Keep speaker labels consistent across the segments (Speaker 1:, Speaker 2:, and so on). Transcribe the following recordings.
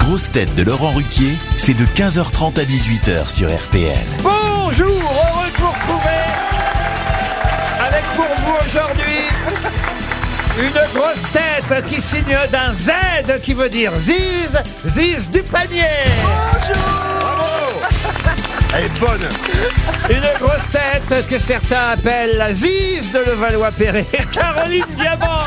Speaker 1: grosses têtes de Laurent Ruquier, c'est de 15h30 à 18h sur RTL.
Speaker 2: Bonjour, heureux de vous retrouver avec pour vous aujourd'hui une grosse tête qui signe d'un Z qui veut dire Ziz, Ziz du panier.
Speaker 3: Elle est bonne.
Speaker 2: Une grosse tête que certains appellent la Ziz de Levallois-Perret, Caroline Diamant.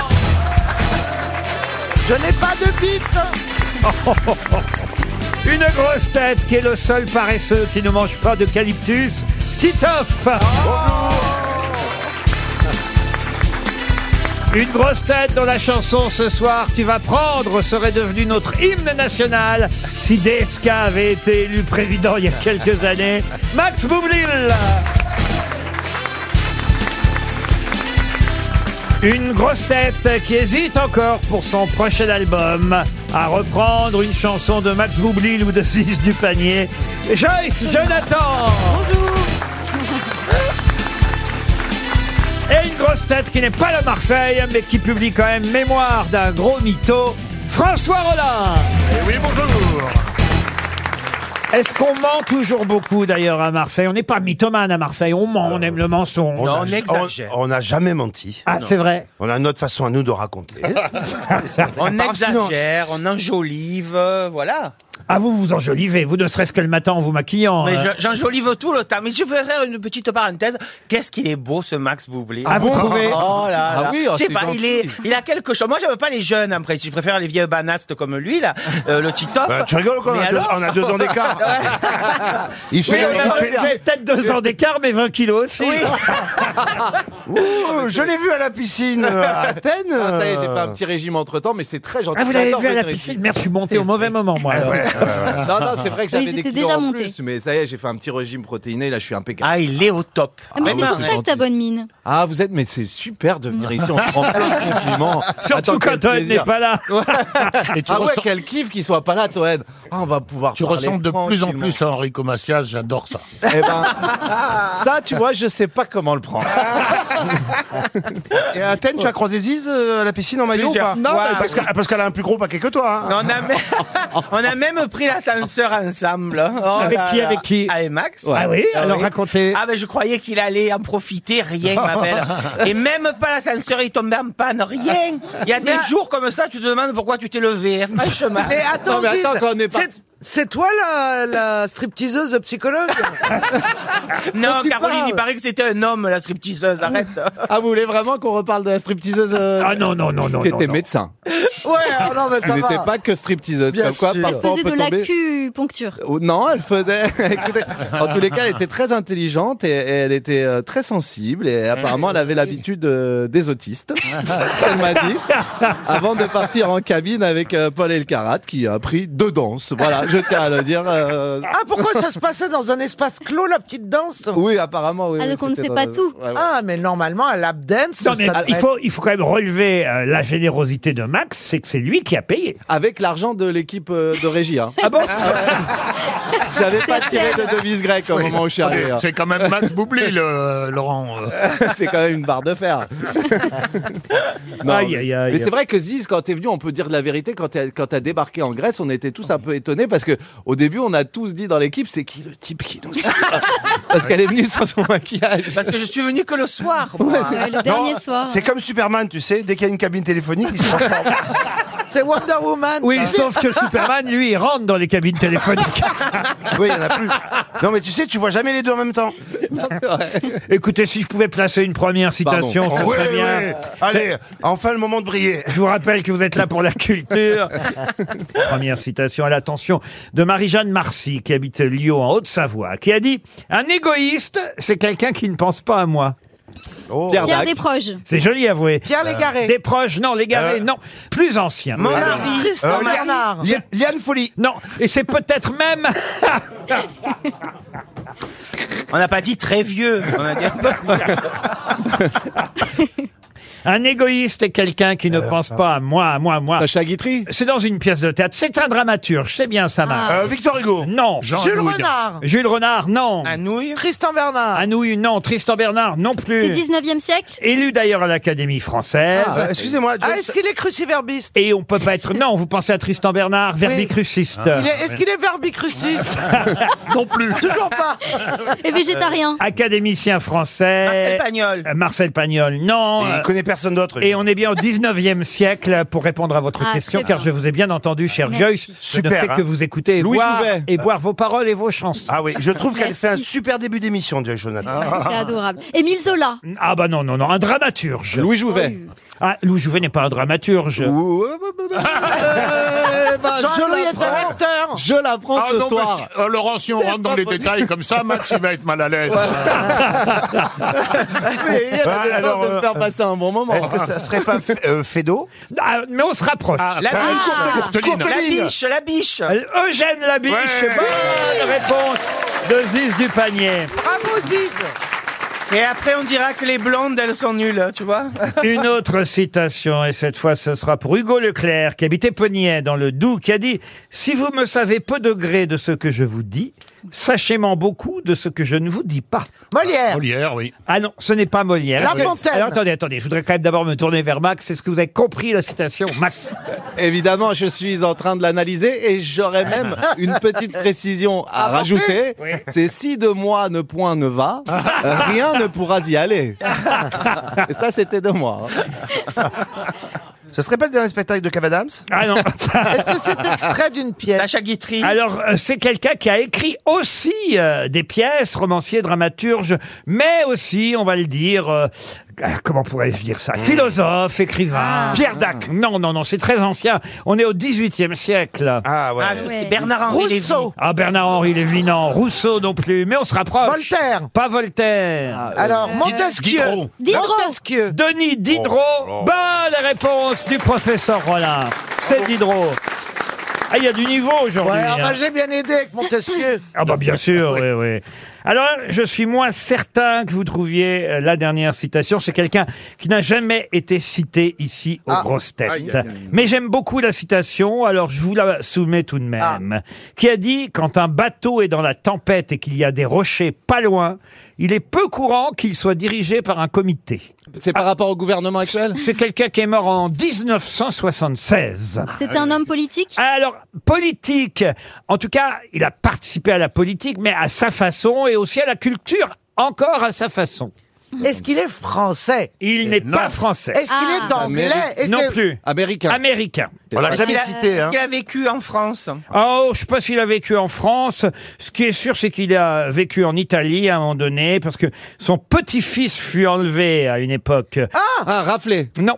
Speaker 2: Je n'ai pas de bite. Une grosse tête qui est le seul paresseux qui ne mange pas d'eucalyptus, Titoff. Une grosse tête dont la chanson ce soir Tu vas prendre serait devenue notre hymne national si Desca avait été élu président il y a quelques années. Max Boublil Une grosse tête qui hésite encore pour son prochain album à reprendre une chanson de Max Boublil ou de Ziz du panier. Joyce Jonathan Et une grosse tête qui n'est pas la Marseille, mais qui publie quand même Mémoire d'un gros mytho, François Rollin.
Speaker 3: Et oui, bonjour.
Speaker 2: Est-ce qu'on ment toujours beaucoup d'ailleurs à Marseille On n'est pas mythomane à Marseille, on ment, on aime le mensonge.
Speaker 3: a-
Speaker 4: on exagère.
Speaker 3: on- on n'a jamais menti.
Speaker 2: Ah, c'est vrai
Speaker 3: On a notre façon à nous de raconter.
Speaker 4: On
Speaker 3: part sinon-
Speaker 4: exagère, on enjolive, euh, voilà.
Speaker 2: Ah, vous vous enjolivez, vous ne serait-ce que le matin en vous maquillant.
Speaker 4: Mais
Speaker 2: hein.
Speaker 4: je- j'enjolive tout le temps. Mais je vais faire une petite parenthèse. Qu'est-ce qu'il est beau ce Max Boublil.
Speaker 2: Ah, vous trouvez
Speaker 4: Oh là
Speaker 5: Ah
Speaker 4: là.
Speaker 5: oui, oh,
Speaker 4: je sais
Speaker 5: c'est
Speaker 4: pas, il est, il a quelque chose. Moi, j'aime pas les jeunes après. Je préfère les vieux banastes comme lui là, euh, le Titop.
Speaker 3: Bah, tu rigoles quoi on
Speaker 4: Mais
Speaker 3: a, deux,
Speaker 4: alors
Speaker 3: on a deux ans d'écart.
Speaker 5: Il
Speaker 2: Oui,
Speaker 5: fait,
Speaker 2: on
Speaker 5: il
Speaker 2: a-
Speaker 5: fait l'air.
Speaker 2: vous avez peut-être deux ans d'écart, mais 20 kilos aussi.
Speaker 3: Ouh, Oh, je l'ai vu à la piscine euh, à Athènes.
Speaker 5: Ah, ça y est, j'ai
Speaker 3: euh,
Speaker 5: fait un petit régime entre temps, mais c'est très gentil.
Speaker 2: Ah, vous l'avez
Speaker 5: J'adore
Speaker 2: vu à la
Speaker 5: venir ici.
Speaker 2: piscine Merde, je suis monté au mauvais moment,
Speaker 5: Ah,
Speaker 2: moi. alors.
Speaker 5: Non, non, c'est vrai que
Speaker 6: Mais
Speaker 5: j'avais
Speaker 6: ils
Speaker 5: des
Speaker 6: étaient
Speaker 5: kilos
Speaker 6: déjà
Speaker 5: en
Speaker 6: montés.
Speaker 5: plus, mais ça y est, j'ai fait un petit régime protéiné, là je suis impeccable.
Speaker 4: Ah, il est au top.
Speaker 6: Ah, mais c'est
Speaker 5: Ah, oui,
Speaker 6: pour
Speaker 5: c'est
Speaker 6: ça que
Speaker 5: gentil.
Speaker 6: t'as bonne mine.
Speaker 5: Ah, vous êtes, mais c'est super de venir ici, on se prend plein de compliments.
Speaker 2: Surtout
Speaker 5: Attends, quel
Speaker 2: quand Owen n'est
Speaker 5: plaisir.
Speaker 2: pas là.
Speaker 7: Et tu,
Speaker 5: Ah ouais,
Speaker 7: ressens-
Speaker 5: quel kiff qu'il soit pas là, Toen. Ah, on va pouvoir
Speaker 7: tu
Speaker 5: parler
Speaker 7: ressembles de plus en
Speaker 5: tranquillement.
Speaker 7: plus à Enrico Macias, j'adore ça.
Speaker 5: Eh ben, ça, tu vois, je sais pas comment le prendre.
Speaker 3: Et à Athènes, tu as croisé Ziz euh, à la piscine en maillot ou
Speaker 4: Plusieurs
Speaker 3: pas
Speaker 4: fois.
Speaker 3: mais parce qu'elle parce qu'elle a un plus gros paquet que toi. hein.
Speaker 4: On
Speaker 8: Ah.
Speaker 4: a, même, on a même pris l'ascenseur ensemble. Oh
Speaker 2: Avec
Speaker 4: là
Speaker 2: qui,
Speaker 4: là.
Speaker 2: avec qui
Speaker 4: Avec Max.
Speaker 2: Ah oui Alors
Speaker 4: oui.
Speaker 2: racontez.
Speaker 4: Ah ben je croyais qu'il allait en profiter, rien ma belle. Et même pas l'ascenseur, il tombait en panne, rien. Il y a des jours comme ça, tu te demandes pourquoi tu t'es levé, hein, franchement.
Speaker 8: Mais attends,
Speaker 5: Non, mais attends,
Speaker 8: Ziz,
Speaker 5: quand on est parti-
Speaker 8: c'est- c'est toi la, la stripteaseuse psychologue
Speaker 4: Non,
Speaker 8: tu
Speaker 4: Caroline,
Speaker 8: parles.
Speaker 4: il paraît que c'était un homme, la stripteaseuse, arrête.
Speaker 5: Ah, vous voulez vraiment qu'on reparle de la stripteaseuse euh,
Speaker 2: Ah non, non, non, non.
Speaker 5: qui
Speaker 2: non,
Speaker 5: était
Speaker 2: non.
Speaker 5: médecin
Speaker 8: Ouais, ah non, mais
Speaker 5: Elle
Speaker 8: ça
Speaker 5: n'était
Speaker 8: va.
Speaker 5: pas que stripteaseuse.
Speaker 8: Bien
Speaker 5: Comme quoi,
Speaker 8: sûr.
Speaker 5: parfois, on
Speaker 6: Faisais
Speaker 5: peut
Speaker 6: de
Speaker 5: tomber...
Speaker 6: l'acupuncture.
Speaker 5: Oh, Non, elle faisait. Écoutez, en tous les cas, elle était très intelligente et, et elle était euh, très sensible. Et apparemment, elle avait l'habitude euh, des autistes. C'est ce qu'elle m'a dit. Avant de partir en cabine avec euh, Paul Elkarat, qui a appris deux danses. Voilà, je tiens à le dire. euh,
Speaker 8: Ah, pourquoi ça se passait dans un espace clos, la petite danse
Speaker 5: Oui, apparemment, oui.
Speaker 6: Ah,
Speaker 5: oui,
Speaker 6: donc on ne sait
Speaker 5: c'était dans-
Speaker 6: pas tout.
Speaker 5: Ouais, ouais.
Speaker 8: Ah, mais normalement, à lap dance,
Speaker 2: Non, mais
Speaker 8: ça
Speaker 2: il
Speaker 8: devrait
Speaker 2: faut, il faut quand même relever euh, la générosité de Max, c'est que c'est lui qui a payé.
Speaker 5: Avec l'argent de l'équipe euh, de régie. Hein.
Speaker 2: Ah bon
Speaker 5: J'avais pas tiré de devise grecque au moment où je suis
Speaker 7: Attendez,
Speaker 5: arrivé. hein.
Speaker 7: C'est quand même Max Boublil, euh, Laurent. euh.
Speaker 5: C'est quand même une barre de fer. Non,
Speaker 2: Aïe,
Speaker 5: mais-
Speaker 2: aïe, aïe.
Speaker 5: Mais c'est vrai que Ziz, quand t'es venu, on peut dire de la vérité. Quand t'as quand t'as débarqué en Grèce, on était tous un peu étonnés parce que au début, on a tous dit dans l'équipe, c'est qui le type qui nous suit Parce qu'elle est venue sans son maquillage.
Speaker 4: Parce que je suis venu que le soir. moi.
Speaker 6: Ouais, Ah, le dernier
Speaker 3: Non,
Speaker 6: soir.
Speaker 3: C'est comme Superman, tu sais, dès qu'il y a une cabine téléphonique, il se transforme.
Speaker 8: C'est Wonder Woman.
Speaker 2: Oui, sauf que Superman, lui, il rentre dans les cabines téléphoniques.
Speaker 3: oui, il y en a plus. Non, mais tu sais, tu vois jamais les deux en même temps.
Speaker 5: C'est vrai.
Speaker 2: Écoutez, si je pouvais placer une première citation, ça
Speaker 3: Ouais,
Speaker 2: serait bien.
Speaker 3: ouais. Allez, enfin le moment de briller.
Speaker 2: Je vous rappelle que vous êtes là pour la culture. Première citation à l'attention de Marie-Jeanne Marcy, qui habite Lyon, en Haute-Savoie, qui a dit « Un égoïste, c'est quelqu'un qui ne pense pas à moi.
Speaker 5: Pierre
Speaker 6: Pierre
Speaker 5: Dac.
Speaker 6: Desproges. ».
Speaker 2: C'est joli, avoué.
Speaker 8: Pierre Légaré.
Speaker 2: Des proches, non, les garés, non. Plus ancien.
Speaker 4: Mon mari,
Speaker 8: Tristan
Speaker 3: Euh,
Speaker 8: Bernard.
Speaker 3: Li- Liane Folie.
Speaker 2: Non, et c'est peut-être même...
Speaker 4: on n'a pas dit très vieux, on a dit un peu-
Speaker 2: Un égoïste est quelqu'un qui ne pense pas à moi, à moi, à moi.
Speaker 5: Sacha Guitry
Speaker 2: C'est dans une pièce de théâtre. C'est un dramaturge, c'est bien ça, Marc.
Speaker 3: Euh, Victor Hugo.
Speaker 2: Non.
Speaker 7: Jean
Speaker 8: Ah. Jules
Speaker 7: Anouilh.
Speaker 8: Renard.
Speaker 2: Jules Renard, non.
Speaker 4: Un nouille
Speaker 8: Tristan Bernard.
Speaker 2: Anouilh, non. Tristan Bernard, non
Speaker 6: C'est
Speaker 2: plus.
Speaker 6: 19e siècle
Speaker 2: Élu d'ailleurs à l'Académie française.
Speaker 3: Euh, Excusez-moi, John-
Speaker 8: Ah, est-ce qu'il est cruciverbiste
Speaker 2: Et on peut pas être. Non, vous pensez à Tristan Bernard, verbicruciste.
Speaker 8: Il est- Est-ce qu'il est verbicruciste
Speaker 7: Non plus.
Speaker 8: Toujours pas.
Speaker 6: Et végétarien
Speaker 2: Euh, Académicien français.
Speaker 4: Marcel Pagnol.
Speaker 2: Euh, Marcel Pagnol, non.
Speaker 3: il
Speaker 2: Euh,
Speaker 3: connaît personne d'autre. lui.
Speaker 2: Et on est bien au 19e siècle pour répondre à votre
Speaker 6: Ah,
Speaker 2: question,
Speaker 6: très
Speaker 2: car
Speaker 6: bien.
Speaker 2: je vous ai bien entendu, cher
Speaker 6: Merci.
Speaker 2: Joyce. Je ne
Speaker 3: Super,
Speaker 2: fais
Speaker 3: hein.
Speaker 2: que vous écouter et
Speaker 5: Louis
Speaker 2: boire,
Speaker 5: Jouvet.
Speaker 2: et boire vos paroles et vos chansons.
Speaker 3: Ah oui, je trouve qu'elle
Speaker 6: Merci. Ah,
Speaker 3: fait un super début d'émission, Joy Jonathan.
Speaker 6: C'est adorable. Émile Zola
Speaker 2: Ah bah non, non, non, un dramaturge.
Speaker 5: Louis Jouvet.
Speaker 2: Ah, Louis Jouvet n'est pas un dramaturge.
Speaker 5: Ouh, euh, bah, bah, bah. Eh ben,
Speaker 8: Jean-Louis
Speaker 5: je
Speaker 8: est un
Speaker 5: l'apprends.
Speaker 8: acteur.
Speaker 5: Je l'apprends
Speaker 7: Ah
Speaker 5: ce
Speaker 7: non, mais
Speaker 5: soir.
Speaker 7: si- euh, Laurent, si on
Speaker 5: C'est
Speaker 7: rentre dans
Speaker 5: pas
Speaker 7: les
Speaker 5: possible.
Speaker 7: détails comme ça, Max, il va être mal à l'aise.
Speaker 2: Ah.
Speaker 5: Mais il y a la
Speaker 3: Ah,
Speaker 5: défense
Speaker 3: alors,
Speaker 5: de me
Speaker 3: euh,
Speaker 5: faire passer un bon moment.
Speaker 3: Est-ce que ça serait pas F- euh, Fédo
Speaker 2: Ah, mais on se rapproche.
Speaker 4: Oh. La biche.
Speaker 7: Courteline.
Speaker 4: La
Speaker 3: Courteline.
Speaker 4: biche, la biche.
Speaker 2: Eugène Labiche,
Speaker 7: Ouais.
Speaker 2: bonne réponse de Ziz du panier.
Speaker 8: Bravo, Ziz.
Speaker 4: Et après, on dira que les blondes, elles sont nulles, tu vois.
Speaker 2: Une autre citation, et cette fois ce sera pour Hugo Leclerc, qui habitait Pognier dans le Doubs, qui a dit « Si vous me savez peu de gré de ce que je vous dis, sachez-m'en beaucoup de ce que je ne vous dis pas.
Speaker 8: Molière.
Speaker 7: Molière, oui. »
Speaker 2: Ah non, ce n'est pas Molière.
Speaker 8: La
Speaker 2: Parce que-
Speaker 8: Fontaine.
Speaker 2: Alors, attendez, attendez, je voudrais quand même d'abord me tourner vers Max. Est-ce que vous avez compris la citation, Max
Speaker 5: Évidemment, je suis en train de l'analyser et j'aurais même une petite précision à rajouter. C'est si de moi ne point ne va, euh, rien ne pourra y aller. Et ça, c'était de moi. hein.
Speaker 3: Ça serait pas le dernier spectacle de Cave Adams
Speaker 2: Ah non
Speaker 8: Est-ce que c'est extrait d'une pièce
Speaker 4: Sacha Guitry.
Speaker 2: Alors, euh, c'est quelqu'un qui a écrit aussi euh, des pièces, romancier, dramaturge, mais aussi, on va le dire, euh, ah, comment pourrais-je dire
Speaker 8: Mmh.
Speaker 2: ça Philosophe,
Speaker 8: Ah.
Speaker 2: écrivain.
Speaker 3: Pierre Dac.
Speaker 2: Non, non, non, c'est très ancien. On est au 18e siècle.
Speaker 3: Ah ouais.
Speaker 4: Ah, je
Speaker 6: Ouais.
Speaker 4: sais, Bernard-Henri Lévy.
Speaker 8: Rousseau.
Speaker 2: Ah, Bernard-Henri Lévy, non, Rousseau non plus, mais on se rapproche.
Speaker 8: Voltaire. Ah,
Speaker 2: Pas Voltaire.
Speaker 8: Alors, Montesquieu.
Speaker 7: Euh, Diderot. Oh,
Speaker 6: Diderot.
Speaker 8: Montesquieu.
Speaker 2: Denis Diderot. Bonne réponse du professeur Rollin. C'est Diderot. Ah, il y a du niveau aujourd'hui.
Speaker 8: Ouais, ah
Speaker 2: hein.
Speaker 8: bah, j'ai bien aidé avec Montesquieu.
Speaker 2: Ah bah bien sûr, oui, oui. Alors, je suis moins certain que vous trouviez euh, la dernière citation. C'est quelqu'un qui n'a jamais été cité ici aux grosses têtes.
Speaker 7: Ah. Aïe, aïe, aïe.
Speaker 2: Mais j'aime beaucoup la citation, alors je vous la soumets tout de
Speaker 8: Ah.
Speaker 2: même. Qui a dit, quand un bateau est dans la tempête et qu'il y a des rochers pas loin, il est peu courant qu'il soit dirigé par un comité. Ah.
Speaker 5: C'est par rapport au gouvernement actuel
Speaker 2: C'est quelqu'un qui est mort en 1976.
Speaker 6: C'est un homme politique
Speaker 2: Alors, politique. En tout cas, il a participé à la politique, mais à sa façon et aussi à la culture, encore à sa façon.
Speaker 8: Est-ce qu'il est français
Speaker 2: Il n'est
Speaker 7: non.
Speaker 2: pas français.
Speaker 8: Est-ce qu'il
Speaker 6: Ah.
Speaker 8: est anglais Est-ce
Speaker 2: Non
Speaker 8: que-
Speaker 2: plus.
Speaker 5: Américain.
Speaker 2: Américain.
Speaker 3: On l'a jamais
Speaker 4: qu'il a-
Speaker 3: cité, hein.
Speaker 4: Qu'il a vécu en France.
Speaker 2: Oh, je sais pas s'il a vécu en France. Ce qui est sûr, c'est qu'il a vécu en Italie à un moment donné, parce que son petit-fils fut enlevé à une époque.
Speaker 5: Ah, raflé.
Speaker 2: Non.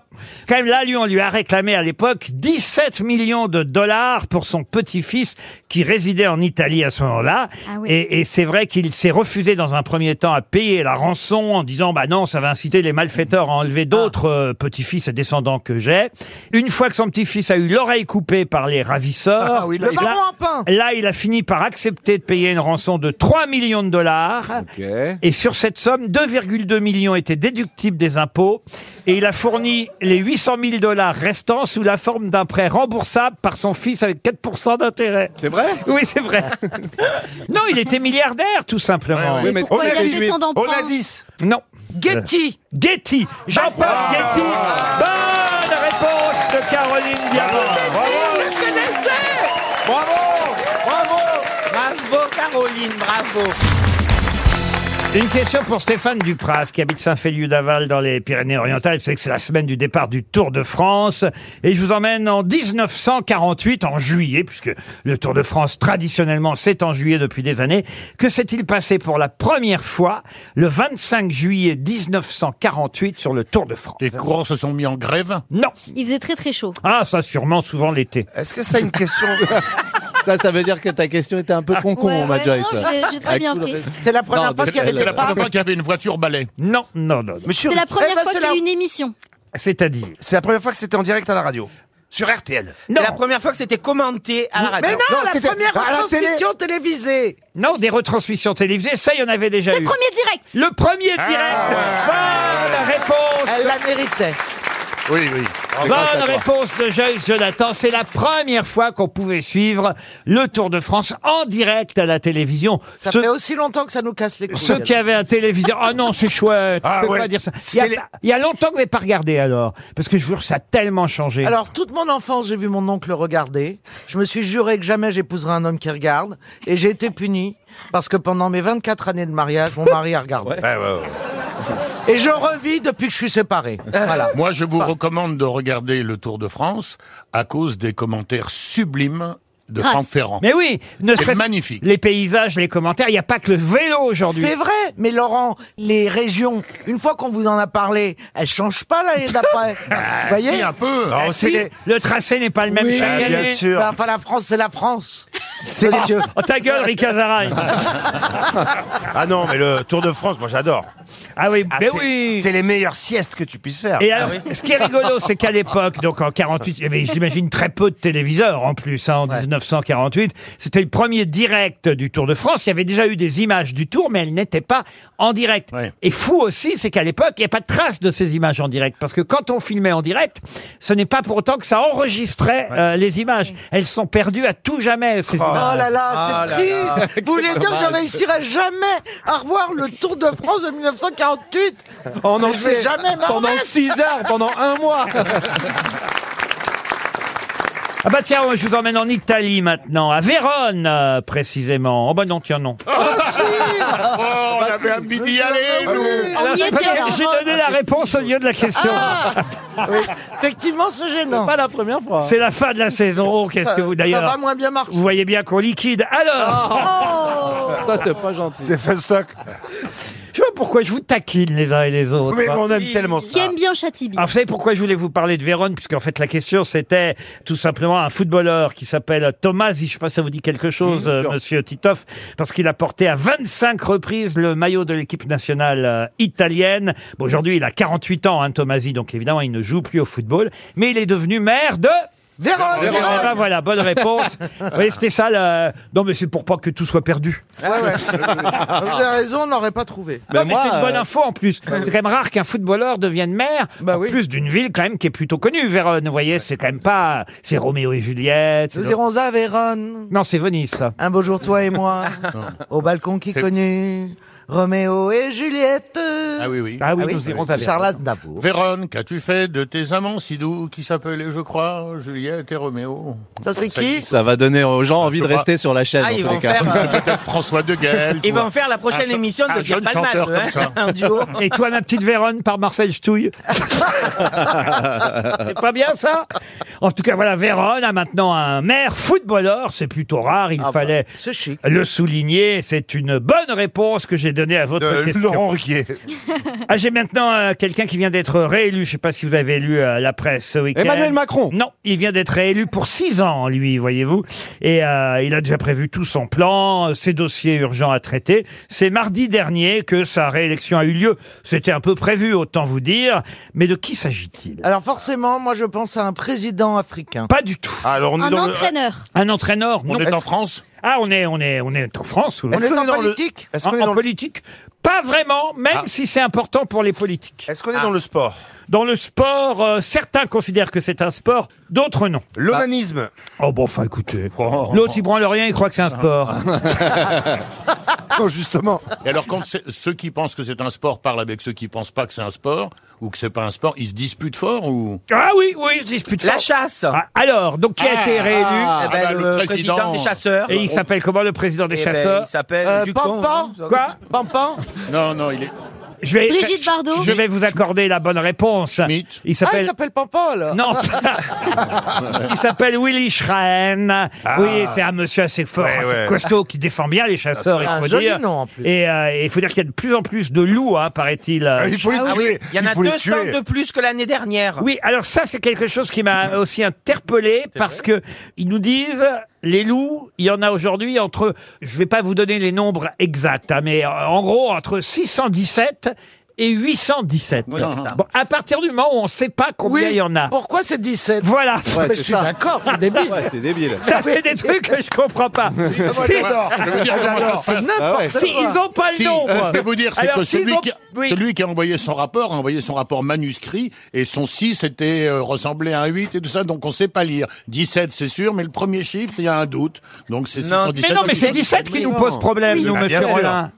Speaker 2: Quand même, là, lui, on lui a réclamé à l'époque 17 millions de dollars pour son petit-fils qui résidait en Italie à ce moment-là.
Speaker 6: Ah oui.
Speaker 2: Et, et c'est vrai qu'il s'est refusé dans un premier temps à payer la rançon en disant, bah non, ça va inciter les malfaiteurs à enlever d'autres euh, petits-fils et descendants que j'ai. Une fois que son petit-fils a eu l'oreille coupée par les ravisseurs,
Speaker 7: Ah oui, là,
Speaker 8: Le
Speaker 2: là-
Speaker 8: baron en pain.
Speaker 2: là, il a fini par accepter de payer une rançon de 3 millions de dollars. Et sur cette somme, 2,2 millions étaient déductibles des impôts. Et il a fourni les 800 000 dollars restants sous la forme d'un prêt remboursable par son fils avec 4% d'intérêt.
Speaker 5: C'est vrai
Speaker 2: Oui, c'est vrai. non, il était milliardaire, tout simplement.
Speaker 7: Ouais,
Speaker 5: mais
Speaker 6: Pourquoi il a
Speaker 5: on est
Speaker 6: fait
Speaker 5: juif.
Speaker 6: tant d'emprunts
Speaker 3: Onassis.
Speaker 2: Non. Euh,
Speaker 8: Getty.
Speaker 2: Getty. Jean-Paul Getty. Bonne réponse de Caroline Diamant.
Speaker 3: Bravo
Speaker 4: Bravo, Caroline, bravo.
Speaker 2: Une question pour Stéphane Dupras, qui habite Saint-Féliu d'Aval dans les Pyrénées-Orientales. Vous savez que c'est la semaine du départ du Tour de France. Et je vous emmène en 1948, en juillet, puisque le Tour de France, traditionnellement, c'est en juillet depuis des années. Que s'est-il passé pour la première fois le 25 juillet 1948 sur le Tour de France
Speaker 7: Les courants se sont mis en grève.
Speaker 2: Non.
Speaker 6: Il faisait très très chaud.
Speaker 2: Ah, ça sûrement, souvent l'été.
Speaker 3: Est-ce que ça a une question
Speaker 5: Ça, ça veut dire que ta question était un peu con-con,
Speaker 6: Ouais,
Speaker 5: ma
Speaker 6: ouais,
Speaker 5: Joyce.
Speaker 6: non, je l'ai- j'ai très
Speaker 5: Avec
Speaker 6: bien
Speaker 5: tout le
Speaker 6: pris.
Speaker 5: respect.
Speaker 8: C'est la première
Speaker 5: Non,
Speaker 8: fois qu'il y avait Ah,
Speaker 5: elle-
Speaker 7: C'est
Speaker 8: des
Speaker 7: la première
Speaker 8: femmes.
Speaker 7: fois qu'il y avait une voiture balai.
Speaker 2: Non, non, non. non.
Speaker 3: Monsieur, Eh
Speaker 6: C'est la première
Speaker 8: ben,
Speaker 6: fois
Speaker 8: c'est
Speaker 6: qu'il y a
Speaker 8: la-
Speaker 6: eu une émission.
Speaker 2: C'est-à-dire
Speaker 3: c'est la première fois que c'était en direct à la radio. sur RTL.
Speaker 2: Non,
Speaker 4: C'est la première fois que c'était commenté à la radio.
Speaker 8: Mais non,
Speaker 3: Ah, Non,
Speaker 8: la
Speaker 3: c'était à
Speaker 8: première
Speaker 3: la
Speaker 8: retransmission télévisée.
Speaker 2: non, des retransmissions télévisées, ça, il y en avait déjà
Speaker 6: C'est
Speaker 2: eu.
Speaker 6: le premier direct.
Speaker 2: Le premier
Speaker 7: Ah,
Speaker 2: direct. Bonne réponse.
Speaker 8: Elle la méritait.
Speaker 7: Oui, oui.
Speaker 5: grâce à
Speaker 2: Bonne
Speaker 5: toi.
Speaker 2: réponse de Joyce Jonathan. C'est la première fois qu'on pouvait suivre le Tour de France en direct à la télévision.
Speaker 8: Ça
Speaker 2: Ce-
Speaker 8: fait aussi longtemps que ça nous casse les couilles.
Speaker 2: Ceux qui
Speaker 8: alors.
Speaker 2: avaient un téléviseur, ah non, c'est chouette,
Speaker 7: Ah
Speaker 2: je peux
Speaker 7: ouais.
Speaker 2: pas dire ça. Il y, a,
Speaker 3: C'est les-
Speaker 2: pas- il y a longtemps que je n'ai pas regardé alors, parce que je jure, ça a tellement changé.
Speaker 8: Alors, toute mon enfance, j'ai vu mon oncle regarder. Je me suis juré que jamais j'épouserais un homme qui regarde. Et j'ai été puni. Parce que pendant mes 24 années de mariage, mon mari a regardé.
Speaker 3: Ouais, ouais, ouais.
Speaker 8: Et je revis depuis que je suis séparé. Voilà.
Speaker 7: Moi, je vous recommande de regarder le Tour de France à cause des commentaires sublimes de
Speaker 6: Grâce.
Speaker 7: Franck Ferrand.
Speaker 2: Mais oui, ne
Speaker 7: C'est
Speaker 2: serait-ce
Speaker 7: magnifique.
Speaker 2: les paysages, les commentaires, il n'y a pas que le vélo aujourd'hui.
Speaker 8: C'est vrai, mais Laurent, les régions, une fois qu'on vous en a parlé, elles changent pas l'année d'après. vous
Speaker 7: Ah, si,
Speaker 8: voyez
Speaker 7: un peu.
Speaker 3: Non,
Speaker 2: Bah, Si,
Speaker 3: c'est les-
Speaker 2: Le tracé n'est pas le même
Speaker 8: Oui,
Speaker 2: chaque
Speaker 3: Ah, bien
Speaker 2: année.
Speaker 3: sûr.
Speaker 8: Bah, Enfin, la France, c'est la France.
Speaker 2: C'est oh, ta gueule, Ricazara.
Speaker 3: Ah non, mais le Tour de France, moi j'adore.
Speaker 2: Ah oui,
Speaker 3: Ah,
Speaker 2: mais
Speaker 3: c'est-
Speaker 2: oui.
Speaker 3: C'est les meilleures siestes que tu puisses faire.
Speaker 8: Ah
Speaker 2: Et alors, ce qui est rigolo, c'est qu'à l'époque, donc en 48, il y avait, j'imagine, très peu de téléviseurs en plus, hein, en 1948. C'était le premier direct du Tour de France. Il y avait déjà eu des images du Tour, mais elles n'étaient pas en direct.
Speaker 7: Ouais.
Speaker 2: Et fou aussi, c'est qu'à l'époque, il n'y a pas de trace de ces images en direct. Parce que quand on filmait en direct, ce n'est pas pour autant que ça enregistrait euh, les images. Elles sont perdues à tout jamais, ces
Speaker 8: Oh
Speaker 2: images.
Speaker 8: là là, c'est triste. Vous voulez dire que je réussirai jamais à revoir le Tour de France de 1948
Speaker 5: On en
Speaker 8: Mais je vais
Speaker 5: sait
Speaker 8: jamais m'en
Speaker 5: pendant
Speaker 8: remettre.
Speaker 5: 6 heures, pendant un mois.
Speaker 2: Ah bah tiens, je vous emmène en Italie maintenant, à Vérone euh, précisément. Oh bah non, tiens non.
Speaker 7: Oh, on
Speaker 5: Bah,
Speaker 7: avait un midi aller, nous.
Speaker 6: On y
Speaker 2: J'ai
Speaker 6: était. hein.
Speaker 2: donné la réponse au lieu de la question.
Speaker 8: Effectivement, c'est gênant.
Speaker 5: Pas la première fois.
Speaker 2: C'est la fin de la saison. Oh, qu'est-ce que vous
Speaker 8: Ça
Speaker 2: d'ailleurs
Speaker 8: va moins bien marcher.
Speaker 2: Vous voyez bien qu'on liquide. Alors,
Speaker 9: Oh
Speaker 5: Ça, c'est pas gentil.
Speaker 3: C'est Fun
Speaker 2: je vois pourquoi je vous taquine les uns et les autres.
Speaker 3: Mais on aime tellement
Speaker 6: Qui
Speaker 3: ça.
Speaker 6: aime bien Chatibi.
Speaker 2: Alors, vous savez pourquoi je voulais vous parler de Vérone Puisqu'en fait, la question, c'était tout simplement un footballeur qui s'appelle Thomas. Je sais pas si ça vous dit quelque
Speaker 5: Mmh,
Speaker 2: chose,
Speaker 5: bien
Speaker 2: euh,
Speaker 5: sûr.
Speaker 2: monsieur Titoff, parce qu'il a porté à 25 reprises le maillot de l'équipe nationale euh, italienne. Bon, Aujourd'hui, il a 48 ans, hein, Tomasi, donc évidemment, il ne joue plus au football. Mais il est devenu maire de...
Speaker 8: Vérone,
Speaker 2: Eh
Speaker 8: Vérone.
Speaker 2: ben voilà, bonne réponse. Vous voyez, c'était ça. la- Non, mais c'est pour pas que tout soit perdu.
Speaker 8: Ouais, ouais. Vous avez raison, on n'aurait pas trouvé.
Speaker 5: Ben
Speaker 2: Non, Ah bah mais
Speaker 5: moi,
Speaker 2: c'est une bonne
Speaker 5: euh,
Speaker 2: info en plus. C'est quand même rare qu'un footballeur devienne maire.
Speaker 8: Bah
Speaker 2: en
Speaker 8: oui.
Speaker 2: plus d'une ville quand même qui est plutôt connue, Vérone. Vous voyez, c'est quand même pas. C'est Roméo et Juliette. c'est
Speaker 8: Nous
Speaker 2: le-
Speaker 8: irons à Vérone.
Speaker 2: Non, c'est Venise. ça.
Speaker 8: Un beau jour, toi et moi, au balcon qui
Speaker 7: C'est-
Speaker 8: connut, Roméo et Juliette.
Speaker 7: Ah oui, oui.
Speaker 2: Ah oui, nous irons à Vérone.
Speaker 8: Charles Aznavour.
Speaker 7: Vérone, qu'as-tu fait de tes amants si doux qui s'appelaient, je crois, Juliette et Roméo
Speaker 8: Ça, c'est qui
Speaker 5: Ça va donner aux gens envie de
Speaker 7: Je sais
Speaker 5: rester sur la chaîne,
Speaker 4: Ah,
Speaker 5: en
Speaker 4: ils
Speaker 5: tous
Speaker 4: vont
Speaker 5: les cas.
Speaker 4: faire, euh,
Speaker 7: Peut-être François de Gaël. tu
Speaker 4: ils
Speaker 7: vois.
Speaker 4: vont faire la prochaine
Speaker 7: Un jeune-
Speaker 4: émission de
Speaker 7: un
Speaker 4: Pierre
Speaker 7: jeune
Speaker 4: Palmade.
Speaker 7: chanteur
Speaker 4: eux,
Speaker 7: comme
Speaker 4: hein,
Speaker 7: ça.
Speaker 4: en duo.
Speaker 2: Et toi, ma petite Vérone par Marcel Stouille. c'est pas bien ça En tout cas, voilà, Vérone a maintenant un maire footballeur. C'est plutôt rare.
Speaker 3: Ah
Speaker 2: Il
Speaker 3: bah,
Speaker 2: fallait
Speaker 8: C'est chic.
Speaker 2: le souligner. C'est une bonne réponse que j'ai donnée à votre
Speaker 3: De
Speaker 2: question.
Speaker 3: Laurent Ruquier.
Speaker 2: Ah, j'ai maintenant euh, quelqu'un qui vient d'être réélu. Je sais pas si vous avez lu euh, la presse ce week-end.
Speaker 5: Emmanuel Macron.
Speaker 2: Non, il vient d'être réélu pour six ans, lui, voyez-vous. Et euh, il a déjà prévu tout son plan, euh, ses dossiers urgents à traiter. C'est mardi dernier que sa réélection a eu lieu. C'était un peu prévu, autant vous dire. Mais de qui s'agit-il
Speaker 8: Alors forcément, moi je pense à un président africain.
Speaker 2: Pas du tout.
Speaker 3: Alors on est
Speaker 6: Un
Speaker 3: dans le-
Speaker 6: entraîneur.
Speaker 2: Un entraîneur Non.
Speaker 7: On est en France
Speaker 2: Ah, on est, on est, on est en France. oui.
Speaker 8: On
Speaker 3: Est-ce
Speaker 8: est
Speaker 3: qu'on
Speaker 8: en
Speaker 3: est dans le-
Speaker 8: politique
Speaker 3: Est-ce
Speaker 2: En,
Speaker 3: qu'on est
Speaker 2: en
Speaker 3: dans le- Ah.
Speaker 2: politique Pas vraiment, même si c'est important pour les politiques. Ah.
Speaker 3: est-ce qu'on est dans le sport
Speaker 2: Dans le sport, euh, certains considèrent que c'est un sport, d'autres non.
Speaker 3: L'onanisme. Oh.
Speaker 2: Oh bon, enfin écoutez. L'autre, il branle rien, il croit que c'est un sport.
Speaker 3: Ah. Non, justement.
Speaker 7: Et alors, quand c'est- ceux qui pensent que c'est un sport parlent avec ceux qui pensent pas que c'est un sport ou que c'est pas un sport, ils se disputent fort ou
Speaker 2: Ah oui, oui, je dispute
Speaker 4: La
Speaker 2: fort.
Speaker 4: chasse.
Speaker 2: Ah, alors, donc qui a été réélu
Speaker 4: Eh ben,
Speaker 7: Ah bah,
Speaker 4: le,
Speaker 7: le
Speaker 4: président,
Speaker 7: président.
Speaker 4: des chasseurs. Oh.
Speaker 2: Et il s'appelle comment le président des
Speaker 4: Eh ben,
Speaker 2: chasseurs
Speaker 4: il s'appelle
Speaker 8: Euh,
Speaker 4: Ducon.
Speaker 8: Pampan.
Speaker 4: non
Speaker 2: Quoi
Speaker 8: Pampan
Speaker 7: Non, non, il est
Speaker 2: je vais,
Speaker 6: Brigitte Bardot.
Speaker 2: Je vais vous accorder la bonne réponse.
Speaker 7: Schmitt.
Speaker 2: Il
Speaker 8: Ah, il
Speaker 2: s'appelle.
Speaker 8: s'appelle Pampan alors
Speaker 2: non, il s'appelle Willy Schraen. Oui, c'est un monsieur assez fort,
Speaker 3: Ah. Ouais,
Speaker 2: assez
Speaker 3: ouais.
Speaker 2: costaud, qui défend bien les chasseurs, il
Speaker 8: un
Speaker 2: faut
Speaker 8: joli
Speaker 2: dire.
Speaker 8: nom, en plus.
Speaker 2: Et euh, il faut dire qu'il y a de plus en plus de loups, hein, paraît-il.
Speaker 3: Ah, Il faut les
Speaker 4: Ah
Speaker 3: tuer.
Speaker 4: oui, il y en a
Speaker 3: faut les tuer.
Speaker 4: 200 de plus que l'année dernière.
Speaker 2: Oui, alors ça, c'est quelque chose qui m'a aussi interpellé parce que ils nous disent les loups, il y en a aujourd'hui entre, je vais pas vous donner les nombres exacts, hein, mais euh, en gros entre 617 et 817.
Speaker 7: Oui, c'est ça.
Speaker 2: Bon, à partir du moment où on ne sait pas combien il y en a.
Speaker 8: Pourquoi c'est 17
Speaker 2: Voilà.
Speaker 5: Ouais,
Speaker 8: Mais
Speaker 5: c'est
Speaker 8: Je suis
Speaker 5: ça.
Speaker 8: d'accord, c'est débile.
Speaker 5: Ouais, c'est débile.
Speaker 2: Ça, c'est des trucs que je comprends pas. Si-
Speaker 7: Je veux dire comment ça se passe.
Speaker 5: Ah ouais.
Speaker 8: N'importe
Speaker 2: si ils n'ont pas
Speaker 7: Si, euh,
Speaker 2: le nombre.
Speaker 7: je vais vous dire, c'est
Speaker 2: Alors,
Speaker 7: que
Speaker 2: s'ils
Speaker 7: celui,
Speaker 2: ont-
Speaker 7: qui,
Speaker 2: oui.
Speaker 7: celui qui a envoyé son rapport a envoyé son rapport manuscrit et son 6 était euh, ressemblait à un 8 et tout ça, donc on sait pas lire. 17, c'est sûr, mais le premier chiffre, il y a un doute. Donc c'est 617.
Speaker 2: Mais non, mais c'est 17 qui nous pose problème,
Speaker 6: Oui.
Speaker 2: nous,
Speaker 6: Bah,
Speaker 2: monsieur
Speaker 3: bien sûr.
Speaker 2: Rollin.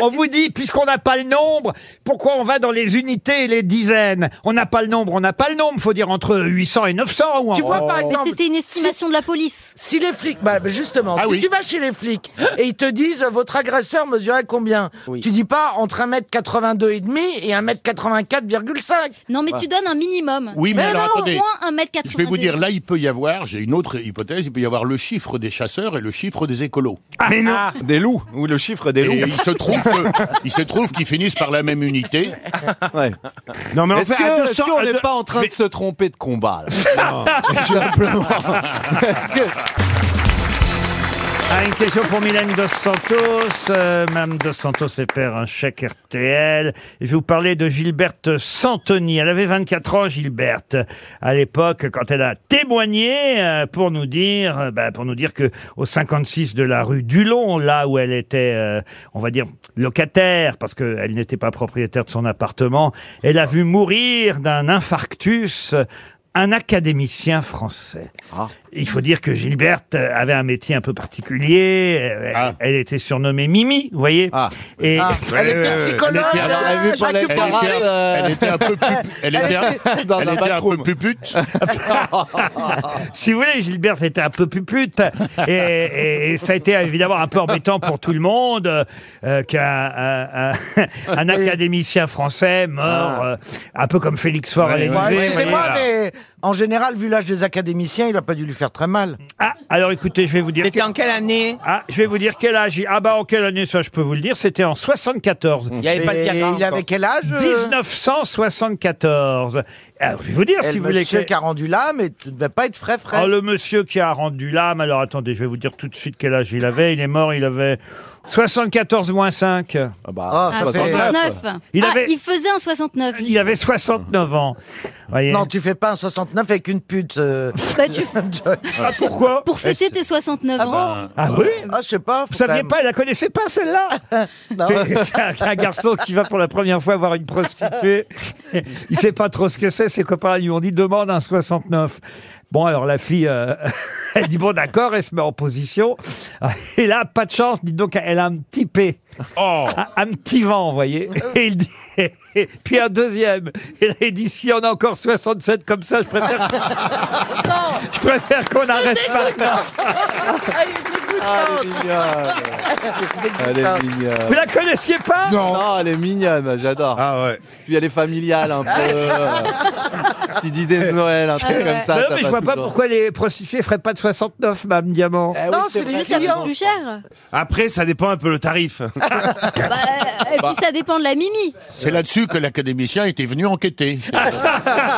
Speaker 2: On vous dit, puisqu'on n'a pas le nombre, pourquoi on va dans les unités et les dizaines On n'a pas le nombre, on n'a pas le nombre, faut dire entre 800 et 900 ou Oh. en...
Speaker 8: Tu vois, par
Speaker 6: Mais
Speaker 8: exemple,
Speaker 6: c'était une estimation de la police.
Speaker 8: si les flics, bah, bah, justement,
Speaker 7: Ah
Speaker 8: si
Speaker 7: oui.
Speaker 8: tu vas chez les flics et ils te disent euh, votre agresseur mesurait combien, tu dis pas entre 1m82,5 et 1m84,5.
Speaker 6: Non, mais tu donnes un minimum.
Speaker 7: Oui, mais,
Speaker 8: Mais
Speaker 7: alors
Speaker 8: non,
Speaker 6: Au
Speaker 7: attendez.
Speaker 6: moins 1m82.
Speaker 7: Je vais vous dire, là, il peut y avoir, j'ai une autre hypothèse, il peut y avoir le chiffre des chasseurs et le chiffre des écolos.
Speaker 3: Ah. Mais non
Speaker 5: Ah.
Speaker 3: Des loups, ou le chiffre des
Speaker 7: Et
Speaker 3: loups.
Speaker 7: il se trouve que- il se trouve qu'ils finissent par la même unité.
Speaker 5: Ouais.
Speaker 3: Non, mais
Speaker 5: Est-ce
Speaker 3: à
Speaker 5: que- est-ce
Speaker 3: 200,
Speaker 5: qu'on
Speaker 3: à
Speaker 5: n'est
Speaker 3: deux-
Speaker 5: pas en train de se tromper de combat là Non. Tout simplement. Est-ce que-
Speaker 2: Ah, une question pour Mylène Dos Santos. Euh, Madame Dos Santos elle perd un chèque RTL. Je vous parlais de Gilberte Santoni. Elle avait 24 ans, Gilberte, à l'époque, quand elle a témoigné euh, pour nous dire, euh, bah, pour nous dire que au 56 de la rue Dulon, là où elle était, euh, on va dire locataire, parce qu'elle n'était pas propriétaire de son appartement, elle a vu mourir d'un infarctus euh, un académicien français.
Speaker 7: Ah.
Speaker 2: Il faut dire que Gilberte avait un métier un peu particulier. Elle,
Speaker 7: Ah.
Speaker 2: elle était surnommée Mimi, vous voyez.
Speaker 5: Ah.
Speaker 2: Et
Speaker 8: Ah, elle
Speaker 3: ouais,
Speaker 8: était
Speaker 3: ouais,
Speaker 8: psychologue,
Speaker 7: elle était à la-
Speaker 8: euh,
Speaker 5: elle a vu pour
Speaker 8: Jacques
Speaker 5: la-
Speaker 7: Elle
Speaker 5: Parade,
Speaker 7: était,
Speaker 5: euh,
Speaker 7: elle était un peu pup- elle était un-
Speaker 5: dans
Speaker 7: elle
Speaker 5: un
Speaker 7: était un peu
Speaker 5: backroom.
Speaker 7: pupute.
Speaker 2: si vous voulez, Gilberte était un peu pupute. et, et- et ça a été évidemment un peu embêtant pour tout le monde euh, euh, qu'un un- un- un académicien français mort, euh, un peu comme Félix Faure à
Speaker 7: Ah. Ouais,
Speaker 2: l'Élysée,
Speaker 8: Bah,
Speaker 2: vous
Speaker 8: Excusez-moi,
Speaker 2: voyez.
Speaker 8: mais en général, vu l'âge des académiciens, il a pas dû lui faire très mal.
Speaker 2: Ah, alors écoutez, je vais vous dire.
Speaker 4: C'était en quelle année
Speaker 2: Ah, je vais vous dire quel âge. il- Ah bah en quelle année ça, je peux vous le dire. C'était en 74.
Speaker 4: Il n'y avait pas de
Speaker 8: Et
Speaker 4: Viagra
Speaker 8: il
Speaker 4: encore.
Speaker 8: avait quel âge euh
Speaker 2: 1974. Alors, je vais vous dire
Speaker 8: Et
Speaker 2: si
Speaker 8: Eh, le
Speaker 2: vous voulez.
Speaker 8: monsieur
Speaker 2: que-
Speaker 8: qui a rendu l'âme, et tu ne devais pas être frais, frais.
Speaker 2: Oh, le monsieur qui a rendu l'âme. Alors, attendez, je vais vous dire tout de suite quel âge il avait. Il est mort, il avait 74 moins 5.
Speaker 5: Ah bah,
Speaker 8: Ah,
Speaker 5: ça
Speaker 6: Ah,
Speaker 5: fait-
Speaker 6: 69.
Speaker 2: Il
Speaker 6: Il,
Speaker 5: Ah,
Speaker 2: avait-
Speaker 6: il faisait un 69.
Speaker 2: Il avait 69 ans. Voyez.
Speaker 8: Non, tu fais pas un 69 avec une pute. euh.
Speaker 6: Bah, tu-
Speaker 2: Ah, pourquoi
Speaker 6: pour fêter tes 69 ans.
Speaker 2: Ah oui
Speaker 8: Ah, je sais pas.
Speaker 2: Vous saviez pas, elle la connaissait pas, celle-là C'est c'est un, un garçon qui va pour la première fois voir une prostituée. Il sait pas trop ce que c'est. Ses copains lui ont dit demande un 69. Bon, alors la fille, euh, elle dit bon, d'accord, elle se met en position. Et là, pas de chance, dites donc, elle a un petit P. Un, un petit vent, vous voyez. Et il dit. Puis un deuxième. Et là, il dit s'il y en a encore 67 comme ça, je préfère, je préfère qu'on arrête maintenant.
Speaker 5: Ah, elle est mignonne.
Speaker 9: Ah,
Speaker 5: Elle Ah, est mignonne.
Speaker 2: Vous la connaissiez pas
Speaker 5: Non, Ah, elle est mignonne, j'adore.
Speaker 3: Ah ouais.
Speaker 5: Puis elle est familiale un euh, peu. Petite idée de Noël,
Speaker 8: Ah,
Speaker 5: un truc
Speaker 6: ouais.
Speaker 5: comme ça.
Speaker 2: Bah non,
Speaker 5: ça
Speaker 2: mais je
Speaker 5: passe
Speaker 2: vois pas
Speaker 5: toujours.
Speaker 2: pourquoi les prostituées feraient pas de 69, Mme Diamant.
Speaker 5: Eh oui,
Speaker 8: Non, c'est
Speaker 5: vrai,
Speaker 8: des
Speaker 6: Ça coûte
Speaker 8: clients.
Speaker 6: plus cher.
Speaker 3: Après, ça dépend un peu le tarif.
Speaker 6: Bah, et puis ça dépend de la mimi.
Speaker 7: C'est là-dessus que l'académicien était venu enquêter.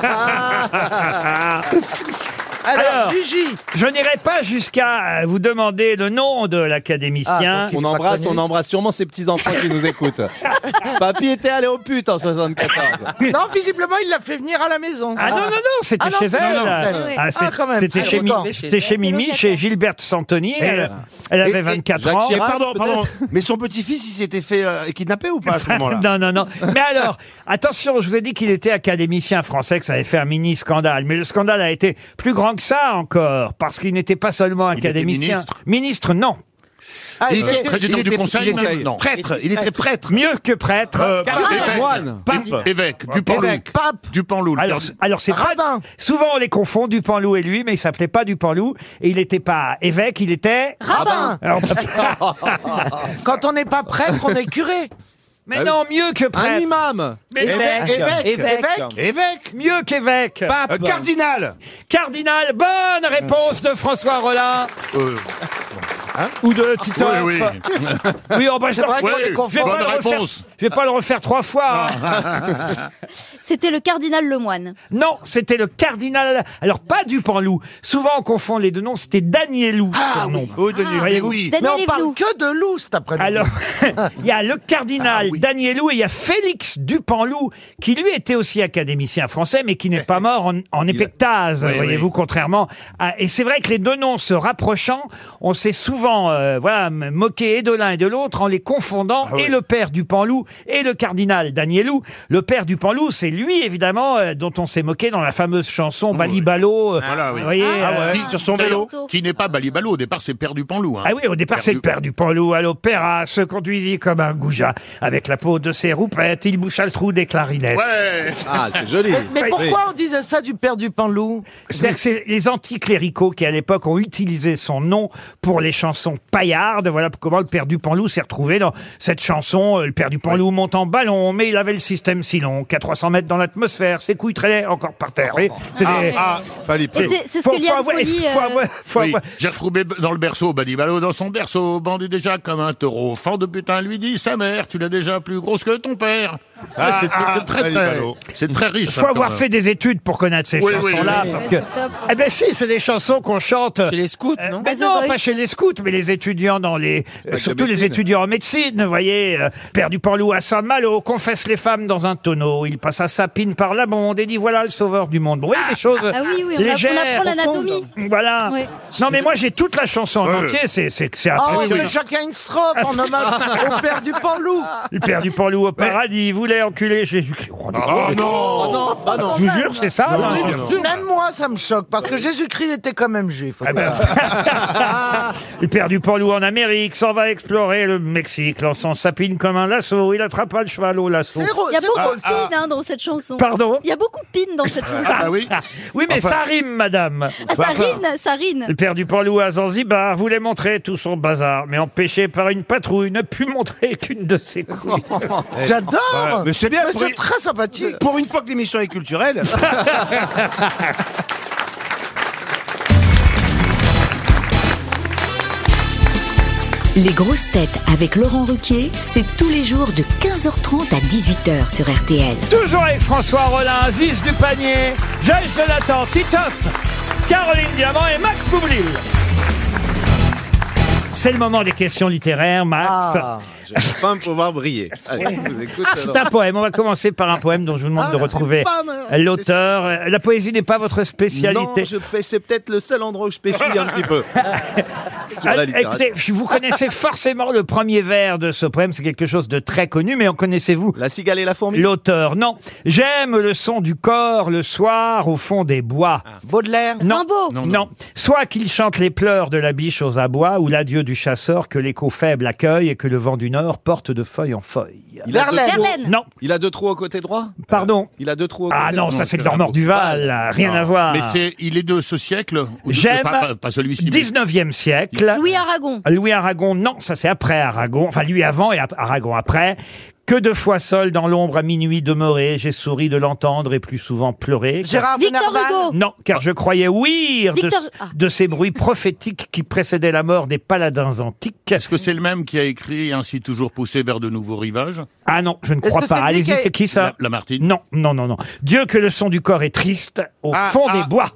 Speaker 8: Alors,
Speaker 2: Alors.
Speaker 8: Gigi,
Speaker 2: Je n'irai pas jusqu'à euh, vous demander le nom de l'académicien.
Speaker 8: Ah, ok.
Speaker 5: On
Speaker 8: Il est pas
Speaker 5: embrasse, on
Speaker 8: connu.
Speaker 5: embrasse sûrement ses petits-enfants qui nous écoutent. Papy était allé au pute en 74.
Speaker 8: non, visiblement, il l'a fait venir à la maison.
Speaker 2: Ah non, non, non, c'était
Speaker 8: Ah non,
Speaker 2: chez
Speaker 8: c'est-
Speaker 2: elle.
Speaker 8: non, non, c'est
Speaker 6: elle.
Speaker 2: Ah, c'est-
Speaker 8: Ah, quand même.
Speaker 2: C'était
Speaker 8: Ah,
Speaker 2: chez, Mi-
Speaker 8: autant.
Speaker 2: c'était chez Mimi, chez Gilberte Santoni. Elle, elle
Speaker 3: Et-
Speaker 2: avait
Speaker 3: et
Speaker 2: 24
Speaker 5: Jacques
Speaker 2: ans.
Speaker 5: Chirac,
Speaker 3: pardon, pardon.
Speaker 5: peut-être
Speaker 3: Mais son petit-fils, il s'était fait euh, kidnapper ou pas à ce moment-là
Speaker 2: Non, non, non. Mais alors, attention, je vous ai dit qu'il était académicien français, que ça avait fait un mini scandale. Mais le scandale a été plus grand que ça encore, parce qu'il n'était pas seulement
Speaker 7: était
Speaker 2: académicien.
Speaker 7: ministre.
Speaker 2: ministre, non.
Speaker 8: Ah,
Speaker 3: Il
Speaker 8: il
Speaker 3: était-
Speaker 8: est-
Speaker 7: Président
Speaker 3: il
Speaker 7: du
Speaker 3: était-
Speaker 7: conseil,
Speaker 3: il était
Speaker 7: maintenant.
Speaker 3: Prêtre, il était prêtre.
Speaker 2: Mieux que prêtre.
Speaker 3: Euh,
Speaker 5: Des moines.
Speaker 3: Pape.
Speaker 7: Évêque, Dupanloup.
Speaker 8: Évêque, pape.
Speaker 7: Dupanloup. le
Speaker 2: Alors,
Speaker 7: père-
Speaker 2: alors c'est pas-
Speaker 8: Rabbin.
Speaker 2: Souvent on les confond, Dupanloup et lui, mais il s'appelait pas Dupanloup et il n'était pas évêque, il était. Ah
Speaker 8: rabbin.
Speaker 2: ben. Alors, bah,
Speaker 8: Quand on n'est pas prêtre, on est curé.
Speaker 2: mais non, mieux que
Speaker 5: Un
Speaker 2: prêtre,
Speaker 5: imam.
Speaker 8: Évêque.
Speaker 4: Évêque.
Speaker 8: Évêque.
Speaker 3: Évêque.
Speaker 2: mieux qu'évêque.
Speaker 3: Euh, cardinal.
Speaker 2: Cardinal, bonne réponse de François Rollin.
Speaker 7: Euh,
Speaker 8: Hein
Speaker 2: ou de Titoff.
Speaker 7: Ah, Oui, oui.
Speaker 2: Oui, oh, bah, je
Speaker 7: vrai
Speaker 2: vais
Speaker 7: qu'on les confond.
Speaker 2: pas
Speaker 7: Bonne
Speaker 2: le refaire-
Speaker 7: réponse.
Speaker 2: je vais pas le refaire trois fois. hein.
Speaker 6: C'était le cardinal Lemoine.
Speaker 2: Non, c'était le cardinal. Alors, pas Dupanloup. Souvent, on confond les deux noms. C'était Danielou. Ah, oui.
Speaker 7: Oh, Denis, mais
Speaker 2: Voyez-vous.
Speaker 7: oui.
Speaker 8: Mais
Speaker 6: Daniel
Speaker 8: on parle
Speaker 6: Evenou.
Speaker 8: que de loup cet après-midi.
Speaker 2: Alors, il y a le cardinal
Speaker 7: Ah
Speaker 2: Danielou et il y a Félix Dupanloup, qui lui était aussi académicien français, mais qui n'est pas mort en, en épectase,
Speaker 7: Oui,
Speaker 2: voyez-vous,
Speaker 7: oui.
Speaker 2: contrairement à... Et c'est vrai que les deux noms se rapprochant, on s'est souvent euh, voilà, m- moqué et de l'un et de l'autre en les confondant,
Speaker 7: Ah
Speaker 2: et le père Dupanloup et le cardinal Danielou. Le père Dupanloup, c'est lui, évidemment, euh, dont on s'est moqué dans la fameuse chanson Balibalo. euh,
Speaker 7: Ah Voilà, oui.
Speaker 2: vous voyez, euh,
Speaker 7: Qui-
Speaker 6: Ah,
Speaker 7: sur son
Speaker 6: d'ailleurs,
Speaker 7: vélo. Qui n'est pas Balibalo, au départ c'est Père Dupanloup. Hein.
Speaker 2: Ah oui, au départ, c'est le père du panlou à l'opéra, se conduisit comme un goujat. Avec la peau de ses roupettes, il boucha le trou des clarinettes.
Speaker 7: Ouais.
Speaker 5: Ah, c'est joli.
Speaker 8: Mais pourquoi on disait ça du père du pain loup
Speaker 2: C'est-à-dire que c'est les anticléricaux qui, à l'époque, ont utilisé son nom pour les chansons paillardes. Voilà comment le père du panlou s'est retrouvé dans cette chanson. euh, Le père du panlou monte en ballon, mais il avait le système si long qu'à 300 mètres dans l'atmosphère, ses couilles traînaient encore par terre. Vous voyez, c'est des-
Speaker 5: Ah, pas les
Speaker 6: C'est- c'est- C'est ce que
Speaker 2: Faut- faut
Speaker 6: Liane
Speaker 2: avouer-
Speaker 6: Folie...
Speaker 2: faut
Speaker 6: euh,
Speaker 2: avouer- faut
Speaker 7: Oui,
Speaker 2: avouer-
Speaker 7: j'ai retrouvé dans le berceau Balibalo dans son berceau, bandit déjà comme un taureau. Fan de putain lui dit sa mère, tu l'as déjà plus grosse que ton père. Ah, c'est- c'est- c'est très, très,
Speaker 5: Balibalo.
Speaker 7: c'est très riche.
Speaker 2: faut
Speaker 7: hein, quand
Speaker 2: avoir
Speaker 7: même.
Speaker 2: fait des études pour connaître ces
Speaker 7: Oui, oui,
Speaker 2: chansons-là,
Speaker 7: oui.
Speaker 2: parce que...
Speaker 6: top.
Speaker 2: Eh ben si, c'est des chansons qu'on chante...
Speaker 4: Chez les scouts, non
Speaker 6: Bah,
Speaker 2: Mais non,
Speaker 6: ça doit
Speaker 2: pas
Speaker 6: être-
Speaker 2: chez les scouts, mais les étudiants dans les, euh, surtout les étudiants en médecine, vous voyez, euh, père du Panlou à Saint-Malo, confesse les femmes dans un tonneau, il passa sa pine par la monde et dit voilà le sauveur du monde. Vous voyez, des choses
Speaker 6: Ah oui, oui, on
Speaker 2: légères.
Speaker 6: apprend l'anatomie.
Speaker 2: profondes. Voilà.
Speaker 6: Ouais. Oh,
Speaker 2: Non, mais moi, j'ai toute la chanson en entier, c'est, c'est, c'est
Speaker 8: Ah oui,
Speaker 2: impressionnant.
Speaker 8: mais chacun une strophe en hommage au père du pain loup.
Speaker 2: Le père du Panlou au paradis, il voulait enculer Jésus-Christ. Oh, non.
Speaker 7: Oh non
Speaker 2: Je vous jure, c'est ça. hein. non, mais-
Speaker 8: Même moi, ça me choque parce que Jésus-Christ était quand même juif.
Speaker 2: Ah ben, le père du Panlou en Amérique s'en va explorer le Mexique, lançant sa pine comme un lasso. Il attrapa le cheval au lasso.
Speaker 8: C'est ro-
Speaker 6: Il y a
Speaker 8: c'est-
Speaker 6: beaucoup de pines hein, dans cette chanson.
Speaker 2: Pardon
Speaker 6: Il y a beaucoup de pines dans cette chanson.
Speaker 7: Ah oui
Speaker 2: Ah, oui, mais ça rime, madame.
Speaker 6: Ah, ça rine, ça rine.
Speaker 2: Le père du Panlou à Zanzibar voulait montrer tout son bazar, mais empêché par une patrouille, ne put montrer qu'une de ses couilles.
Speaker 8: J'adore.
Speaker 3: Mais c'est bien,
Speaker 8: Mais
Speaker 3: pour,
Speaker 8: c'est très sympathique.
Speaker 3: pour une fois que l'émission est culturelle.
Speaker 10: Les grosses têtes avec Laurent Ruquier, c'est tous les jours de 15h30 à 18h sur RTL.
Speaker 2: Toujours avec François Rollin, Ziz du Panier, Jaïs de Latan, Titoff, Caroline Diamant et Max Boublil. C'est le moment des questions littéraires, Max.
Speaker 8: Ah.
Speaker 5: Je vais pas me pouvoir briller. Allez, je vous écoute. alors.
Speaker 2: Ah, C'est un poème. On va commencer par un poème dont je vous demande
Speaker 5: Ah,
Speaker 2: de
Speaker 5: c'est
Speaker 2: retrouver
Speaker 5: pas mal.
Speaker 2: l'auteur. La poésie n'est pas votre
Speaker 5: Non,
Speaker 2: spécialité.
Speaker 5: je pêche- c'est peut-être le seul endroit où je pêchouille un petit peu. Sur
Speaker 2: Ah,
Speaker 5: la littérature.
Speaker 2: écoutez, je- vous connaissez forcément le premier vers de ce poème, c'est quelque chose de très connu, mais en connaissez-vous
Speaker 5: La cigale et la fourmi.
Speaker 2: l'auteur Non. J'aime le son du corps le soir au fond des bois.
Speaker 5: Ah.
Speaker 8: Baudelaire.
Speaker 2: Non.
Speaker 6: Rimbaud.
Speaker 2: Non, Soit qu'il chante les pleurs de la biche aux abois ou l'adieu du chasseur que l'écho faible accueille et que le vent du nord porte de feuille en feuille.
Speaker 5: Il a deux
Speaker 8: Verlaine.
Speaker 5: trous-
Speaker 6: Verlaine.
Speaker 2: Non,
Speaker 5: Il a deux trous au côté droit
Speaker 2: pardon.
Speaker 5: Il a deux trous au côté
Speaker 2: Ah non,
Speaker 5: droit euh,
Speaker 2: ça c'est le
Speaker 7: c'est
Speaker 2: dormeur du Val, rien à voir.
Speaker 7: Mais c'est, il est de ce siècle ou de-
Speaker 2: J'aime
Speaker 7: Pas, pas- pas celui-ci. mais-
Speaker 2: 19e siècle.
Speaker 6: Louis Aragon.
Speaker 2: Louis Aragon, non, ça c'est après Aragon, enfin lui avant et ap- Aragon après. Que deux fois seul dans l'ombre à minuit demeuré, j'ai souri de l'entendre et plus souvent pleuré. Car-
Speaker 8: Gérard
Speaker 6: Victor
Speaker 8: Venerval.
Speaker 6: Hugo.
Speaker 2: Non, car je croyais ouïr de,
Speaker 6: Victor- Ah.
Speaker 2: de ces bruits prophétiques qui précédaient la mort des paladins antiques.
Speaker 7: Est-ce que c'est le même qui a écrit Ainsi toujours poussé vers de nouveaux rivages
Speaker 2: Ah non, je ne
Speaker 8: Est-ce
Speaker 2: crois
Speaker 8: que
Speaker 2: pas.
Speaker 8: c'est lui qui
Speaker 2: Allez-y,
Speaker 8: a-
Speaker 2: c'est qui ça
Speaker 7: La- Lamartine
Speaker 2: Non, non, non, non. Dieu que le son du corps est triste au
Speaker 8: Ah,
Speaker 2: fond des bois.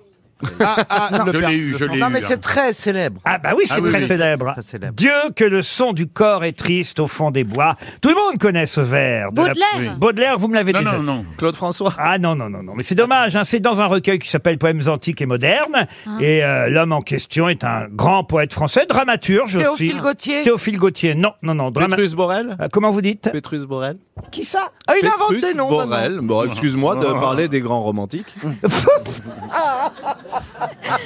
Speaker 7: ah, Je l'ai eu, je l'ai eu.
Speaker 8: Non, mais
Speaker 7: hein.
Speaker 8: c'est très célèbre.
Speaker 2: Ah bah oui, c'est
Speaker 7: Ah oui,
Speaker 2: très
Speaker 7: oui.
Speaker 2: célèbre.
Speaker 8: Très célèbre.
Speaker 2: Ah Dieu que le son du corps est triste au fond des bois. Tout le monde connaît ce vers. de la-
Speaker 6: Baudelaire.
Speaker 2: Baudelaire, vous me l'avez
Speaker 7: Non,
Speaker 2: déjà
Speaker 7: non,
Speaker 2: dit.
Speaker 7: non.
Speaker 5: Claude François.
Speaker 2: Ah non, non, non, non. Mais c'est dommage, hein. c'est dans un recueil qui s'appelle Poèmes antiques et modernes.
Speaker 8: Ah.
Speaker 2: Et euh, l'homme en question est un grand poète français, dramaturge aussi.
Speaker 8: Théophile Gautier.
Speaker 2: Théophile Gautier, non, non, non. drama-
Speaker 5: Pétrus Borel.
Speaker 2: Euh, Comment vous dites
Speaker 5: Pétrus Borel.
Speaker 2: Qui ça
Speaker 8: Ah, il a
Speaker 5: Pétrus
Speaker 8: inventé, non bah non.
Speaker 5: Borel. Bon, excuse-moi de parler des grands romantiques.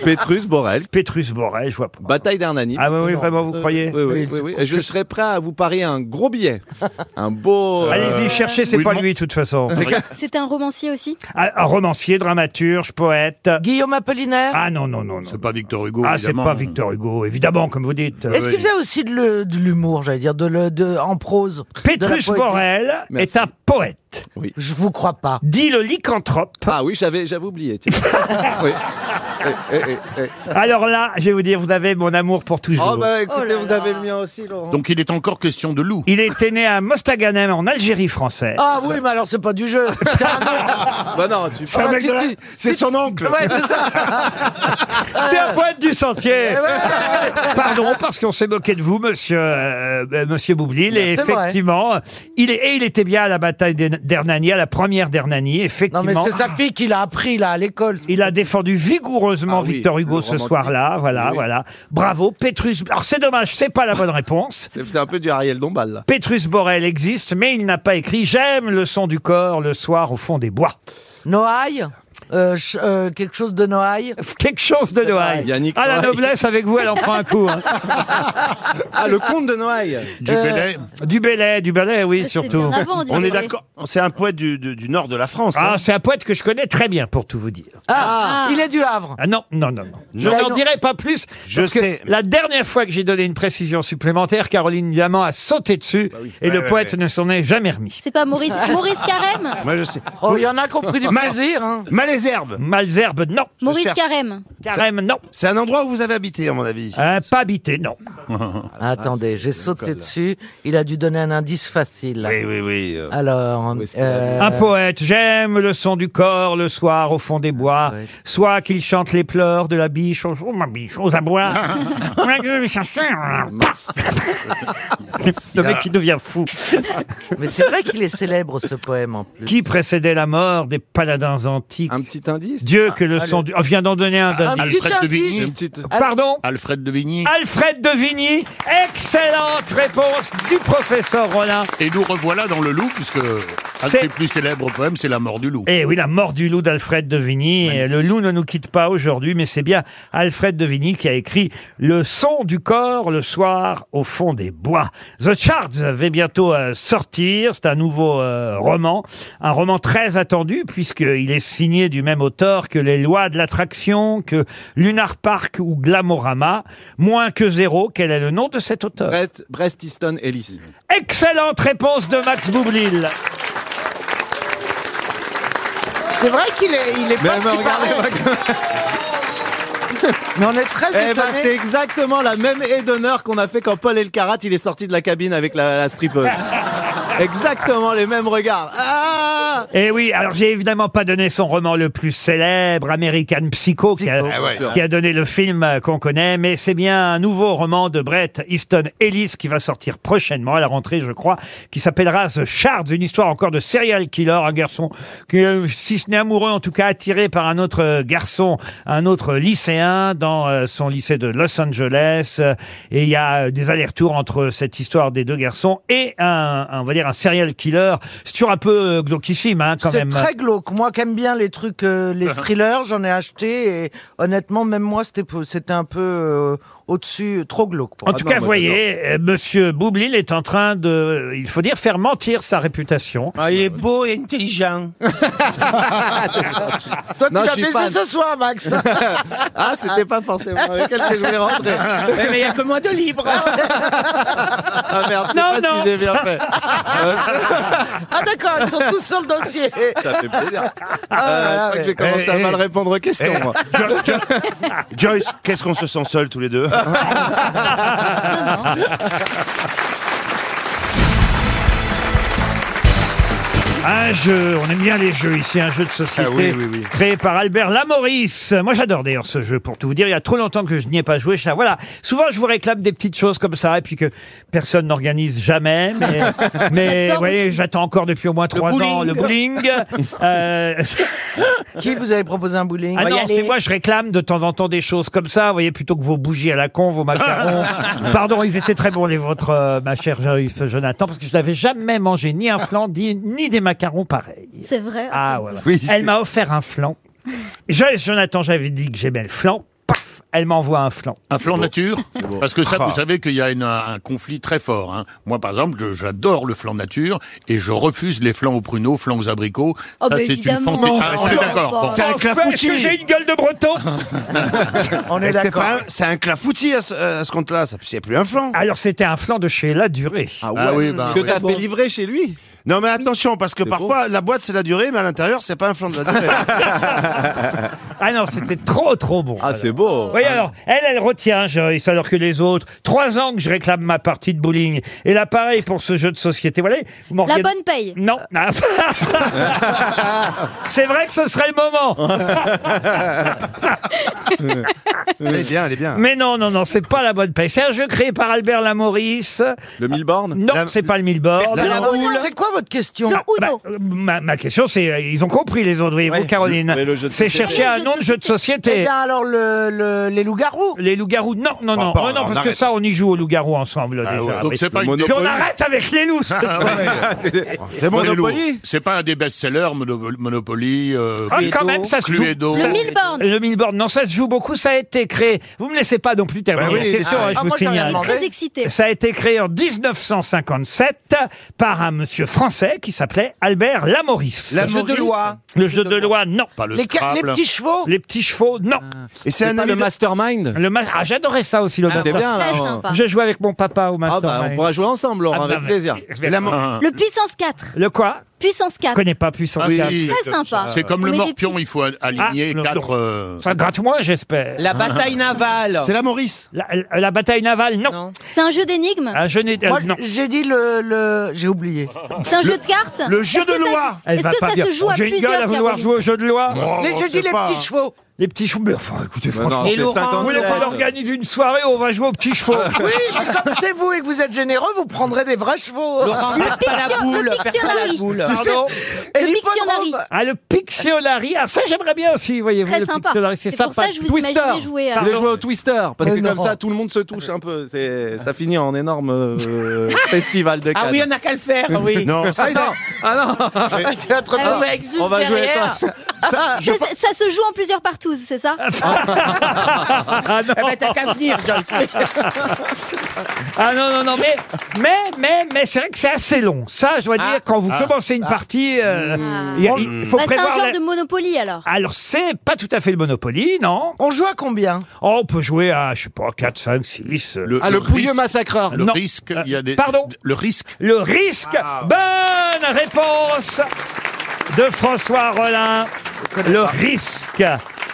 Speaker 5: Pétrus Borel.
Speaker 2: Pétrus Borel, je vois pas.
Speaker 5: Bataille d'Hernani.
Speaker 2: Ah oui, oui, vraiment, vous
Speaker 5: Euh,
Speaker 2: croyez
Speaker 5: Oui, oui, oui. oui. Et Je serais prêt à vous parier un gros billet. Un beau. euh,
Speaker 2: Allez-y, cherchez, c'est
Speaker 7: oui,
Speaker 2: pas
Speaker 7: non.
Speaker 2: lui de toute façon.
Speaker 6: C'était un romancier aussi.
Speaker 2: Ah, un romancier, dramaturge, poète.
Speaker 8: Guillaume Apollinaire.
Speaker 2: Ah non, non, non, non.
Speaker 7: C'est pas Victor Hugo.
Speaker 2: Ah, c'est
Speaker 7: évidemment.
Speaker 2: pas Victor Hugo, évidemment, comme vous dites.
Speaker 8: Est-ce qu'il
Speaker 7: Ah, oui.
Speaker 8: faisait aussi de le- de l'humour, j'allais dire, de, le- de- en prose de la
Speaker 2: Pétrus
Speaker 8: poésie
Speaker 2: Borel
Speaker 5: Merci.
Speaker 2: est un poète. existe.
Speaker 8: Je vous crois pas.
Speaker 2: Dit le lycanthrope.
Speaker 5: Ah oui, j'avais j'avais oublié. tiens. oui. Eh, eh, eh, eh.
Speaker 2: Alors là, je vais vous dire, vous avez mon amour pour toujours.
Speaker 5: Oh bah écoutez,
Speaker 6: Oh là
Speaker 5: vous
Speaker 6: là.
Speaker 5: avez le mien aussi, Laurent.
Speaker 7: Donc il est encore question de loup.
Speaker 2: Il était né à Mostaganem, en Algérie française.
Speaker 8: Ah oui, mais alors c'est pas du jeu. Ah, C'est un nom.
Speaker 5: bah non, tu
Speaker 8: un mec de la-
Speaker 7: C'est son oncle.
Speaker 8: Ouais, c'est ça.
Speaker 2: C'est la pointe du sentier. Pardon, parce qu'on s'est moqué de vous, monsieur, euh, euh, monsieur Boublil. Et
Speaker 8: C'est vrai.
Speaker 2: effectivement, il est, et il était bien à la bataille d'Hern- d'Hernani, à la première d'Hernani.
Speaker 8: Non, mais
Speaker 2: Effectivement,
Speaker 8: c'est sa fille qui l'a appris, là, à l'école.
Speaker 2: il a défendu vigoureusement
Speaker 5: Ah oui,
Speaker 2: Victor Hugo
Speaker 5: le
Speaker 2: ce
Speaker 5: romantique.
Speaker 2: soir-là. Voilà,
Speaker 5: Oui, oui.
Speaker 2: voilà. Bravo, Petrus. Alors c'est dommage, c'est pas la bonne réponse.
Speaker 5: C'est c'est un peu du Ariel Dombal. Là.
Speaker 2: Petrus Borel existe, mais il n'a pas écrit J'aime le son du corps le soir au fond des bois.
Speaker 8: Noailles Euh, ch- euh, Quelque chose de Noailles
Speaker 2: Quelque chose de Noailles.
Speaker 5: Yannick
Speaker 2: Ah, la
Speaker 5: Noailles.
Speaker 2: noblesse avec vous, elle en prend un coup. hein.
Speaker 5: Ah, le comte de Noailles.
Speaker 7: Du
Speaker 8: Euh,
Speaker 7: Bellay.
Speaker 2: Du Bellay, du Bellay, oui,
Speaker 6: C'est
Speaker 2: surtout.
Speaker 6: bien avant, du
Speaker 3: On est
Speaker 6: Bellay.
Speaker 3: d'accord. C'est un poète du, du- du nord de la France.
Speaker 2: Ah,
Speaker 3: hein.
Speaker 2: c'est un poète que je connais très bien, pour tout vous dire.
Speaker 8: ah, Il est du Havre.
Speaker 2: Ah non, non, non, non. Je
Speaker 8: Non.
Speaker 2: n'en dirai pas plus.
Speaker 3: Je
Speaker 2: parce que
Speaker 3: sais.
Speaker 2: La dernière fois que j'ai donné une précision supplémentaire, Caroline Diamant a sauté dessus et le
Speaker 3: Bah Ouais,
Speaker 2: poète
Speaker 3: ouais,
Speaker 2: ne s'en est jamais remis.
Speaker 6: C'est pas Maurice, Maurice Carême
Speaker 3: Moi, je sais.
Speaker 8: Oh, il y en a qui ont pris du plaisir. Hein.
Speaker 3: Malesherbes.
Speaker 2: Malzerbe, non.
Speaker 6: Maurice
Speaker 3: cherche.
Speaker 6: Carême.
Speaker 2: Carême, non.
Speaker 3: C'est un endroit où vous avez habité, à mon avis. Ah,
Speaker 2: Euh, pas habité, non.
Speaker 8: Attendez, j'ai sauté dessus. Il a dû donner un indice facile.
Speaker 3: Oui, oui, oui. euh.
Speaker 8: Alors,
Speaker 5: Où est-ce qu'il a
Speaker 8: euh,
Speaker 2: Un poète, j'aime le son du corps le soir au fond des bois,
Speaker 8: Ouais.
Speaker 2: soit qu'il chante les pleurs de la biche, aux, oh, ma biche, aux abois. Ouais, je vais hein. chercher. le mec qui devient fou.
Speaker 8: mais c'est vrai qu'il est célèbre ce poème en plus.
Speaker 2: Qui précédait la mort des paladins antiques
Speaker 5: Un petit indice.
Speaker 2: Dieu que le son du... Oh, je viens d'en donner un.
Speaker 8: Un
Speaker 2: d'un-
Speaker 8: petit
Speaker 7: Alfred de Vigny.
Speaker 5: Une
Speaker 8: indice.
Speaker 5: petite.
Speaker 2: Pardon
Speaker 7: Alfred de Vigny.
Speaker 2: Alfred de Vigny, excellente réponse du professeur Rollin.
Speaker 7: Et nous revoilà dans le loup, puisque un
Speaker 2: C'est-
Speaker 7: de ses plus célèbres poèmes, c'est La mort du loup.
Speaker 2: Eh oui, la mort du loup d'Alfred de Vigny. Et Le loup ne nous quitte pas aujourd'hui, mais c'est bien Alfred de Vigny qui a écrit Le son du corps le soir au fond des bois. The Shards va bientôt euh, sortir. C'est un nouveau euh, roman. Un roman très attendu puisqu'il est signé du même auteur que Les lois de l'attraction, que Lunar Park ou Glamorama. Moins que zéro, quel est le nom de cet auteur
Speaker 5: Brett, Brest Easton Ellis.
Speaker 2: Excellente réponse de Max Boublil.
Speaker 8: C'est vrai qu'il est, il est
Speaker 5: Mais,
Speaker 8: pas. ce
Speaker 5: mais
Speaker 8: qu'il
Speaker 5: regardez,
Speaker 8: paraît.
Speaker 5: regardez.
Speaker 8: Mais on est très
Speaker 5: Eh ben, c'est
Speaker 8: étonnés.
Speaker 5: exactement la même aide d'honneur qu'on a fait quand Paul Elkarat il est sorti de la cabine avec la, la strippeuse. exactement les mêmes regards. Ah
Speaker 2: Eh oui, alors j'ai évidemment pas donné son roman le plus célèbre, American Psycho, qui a,
Speaker 5: Ah ouais.
Speaker 2: qui a donné le film euh, qu'on connaît, mais c'est bien un nouveau roman de Brett Easton Ellis qui va sortir prochainement à la rentrée, je crois, qui s'appellera The Shards, une histoire encore de serial killer, un garçon qui, est, si ce n'est amoureux, en tout cas attiré par un autre euh, garçon, un autre lycéen dans euh, son lycée de Los Angeles, euh, et il y a euh, des allers-retours entre cette histoire des deux garçons et un, un, on va dire, un serial killer, c'est toujours un peu euh, glauquissime, hein, quand
Speaker 8: C'est
Speaker 2: même.
Speaker 8: très glauque. Moi qui aime bien les trucs, euh, les thrillers, j'en ai acheté et honnêtement, même moi, c'était peu- c'était un peu euh, au-dessus, trop glauque. pour
Speaker 2: En
Speaker 8: moi.
Speaker 2: tout
Speaker 3: Ah
Speaker 5: non, moi,
Speaker 2: cas, vous voyez, euh, Monsieur Boublil est en train de, il faut dire, faire mentir sa réputation.
Speaker 4: Ah, il est beau et intelligent.
Speaker 8: Toi,
Speaker 5: Ah, Non,
Speaker 8: tu
Speaker 5: je
Speaker 8: l'as
Speaker 5: suis
Speaker 8: baisé
Speaker 5: fan.
Speaker 8: ce soir, Max.
Speaker 5: Ah, c'était pas forcément avec elle que je voulais rentrer.
Speaker 4: Ouais, Eh, mais il n'y a que moi de libre.
Speaker 5: Ah merde, c'est
Speaker 2: Non,
Speaker 5: pas
Speaker 2: non.
Speaker 5: si j'ai bien fait.
Speaker 8: ah d'accord, ils sont tous sur le dossier.
Speaker 5: Ça fait plaisir. Euh, je
Speaker 8: Ah,
Speaker 5: crois que je vais commencer
Speaker 3: Eh,
Speaker 5: à
Speaker 3: eh.
Speaker 5: mal répondre aux questions. moi.
Speaker 3: Jo- Jo- Joyce, qu'est-ce qu'on se sent seuls tous les deux
Speaker 2: Un jeu, on aime bien les jeux ici, un jeu de société
Speaker 5: Ah oui, oui, oui.
Speaker 2: créé par Albert Lamoris. Moi j'adore d'ailleurs ce jeu pour tout vous dire, il y a trop longtemps que je n'y ai pas joué. Je- Voilà, souvent je vous réclame des petites choses comme ça et puis que personne n'organise jamais. Mais, mais vous voyez, j'attends encore depuis au moins trois ans le bowling. Euh,
Speaker 8: Qui vous avait proposé un bowling
Speaker 2: Ah
Speaker 4: va y
Speaker 2: non,
Speaker 4: aller.
Speaker 2: c'est moi, je réclame de temps en temps des choses comme ça, vous voyez, plutôt que vos bougies à la con, vos macarons. Pardon, ils étaient très bons, les vôtres, euh, ma chère Joyce Jonathan, parce que je n'avais jamais mangé ni un flan, ni, ni des macarons pareils.
Speaker 6: C'est vrai.
Speaker 2: Ah,
Speaker 6: c'est-
Speaker 2: voilà.
Speaker 5: Oui,
Speaker 2: Elle
Speaker 5: c'est-
Speaker 2: m'a offert un flan. Joyce Jonathan, j'avais dit que j'aimais le flan. Paf, elle m'envoie un flan. Ah.
Speaker 7: Un flanc nature Parce que
Speaker 5: Ah.
Speaker 7: ça, vous savez qu'il y a une- un, un conflit très fort. hein. Moi, par exemple, je- j'adore le flan nature et je refuse les flans aux pruneaux, flans aux abricots.
Speaker 6: Oh,
Speaker 7: Ça,
Speaker 6: bah,
Speaker 7: c'est une
Speaker 6: évidemment.
Speaker 7: fantaisie. Ah,
Speaker 6: Non,
Speaker 7: je suis
Speaker 6: non,
Speaker 7: d'accord.
Speaker 6: non,
Speaker 7: Bon.
Speaker 6: non.
Speaker 3: C'est un
Speaker 2: Enfin, Est-ce que
Speaker 3: clafoutis.
Speaker 2: j'ai une gueule de breton
Speaker 8: On
Speaker 3: Eh, C'est
Speaker 8: est d'accord.
Speaker 3: pas un- c'est un clafoutis à ce, euh, à ce compte-là. ça- C'est plus un flanc.
Speaker 2: Alors, c'était un flan de chez La Durée.
Speaker 7: Ah oui, bah
Speaker 5: que
Speaker 7: oui.
Speaker 5: t'as fait livrer chez lui
Speaker 3: Non mais attention, parce que parfois, la boîte c'est la durée, mais à l'intérieur, c'est pas un flanc de la durée.
Speaker 2: Ah non, c'était trop, trop bon.
Speaker 5: Ah, c'est beau.
Speaker 2: Oui, alors, elle, elle retient Joyce, alors que les autres, trois ans que je réclame ma partie de bowling. Et là, pareil pour ce jeu de société. Voilà, vous m'en
Speaker 6: La
Speaker 2: regardez-
Speaker 6: bonne paye.
Speaker 2: Non. C'est vrai que ce serait le moment.
Speaker 5: Elle est bien, elle est bien.
Speaker 2: Mais non, non, non, c'est pas la bonne paye. C'est un jeu créé par Albert Lamoris.
Speaker 5: Le mille bornes
Speaker 2: Non, c'est pas le Milbord.
Speaker 8: Mais alors, C'est quoi votre question
Speaker 6: Le Uno.
Speaker 2: Ah bah, euh, ma, ma question, c'est, euh, ils ont compris les autres, voyez-vous, Caroline.
Speaker 5: Oui, le jeu de
Speaker 2: C'est
Speaker 5: société.
Speaker 2: chercher un nom de jeu de
Speaker 8: Eh
Speaker 2: société.
Speaker 8: bien, alors, le- le- les loups-garous
Speaker 2: Les loups-garous, non, non, non,
Speaker 5: pas,
Speaker 2: Oh non,
Speaker 5: on
Speaker 2: parce que
Speaker 5: arrête. Ah
Speaker 2: ça, on y joue aux loups-garous ensemble déjà.
Speaker 7: Donc
Speaker 2: Oui.
Speaker 7: c'est pas,
Speaker 5: le
Speaker 7: une
Speaker 5: mono-
Speaker 7: des-
Speaker 2: Puis on arrête avec les loups.
Speaker 5: C'est bon, Monopoly
Speaker 7: c'est pas un des best-sellers, Mono- Monopoly. euh,
Speaker 2: Ah, quand même, ça se joue.
Speaker 7: Cluedo.
Speaker 6: Le Milborn.
Speaker 2: Le Milbord, non, ça se joue beaucoup, ça a été créé. Vous me laissez pas non plus terminer
Speaker 5: Bah oui,
Speaker 2: la question,
Speaker 5: ah,
Speaker 2: hein, je
Speaker 8: ah,
Speaker 2: vous
Speaker 8: moi, j'en ai
Speaker 2: signale.
Speaker 8: demandé.
Speaker 6: Très excité.
Speaker 2: Ça a été créé en 1957 par un monsieur français qui s'appelait Albert Lamoris.
Speaker 8: Le jeu de loi.
Speaker 2: Le jeu de loi, non.
Speaker 7: Pas le
Speaker 8: Les, ca- les
Speaker 7: Scrabble.
Speaker 8: petits chevaux
Speaker 2: Les petits chevaux, non.
Speaker 5: Ah. Et c'est
Speaker 3: ami
Speaker 5: pas le
Speaker 3: de-
Speaker 5: mastermind
Speaker 2: Le ma- Ah, j'adorais ça aussi, le
Speaker 5: C'est
Speaker 2: master.
Speaker 5: bien,
Speaker 6: Très
Speaker 5: là.
Speaker 6: sympa.
Speaker 2: Je jouais avec mon papa au
Speaker 5: Ah
Speaker 2: mastermind.
Speaker 5: bah, on pourra jouer ensemble, Laurent,
Speaker 2: Ah, non,
Speaker 5: avec
Speaker 2: mais-
Speaker 5: plaisir.
Speaker 2: Je vais
Speaker 5: La-
Speaker 2: faire ça.
Speaker 6: Le puissance 4.
Speaker 2: Le quoi
Speaker 6: Puissance
Speaker 2: Je
Speaker 6: 4.
Speaker 2: connais pas puissance
Speaker 7: Ah
Speaker 2: 4.
Speaker 7: oui,
Speaker 6: Très sympa.
Speaker 7: C'est comme le
Speaker 6: Mais des
Speaker 7: morpion,
Speaker 6: petits-
Speaker 7: il faut aligner
Speaker 2: Ah, le-
Speaker 7: quatre. euh,
Speaker 2: Ça gratte moins, j'espère.
Speaker 4: La bataille navale.
Speaker 5: C'est la Maurice.
Speaker 2: La, euh, la bataille navale, non.
Speaker 4: Non.
Speaker 6: C'est un jeu d'énigmes.
Speaker 2: Un jeu n'est- euh,
Speaker 8: Moi,
Speaker 2: non.
Speaker 8: j'ai dit le... le- J'ai oublié.
Speaker 6: C'est un jeu de cartes.
Speaker 3: le jeu
Speaker 6: Est-ce que
Speaker 3: de
Speaker 6: ça
Speaker 3: loi.
Speaker 6: se- Est-ce que ça se joue à
Speaker 2: J'ai une gueule à
Speaker 6: plusieurs
Speaker 2: vouloir
Speaker 6: Caroline
Speaker 2: jouer au jeu de loi.
Speaker 8: les, j'ai dit les petits chevaux.
Speaker 2: Les petits chevaux. Mais enfin, écoutez,
Speaker 5: Mais non,
Speaker 2: franchement.
Speaker 4: Et
Speaker 5: c'est
Speaker 4: Laurent,
Speaker 2: Vous
Speaker 5: 50.
Speaker 2: voulez qu'on organise une soirée où on va jouer aux petits chevaux
Speaker 8: Oui, mais Ah, comme c'est vous et que vous êtes généreux, vous prendrez des vrais chevaux.
Speaker 4: Laurent, perds pas la
Speaker 6: pictio- le
Speaker 4: boule. perds pas la
Speaker 6: pictionary.
Speaker 4: boule.
Speaker 2: Pardon
Speaker 8: Et
Speaker 6: Le
Speaker 8: l'hippodrome.
Speaker 6: Pictionary.
Speaker 2: Ah, le Pictionary. Ah, ça, j'aimerais bien aussi, voyez-vous.
Speaker 6: Très
Speaker 2: le
Speaker 6: sympa.
Speaker 2: Pictionary, c'est
Speaker 6: C'est pour
Speaker 2: sympa.
Speaker 6: ça que je vous
Speaker 5: Twister.
Speaker 6: imaginais jouer. à-
Speaker 5: Je voulais jouer au Twister, parce que
Speaker 8: Mais
Speaker 5: comme
Speaker 8: non.
Speaker 5: ça, tout le monde se touche un peu. C'est- Ça finit en énorme euh, festival de Cannes.
Speaker 4: Ah oui, on a qu'à le faire, oui.
Speaker 5: Non, ah non, ah non.
Speaker 8: Tu vas te retrouver avec Zeus
Speaker 5: on va jouer
Speaker 8: derrière.
Speaker 5: à ça. Ça, je
Speaker 6: Ça, ça- ça se joue en plusieurs partouzes, c'est ça
Speaker 2: Ah non,
Speaker 4: Eh ben, t'as qu'à venir, Joyce.
Speaker 2: ah, non, non, non, mais, mais, mais, mais c'est vrai que c'est assez long. Ça, je dois
Speaker 4: Ah.
Speaker 2: dire, quand vous commencez une partie, euh,
Speaker 4: Hmm.
Speaker 2: il y a- il faut
Speaker 6: Bah, C'est un
Speaker 2: prévoir.
Speaker 6: genre
Speaker 2: la-
Speaker 6: de Monopoly alors.
Speaker 2: Ah, Alors, c'est pas tout à fait le Monopoly, non
Speaker 8: On joue à combien
Speaker 2: Oh, on peut jouer à, je sais pas, 4, 5, 6. Le,
Speaker 5: Ah, le pouilleux
Speaker 7: risque-
Speaker 5: massacreur.
Speaker 7: Le
Speaker 2: Non. Euh,
Speaker 7: risque, il y a des.
Speaker 2: Pardon
Speaker 7: Le risque.
Speaker 2: risque
Speaker 8: Ah,
Speaker 2: Bonne réponse de François Rollin. Le risque.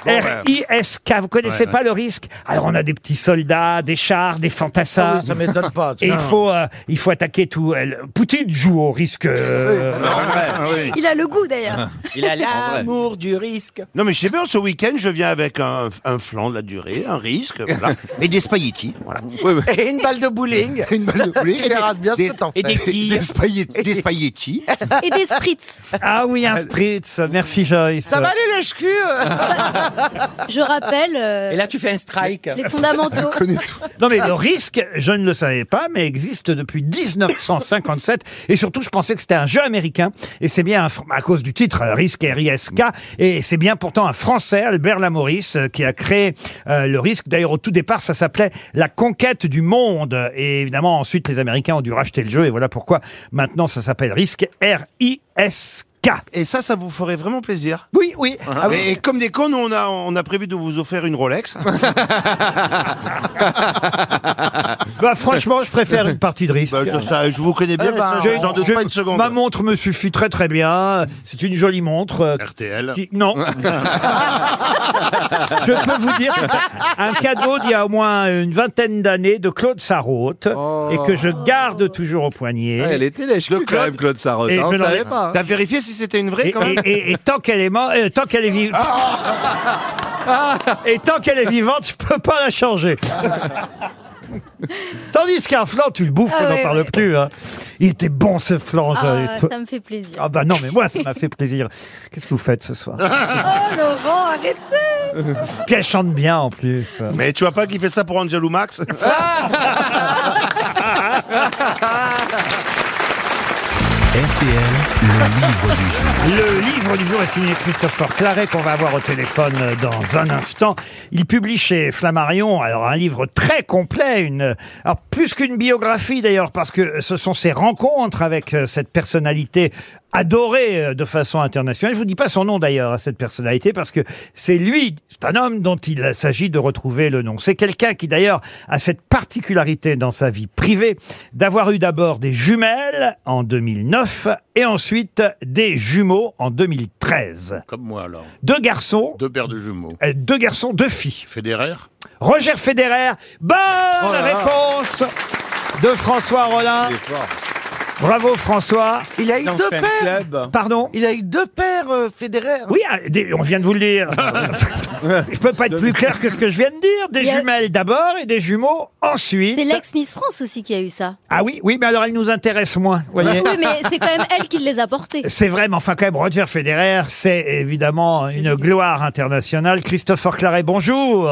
Speaker 8: ben.
Speaker 2: R-I-S-K. Vous connaissez pas le risque Alors, on a des petits soldats, des chars, des fantassins.
Speaker 8: Ah oui, Ça m'étonne pas.
Speaker 2: et
Speaker 8: tiens.
Speaker 2: il faut, euh, il faut attaquer tout. euh, le- Poutine joue au risque. euh,
Speaker 7: Ah oui.
Speaker 6: Il a le goût
Speaker 3: Ah.
Speaker 6: d'ailleurs.
Speaker 4: Il a l'amour du risque.
Speaker 3: Non mais je sais bien, ce week-end, je viens avec un, un flanc de la durée, un risque, voilà, et des spaghettis, voilà.
Speaker 8: Et une balle de bowling.
Speaker 3: Une balle de poulet.
Speaker 8: Tu verras bien ce que t'en
Speaker 4: Et des
Speaker 8: fais.
Speaker 4: quilles.
Speaker 3: spaghettis. Des spaghettis.
Speaker 6: Et des spritz.
Speaker 2: Ah oui, un spritz. Merci, Joyce.
Speaker 8: Ça va aller les ch'culs
Speaker 6: Je rappelle euh,
Speaker 4: Et là, tu fais un strike.
Speaker 6: les fondamentaux.
Speaker 2: Non mais le risque, je ne le savais pas, mais existe depuis 1957. Et surtout, je pensais que c'était un jeu américain. Et c'est bien, un Fr- à cause du titre, euh, risque R-I-S-K. Et c'est bien pourtant un Français, Albert Lamoris, euh, qui a créé euh, le risque. D'ailleurs, au tout départ, ça s'appelait la conquête du monde. Et évidemment, ensuite, les Américains ont dû racheter le jeu. Et voilà pourquoi maintenant, ça s'appelle risque R-I-S-K.
Speaker 3: Et ça, ça vous ferait vraiment plaisir.
Speaker 2: Oui, oui. Ah oui.
Speaker 3: et, et comme des cons, nous, on a, on a prévu de vous offrir une Rolex.
Speaker 2: Bah, franchement, je préfère une partie de risque.
Speaker 3: Bah, je, ça, je vous connais bien,
Speaker 8: Eh ben,
Speaker 3: ça,
Speaker 2: J'ai-
Speaker 3: j'en doute
Speaker 2: j'ai-
Speaker 3: pas une seconde.
Speaker 2: Ma montre me suffit très très bien. C'est une jolie montre. euh,
Speaker 7: RTL.
Speaker 2: qui- Non.
Speaker 5: Ah
Speaker 2: Je peux vous dire, c'est un cadeau d'il y a au moins une vingtaine d'années de Claude Sarraute et que je garde toujours au
Speaker 5: Oh. Ah,
Speaker 2: poignet.
Speaker 5: elle était lèche quand
Speaker 3: Claude.
Speaker 5: même, Claude Sarraute.
Speaker 2: Et
Speaker 5: hein,
Speaker 2: je
Speaker 5: On
Speaker 2: l'en ai-
Speaker 5: savait pas.
Speaker 3: T'as vérifié si c'était une vraie
Speaker 2: Et,
Speaker 3: quand même
Speaker 2: et- et- et tant qu'elle est mort, euh, tant qu'elle est vivante,
Speaker 5: Ah.
Speaker 2: et tant qu'elle est vivante, je peux pas la changer. Tandis qu'un flan, tu le bouffes,
Speaker 6: Ah
Speaker 2: on n'en
Speaker 6: ouais,
Speaker 2: parle
Speaker 6: ouais.
Speaker 2: plus. hein. Il était bon ce flan.
Speaker 6: Ah,
Speaker 2: je-
Speaker 6: ça me fait plaisir.
Speaker 2: Ah bah non, mais moi, ça m'a fait plaisir. Qu'est-ce que vous faites ce soir
Speaker 6: Oh Laurent, arrêtez
Speaker 2: Qu'elle chante bien en plus.
Speaker 3: Mais tu vois pas qu'il fait ça pour Angelou Max
Speaker 1: RTL, le livre du jour.
Speaker 2: Le livre du jour est signé Christopher Claret qu'on va avoir au téléphone euh, dans un instant. Il publie chez Flammarion alors un livre très complet, une alors plus qu'une biographie d'ailleurs parce que ce sont ses rencontres avec euh, cette personnalité adoré euh, de façon internationale. Je vous dis pas son nom d'ailleurs à cette personnalité parce que c'est lui, c'est un homme dont il s'agit de retrouver le nom. C'est quelqu'un qui d'ailleurs a cette particularité dans sa vie privée d'avoir eu d'abord des jumelles en 2009 et ensuite des jumeaux en 2013.
Speaker 7: Comme moi, alors.
Speaker 2: Deux garçons,
Speaker 7: Deux paires de jumeaux.
Speaker 2: euh, deux garçons, deux filles.
Speaker 7: Federer Oh
Speaker 2: Roger Federer. Bonne réponse de François Rollin. Bravo François.
Speaker 8: Il a eu deux paires.
Speaker 2: Pardon
Speaker 8: Il a eu deux paires euh, Federer.
Speaker 2: oui, ah, des- on vient de vous le dire. je peux pas être plus clair que ce que je viens de dire. Des
Speaker 6: Il y a-
Speaker 2: jumelles d'abord et des jumeaux
Speaker 6: C'est
Speaker 2: ensuite.
Speaker 6: l'ex Miss France aussi qui a eu ça.
Speaker 2: Ah oui, oui, mais alors elle nous intéresse moins, vous voyez.
Speaker 6: Oui, mais c'est quand même elle qui les a portés.
Speaker 2: C'est vrai, mais enfin quand même, Roger Federer, c'est évidemment une gloire internationale. Christopher Claret, bonjour.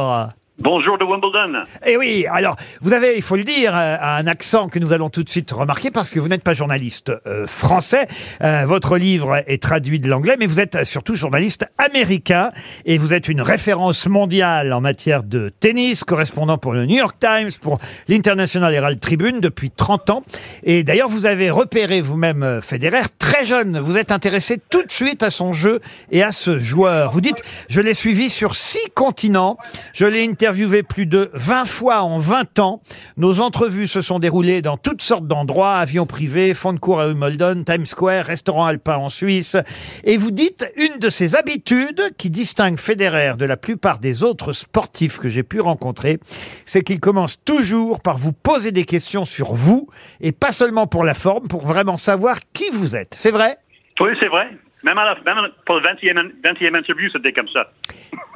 Speaker 11: Bonjour de Wimbledon.
Speaker 2: Eh oui, alors, vous avez, il faut le dire, euh, un accent que nous allons tout de suite remarquer parce que vous n'êtes pas journaliste euh, français. Euh, votre livre est traduit de l'anglais, mais vous êtes euh, surtout journaliste américain et vous êtes une référence mondiale en matière de tennis, correspondant pour le New York Times, pour l'International Herald Tribune depuis 30 ans. Et d'ailleurs, vous avez repéré vous-même euh, Federer très jeune. Vous êtes intéressé tout de suite à son jeu et à ce joueur. Vous dites, je l'ai suivi sur six continents. Je l'ai interviewé plus de 20 fois en 20 ans. Nos entrevues se sont déroulées dans toutes sortes d'endroits, avions privés, fonds de cours à Wimbledon, Times Square, restaurant alpin en Suisse. Et vous dites, une de ces habitudes qui distingue Federer de la plupart des autres sportifs que j'ai pu rencontrer, c'est qu'il commence toujours par vous poser des questions sur vous et pas seulement pour la forme, pour vraiment savoir qui vous êtes. C'est vrai?
Speaker 11: Oui, c'est vrai. Même, à la, même à la- pour le 20e, 20e interview, c'était comme ça.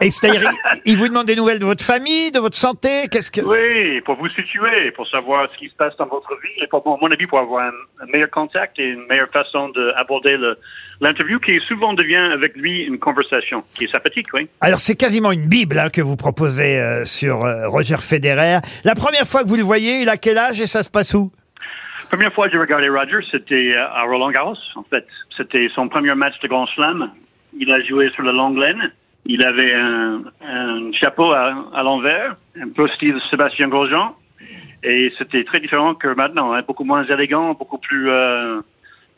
Speaker 2: Et c'est-à-dire, il- il vous demande des nouvelles de votre famille, de votre santé, qu'est-ce que...
Speaker 11: Oui, pour vous situer, pour savoir ce qui se passe dans votre vie et pour, à mon avis, pour avoir un, un meilleur contact et une meilleure façon d'aborder l'interview qui souvent devient avec lui une conversation qui est sympathique, oui.
Speaker 2: Alors c'est quasiment une bible hein, que vous proposez euh, sur euh, Roger Federer. La première fois que vous le voyez, il a quel âge et ça se passe où
Speaker 11: Première fois que j'ai regardé Roger, c'était euh, à Roland Garros, en fait. C'était son premier match de Grand Slam. Il a joué sur la longue laine. Il avait un, un chapeau à, à l'envers, un peu style Sébastien Grosjean. Et c'était très différent que maintenant, hein. beaucoup moins élégant, beaucoup plus euh,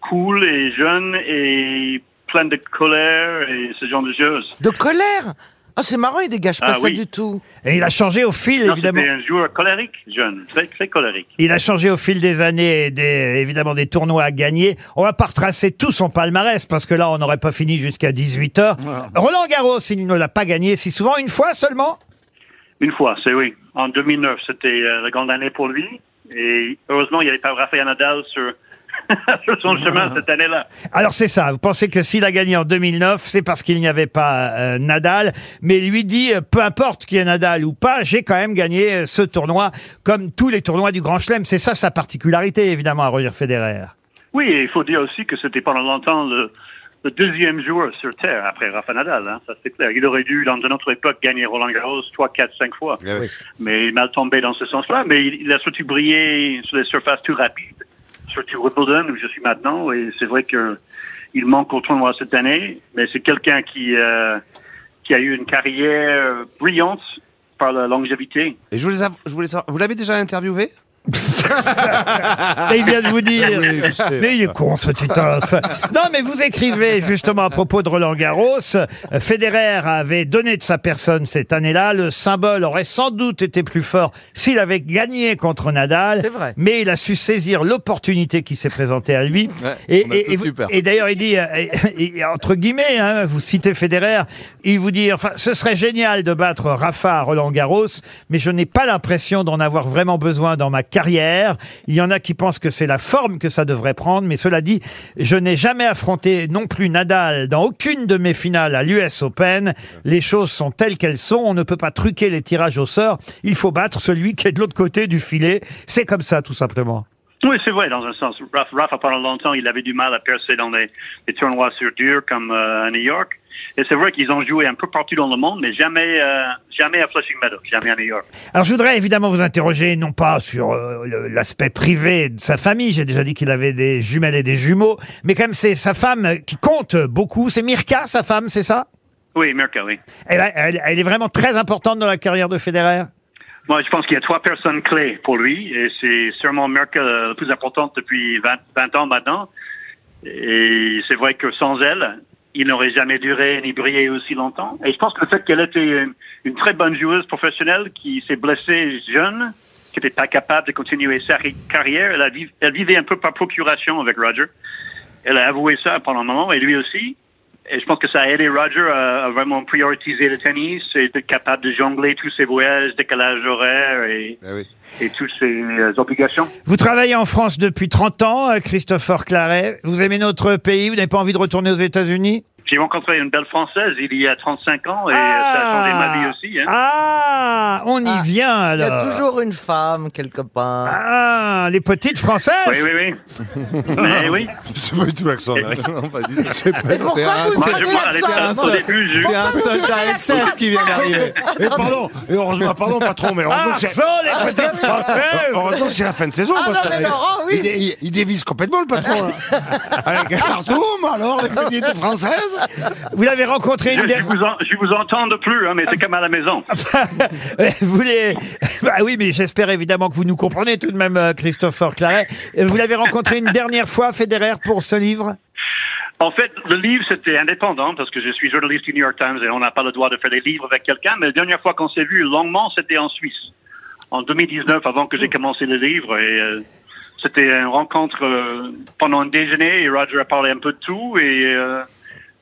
Speaker 11: cool et jeune et plein de colère et ce genre de choses.
Speaker 8: De colère. Ah, c'est marrant, il dégage pas
Speaker 11: Ah
Speaker 8: ça
Speaker 11: oui.
Speaker 8: du tout.
Speaker 2: Et il a changé au fil,
Speaker 11: Non,
Speaker 2: évidemment.
Speaker 11: C'était un joueur colérique, jeune, très, très colérique.
Speaker 2: Il a changé au fil des années, et des, évidemment des tournois à gagner. On va pas retracer tout son palmarès parce que là, on n'aurait pas fini jusqu'à 18h. Roland Garros, il ne l'a pas gagné si souvent, une fois seulement.
Speaker 11: Une fois, c'est oui. En 2009, c'était euh, la grande année pour lui. Et heureusement, il n'y avait pas Rafael Nadal sur, sur son chemin cette année-là.
Speaker 2: Alors c'est ça, vous pensez que s'il a gagné en 2009, c'est parce qu'il n'y avait pas euh, Nadal, mais lui dit, euh, peu importe qu'il y ait Nadal ou pas, j'ai quand même gagné euh, ce tournoi, comme tous les tournois du Grand Chelem. C'est ça sa particularité, évidemment, à Roger Federer.
Speaker 11: Oui, et il faut dire aussi que c'était pendant longtemps le, le deuxième joueur sur Terre après Rafa Nadal. hein, ça, c'est clair. Il aurait dû, dans une autre époque, gagner Roland Garros 3, 4, 5 fois.
Speaker 9: Ah,
Speaker 11: Mais il est mal tombé dans ce sens-là. Mais il, il a surtout brillé sur les surfaces plus rapides, surtout Wimbledon, où je suis maintenant. Et c'est vrai que il manque au tournoi cette année. Mais c'est quelqu'un qui... euh, qui a eu une carrière brillante par la longévité.
Speaker 3: Et je voulais, sav- je voulais savoir, vous l'avez déjà interviewé
Speaker 2: Et il vient de vous dire. mais il est con, ce Titoff. Non, mais vous écrivez justement à propos de Roland Garros. euh, Federer avait donné de sa personne cette année-là. Le symbole aurait sans doute été plus fort s'il avait gagné contre Nadal.
Speaker 8: C'est vrai.
Speaker 2: Mais il a su saisir l'opportunité qui s'est présentée à lui.
Speaker 5: Ouais, on a
Speaker 2: et
Speaker 5: tous
Speaker 2: et vous-
Speaker 5: eu peur.
Speaker 2: et d'ailleurs, il dit, euh, et- et entre guillemets, hein, vous citez Federer, il vous dit, enfin, ce serait génial de battre Rafa à Roland Garros, mais je n'ai pas l'impression d'en avoir vraiment besoin dans ma carrière. Il y en a qui pensent que c'est la forme que ça devrait prendre, mais cela dit, je n'ai jamais affronté non plus Nadal dans aucune de mes finales à l'US Open. Les choses sont telles qu'elles sont, on ne peut pas truquer les tirages au sort, il faut battre celui qui est de l'autre côté du filet. C'est comme ça, tout simplement.
Speaker 11: Oui, c'est vrai, dans un sens. Raf- Rafa, pendant longtemps, il avait du mal à percer dans les, les tournois sur dur comme euh, à New York. Et c'est vrai qu'ils ont joué un peu partout dans le monde, mais jamais, euh, jamais à Flushing Meadows, jamais à New York.
Speaker 2: Alors je voudrais évidemment vous interroger, non pas sur euh, le- l'aspect privé de sa famille, j'ai déjà dit qu'il avait des jumelles et des jumeaux, mais quand même c'est sa femme qui compte beaucoup, c'est Mirka sa femme, c'est ça
Speaker 11: Oui, Mirka, oui.
Speaker 2: elle, a- elle- elle est vraiment très importante dans la carrière de Federer
Speaker 11: Moi, je pense qu'il y a trois personnes clés pour lui, et c'est sûrement Merkel euh, le plus importante depuis 20, 20 ans maintenant. Et c'est vrai que sans elle, il n'aurait jamais duré ni brillé aussi longtemps. Et je pense que le fait qu'elle était une, une très bonne joueuse professionnelle qui s'est blessée jeune, qui n'était pas capable de continuer sa ri- carrière, elle, a viv- elle vivait un peu par procuration avec Roger. Elle a avoué ça pendant un moment, et lui aussi. Et je pense que ça a aidé Roger à, à vraiment prioriser le tennis et d'être capable de jongler tous ses voyages, décalage horaire et, et toutes ses euh, obligations.
Speaker 2: Vous travaillez en France depuis 30 ans, euh, Christopher Claret. Vous aimez notre pays, vous n'avez pas envie de retourner aux États-Unis
Speaker 11: J'ai rencontré une belle Française il y a 35 ans et euh, ça a changé ma vie aussi. Hein.
Speaker 2: Ah, on y vient
Speaker 8: Il y
Speaker 2: alors.
Speaker 8: a toujours une femme quelque part.
Speaker 2: Ah, les petites françaises
Speaker 11: Oui, oui, oui. Mais oui.
Speaker 12: C'est pas du tout l'accent américain. C'est pas-
Speaker 8: Mais pourquoi
Speaker 12: c'est un-
Speaker 8: vous
Speaker 12: c'est
Speaker 8: avez
Speaker 12: un-
Speaker 8: l'accent
Speaker 12: c'est un
Speaker 8: Au
Speaker 12: seul-
Speaker 8: début, j'ai-
Speaker 12: c'est un seul
Speaker 8: Pourquoi vous avez
Speaker 12: Dark Souls
Speaker 8: l'accent
Speaker 12: qui vient d'arriver. Et pardon, et heureusement, pardon, patron, mais heureusement que c'est- Ah,
Speaker 2: Accent, les petites françaises
Speaker 12: Heureusement que c'est la fin de saison.
Speaker 8: Ah
Speaker 12: parce
Speaker 8: non,
Speaker 12: que-
Speaker 8: mais Laurent, oui.
Speaker 12: il, dé- il- il dévisse complètement le patron. hein.
Speaker 2: Ah,
Speaker 12: là. Avec un cartoum, Ah, alors, les petites françaises.
Speaker 2: Vous l'avez rencontré
Speaker 11: Je,
Speaker 2: une
Speaker 11: je,
Speaker 2: dernière
Speaker 11: vous en- je vous entends de plus, hein, mais c'est comme à la maison.
Speaker 2: vous les... Bah oui, mais j'espère évidemment que vous nous comprenez tout de même, euh, Christopher Claret. Euh, Vous l'avez rencontré une dernière fois, Federer, pour ce livre
Speaker 11: En fait, le livre, c'était indépendant parce que je suis journaliste du New York Times et on n'a pas le droit de faire des livres avec quelqu'un. Mais la dernière fois qu'on s'est vu longuement, c'était en Suisse. En 2019, avant que j'ai commencé le livre. Et euh, c'était une rencontre euh, pendant un déjeuner et Roger a parlé un peu de tout. Et euh,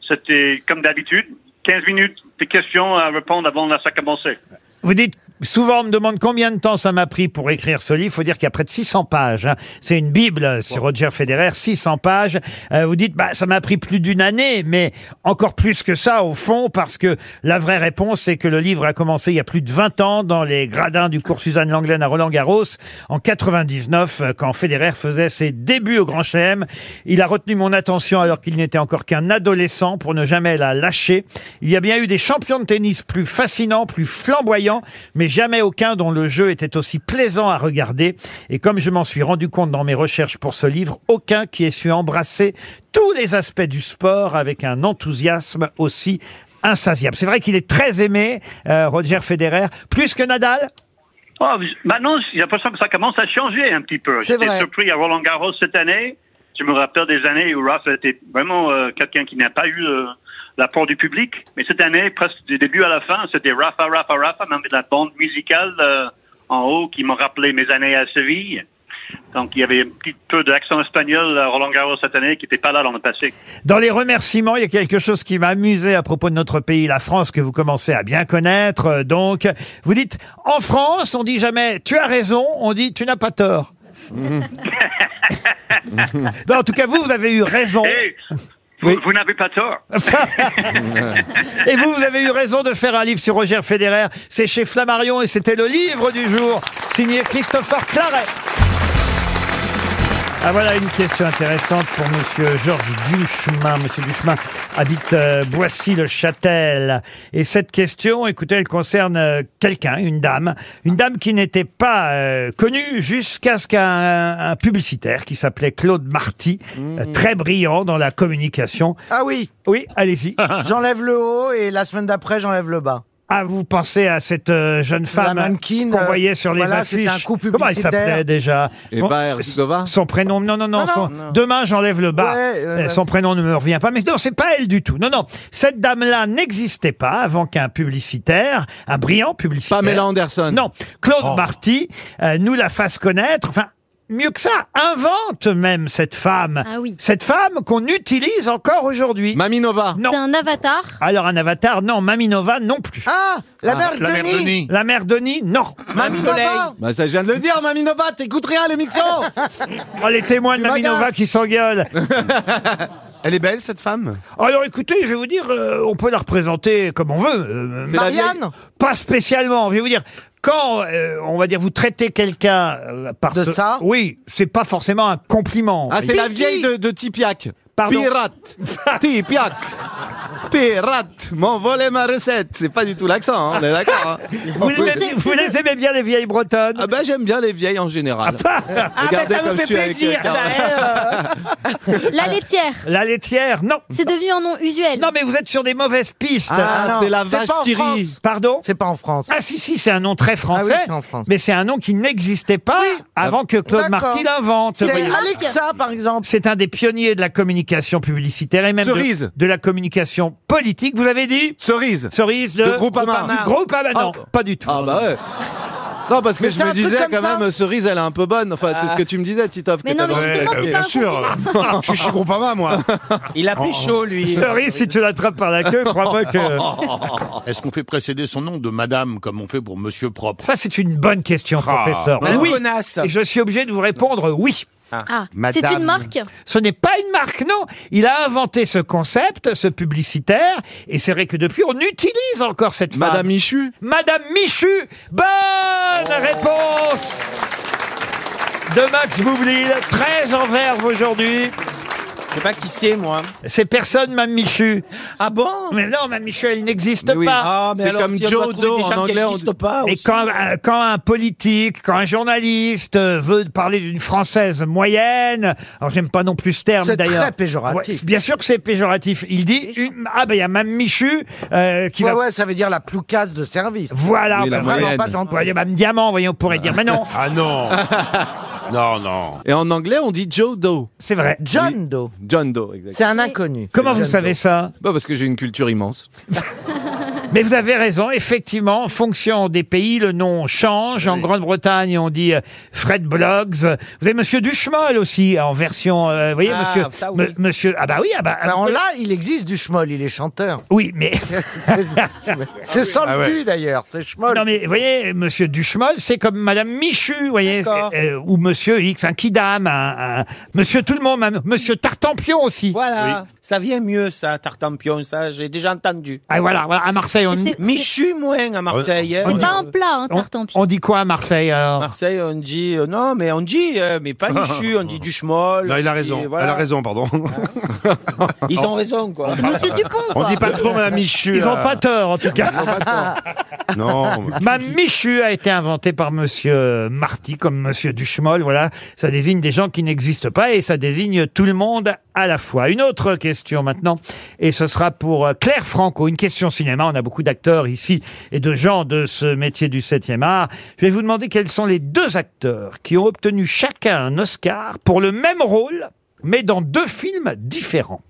Speaker 11: c'était, comme d'habitude, 15 minutes de questions à répondre avant que ça commençait.
Speaker 2: Vous dites, souvent on me demande combien de temps ça m'a pris pour écrire ce livre. Il faut dire qu'il y a près de 600 pages. hein. C'est une bible euh, sur Roger Federer, 600 pages. Euh, vous dites, bah, ça m'a pris plus d'une année, mais encore plus que ça au fond, parce que la vraie réponse, c'est que le livre a commencé il y a plus de 20 ans dans les gradins du cours Suzanne Langlaine à Roland-Garros en 99, euh, quand Federer faisait ses débuts au Grand Chelem. Il a retenu mon attention alors qu'il n'était encore qu'un adolescent pour ne jamais la lâcher. Il y a bien eu des champions de tennis plus fascinants, plus flamboyants, mais jamais aucun dont le jeu était aussi plaisant à regarder. Et comme je m'en suis rendu compte dans mes recherches pour ce livre, aucun qui ait su embrasser tous les aspects du sport avec un enthousiasme aussi insatiable. C'est vrai qu'il est très aimé, euh, Roger Federer, plus que Nadal.
Speaker 11: Oh, mais- maintenant, j'ai l'impression que ça commence à changer un petit peu.
Speaker 2: C'est
Speaker 11: J'étais
Speaker 2: vrai.
Speaker 11: surpris à Roland Garros cette année. Je me rappelle des années où Rafa était vraiment euh, quelqu'un qui n'a pas eu euh, l'apport du public. Mais cette année, presque du début à la fin, c'était Rafa, Rafa, Rafa, même de la bande musicale euh, en haut qui me rappelait mes années à Séville. Donc, il y avait un petit peu d'accent espagnol à Roland Garros cette année qui n'était pas là dans le passé.
Speaker 2: Dans les remerciements, il y a quelque chose qui m'a amusé à propos de notre pays, la France, que vous commencez à bien connaître. euh, Donc, vous dites, en France, on dit jamais tu as raison, on dit tu n'as pas tort. Ben, en tout cas, vous, vous avez eu raison.
Speaker 11: Hey, vous, vous n'avez pas tort.
Speaker 2: Et vous, vous avez eu raison de faire un livre sur Roger Federer. C'est chez Flammarion et c'était le livre du jour, signé Christopher Claret. Ah voilà une question intéressante pour Monsieur Georges Duchemin. Monsieur Duchemin habite euh, Boissy-le-Châtel. Et cette question, écoutez, elle concerne euh, quelqu'un, une dame. Une dame qui n'était pas euh, connue jusqu'à ce qu'un un publicitaire qui s'appelait Claude Marty, euh, très brillant dans la communication.
Speaker 8: Mmh. Ah oui
Speaker 2: Oui, allez-y.
Speaker 8: J'enlève le haut et la semaine d'après, j'enlève le bas.
Speaker 2: Ah, vous pensez à cette euh, jeune femme
Speaker 8: mannequin,
Speaker 2: qu'on
Speaker 8: euh,
Speaker 2: voyait sur les
Speaker 8: voilà, c'était
Speaker 2: affiches
Speaker 8: un coup
Speaker 2: Comment elle s'appelait
Speaker 8: publicitaire.
Speaker 2: déjà Son- Son prénom, non, non, non.
Speaker 8: Non,
Speaker 2: son-
Speaker 8: Ah, non.
Speaker 2: Demain, j'enlève le bas.
Speaker 8: Ouais, euh,
Speaker 2: Euh,
Speaker 8: ouais.
Speaker 2: Son prénom ne me revient pas. Mais non, c'est pas elle du tout. Non, non. Cette dame-là n'existait pas avant qu'un publicitaire, un brillant publicitaire.
Speaker 5: Pamela Anderson. Oh.
Speaker 2: Non. Claude Marty euh, nous la fasse connaître. Enfin. Mieux que ça, invente même cette femme.
Speaker 6: Ah oui.
Speaker 2: Cette femme qu'on utilise encore aujourd'hui.
Speaker 5: Maminova.
Speaker 2: Non.
Speaker 6: C'est un avatar.
Speaker 2: Alors un avatar, non. Maminova, non plus.
Speaker 8: Ah La mère
Speaker 7: La mère
Speaker 8: Denis
Speaker 7: Denis.
Speaker 2: La mère Denis, non.
Speaker 8: Maminova
Speaker 5: Bah ça je viens de le dire, Maminova, t'écoutes rien l'émission
Speaker 2: Oh, les témoins de
Speaker 5: Tu
Speaker 2: Maminova
Speaker 5: m'agaces.
Speaker 2: qui s'engueulent.
Speaker 12: Elle est belle, cette femme
Speaker 2: Alors écoutez, je vais vous dire, euh, on peut la représenter comme on veut. euh,
Speaker 5: C'est la vieille-
Speaker 8: Marianne
Speaker 2: Pas spécialement. Je vais vous dire, quand euh, on va dire vous traitez quelqu'un euh, par
Speaker 8: De
Speaker 2: ce-
Speaker 8: ça
Speaker 2: oui, c'est pas forcément un compliment.
Speaker 5: Ah, c'est la
Speaker 8: Piki.
Speaker 5: vieille de, de Tipiak.
Speaker 2: Pardon.
Speaker 5: Pirate. Tipiak. Pirate. M'envoler ma recette. C'est pas du tout l'accent, hein, on est d'accord. hein.
Speaker 2: vous, les aimez, vous les aimez bien les vieilles bretonnes. Ah, bah.
Speaker 5: Ah bah j'aime bien les vieilles en général.
Speaker 2: ben,
Speaker 5: Regardez comme je suis avec euh, quelqu'un.
Speaker 2: euh.
Speaker 6: La laitière.
Speaker 2: La laitière, non.
Speaker 6: C'est devenu un nom usuel.
Speaker 2: Non mais vous êtes sur des mauvaises pistes.
Speaker 5: Ah,
Speaker 8: Ah non,
Speaker 5: c'est la
Speaker 8: c'est
Speaker 5: vache
Speaker 8: pas en
Speaker 5: qui
Speaker 8: France.
Speaker 5: rit.
Speaker 2: Pardon.
Speaker 8: C'est pas en France.
Speaker 2: Ah si si, c'est un nom très français.
Speaker 8: c'est en France.
Speaker 2: Mais c'est un nom qui n'existait pas avant que Claude
Speaker 8: D'accord.
Speaker 2: Marty l'invente.
Speaker 8: C'est
Speaker 2: Voyez.
Speaker 8: Alexa, par exemple.
Speaker 2: C'est un des pionniers de la communication publicitaire et même de-
Speaker 5: Cerise.
Speaker 2: De, la communication politique. Vous avez dit
Speaker 5: Cerise.
Speaker 2: Cerise de,
Speaker 5: De Groupama.
Speaker 2: Du Groupama, non,
Speaker 5: Ah.
Speaker 2: pas du tout.
Speaker 5: Ah bah ouais. Non, parce que
Speaker 2: Mais
Speaker 5: je
Speaker 2: c'est un
Speaker 5: me
Speaker 2: truc
Speaker 5: disais
Speaker 2: comme
Speaker 5: quand
Speaker 2: ça. Ah.
Speaker 5: même, euh, Cerise, elle est un peu bonne. Enfin, c'est ce que tu me disais, Titoff.
Speaker 6: Mais
Speaker 5: que
Speaker 6: non, mais
Speaker 5: t'avais-
Speaker 6: justement, Ouais, c'est bien pas un sûr. compliment.
Speaker 5: Je suis chez Groupama, moi.
Speaker 4: Il a pécho, lui.
Speaker 2: Cerise, si tu l'attrapes par la queue, crois-moi que-
Speaker 7: Est-ce qu'on fait précéder son nom de madame comme on fait pour monsieur propre
Speaker 2: Ça, c'est une bonne question,
Speaker 7: Ah.
Speaker 2: professeur.
Speaker 7: Madame
Speaker 2: oui. Et je suis obligé de vous répondre oui.
Speaker 6: Ah, c'est une marque
Speaker 2: Ce n'est pas une marque, non. Il a inventé ce concept, ce publicitaire, et c'est vrai que depuis, on utilise encore cette femme.
Speaker 5: Madame Michu
Speaker 2: Madame Michu Bonne
Speaker 4: Oh.
Speaker 2: réponse de Max Boublil, très en verve aujourd'hui.
Speaker 4: Je sais pas qui c'est, moi.
Speaker 2: C'est personne, Mme Michu.
Speaker 4: Ah bon
Speaker 2: Mais non, Mme Michu, elle n'existe
Speaker 4: Mais oui.
Speaker 2: pas.
Speaker 4: Ah, mais C'est alors, comme si on doit Joe trouver Doe, des gens en qui anglais, on n'existent dit- pas
Speaker 2: Et
Speaker 4: aussi.
Speaker 2: quand, euh, quand un politique, quand un journaliste euh, veut parler d'une Française moyenne, alors j'aime pas non plus ce terme
Speaker 8: C'est
Speaker 2: d'ailleurs.
Speaker 8: très péjoratif.
Speaker 2: Ouais, bien sûr que c'est péjoratif. Il dit, une- ah ben il y a Mme Michu euh, qui
Speaker 8: ouais,
Speaker 2: va...
Speaker 8: ouais, ça veut dire la ploucasse de service.
Speaker 2: Voilà,
Speaker 8: Oui, la
Speaker 2: enfin,
Speaker 8: moyenne.
Speaker 2: pas gentil. Ouais, il y a Mme Diamant, voyez, on pourrait dire. Mais non
Speaker 3: Ah non Non, non.
Speaker 5: Et en anglais, on dit Joe Doe.
Speaker 2: C'est vrai.
Speaker 8: John
Speaker 5: Oui.
Speaker 8: Doe.
Speaker 5: John Doe, exactement.
Speaker 8: C'est un inconnu.
Speaker 2: Comment
Speaker 8: C'est
Speaker 2: vous
Speaker 8: John
Speaker 2: savez
Speaker 8: Doe.
Speaker 2: ça
Speaker 5: Bah, parce que j'ai une culture immense.
Speaker 2: Mais vous avez raison, effectivement, en fonction des pays, le nom change. En Grande-Bretagne, on dit euh, Fred Bloggs. Vous avez Monsieur Duchemol aussi, en version... euh, vous voyez,
Speaker 8: Ah,
Speaker 2: monsieur,
Speaker 8: ça, oui.
Speaker 2: me- monsieur... Ah bah oui, ah bah...
Speaker 8: Ben, on l'a, il existe du schmoll, il est chanteur.
Speaker 2: Oui, mais...
Speaker 8: C'est sans
Speaker 2: Ah
Speaker 8: le
Speaker 2: ouais.
Speaker 8: cul d'ailleurs, c'est schmoll.
Speaker 2: Non mais vous voyez, Monsieur Duchemol, c'est comme Madame Michu, vous voyez, euh, ou Monsieur X, un Kidam, un, un- Monsieur tout le monde, un- Monsieur Tartampion aussi.
Speaker 4: Voilà, ça vient mieux, ça, Tartampion, ça, j'ai déjà entendu.
Speaker 2: Ah, voilà, voilà, à Marseille, on dit...
Speaker 4: Michu, moins, à Marseille. hein.
Speaker 6: C'est pas un plat, hein,
Speaker 2: On,
Speaker 6: tartampion.
Speaker 2: on dit quoi à Marseille alors
Speaker 4: Marseille, on dit, euh, non, mais on dit, euh, mais pas Michu, on dit du schmoll.
Speaker 12: Non, il a
Speaker 4: on dit-
Speaker 12: raison.
Speaker 4: voilà.
Speaker 12: Elle a raison, pardon.
Speaker 2: euh
Speaker 4: Ils ont raison, quoi.
Speaker 6: Ah, Monsieur Dupont,
Speaker 12: On
Speaker 6: quoi.
Speaker 12: dit pas trop Madame Michu. euh.
Speaker 2: Ils ont
Speaker 12: là.
Speaker 2: pas tort, en tout cas.
Speaker 12: Non.
Speaker 2: Mme Michu a été inventée par Monsieur Marty, comme Monsieur Duchemol. Voilà, ça désigne des gens qui n'existent pas et ça désigne tout le monde à la fois. Une autre question maintenant, et ce sera pour euh, Claire Franco. Une question cinéma. On a beaucoup d'acteurs ici et de gens de ce métier du 7e art. Je vais vous demander quels sont les deux acteurs qui ont obtenu chacun un Oscar pour le même rôle, mais dans deux films différents.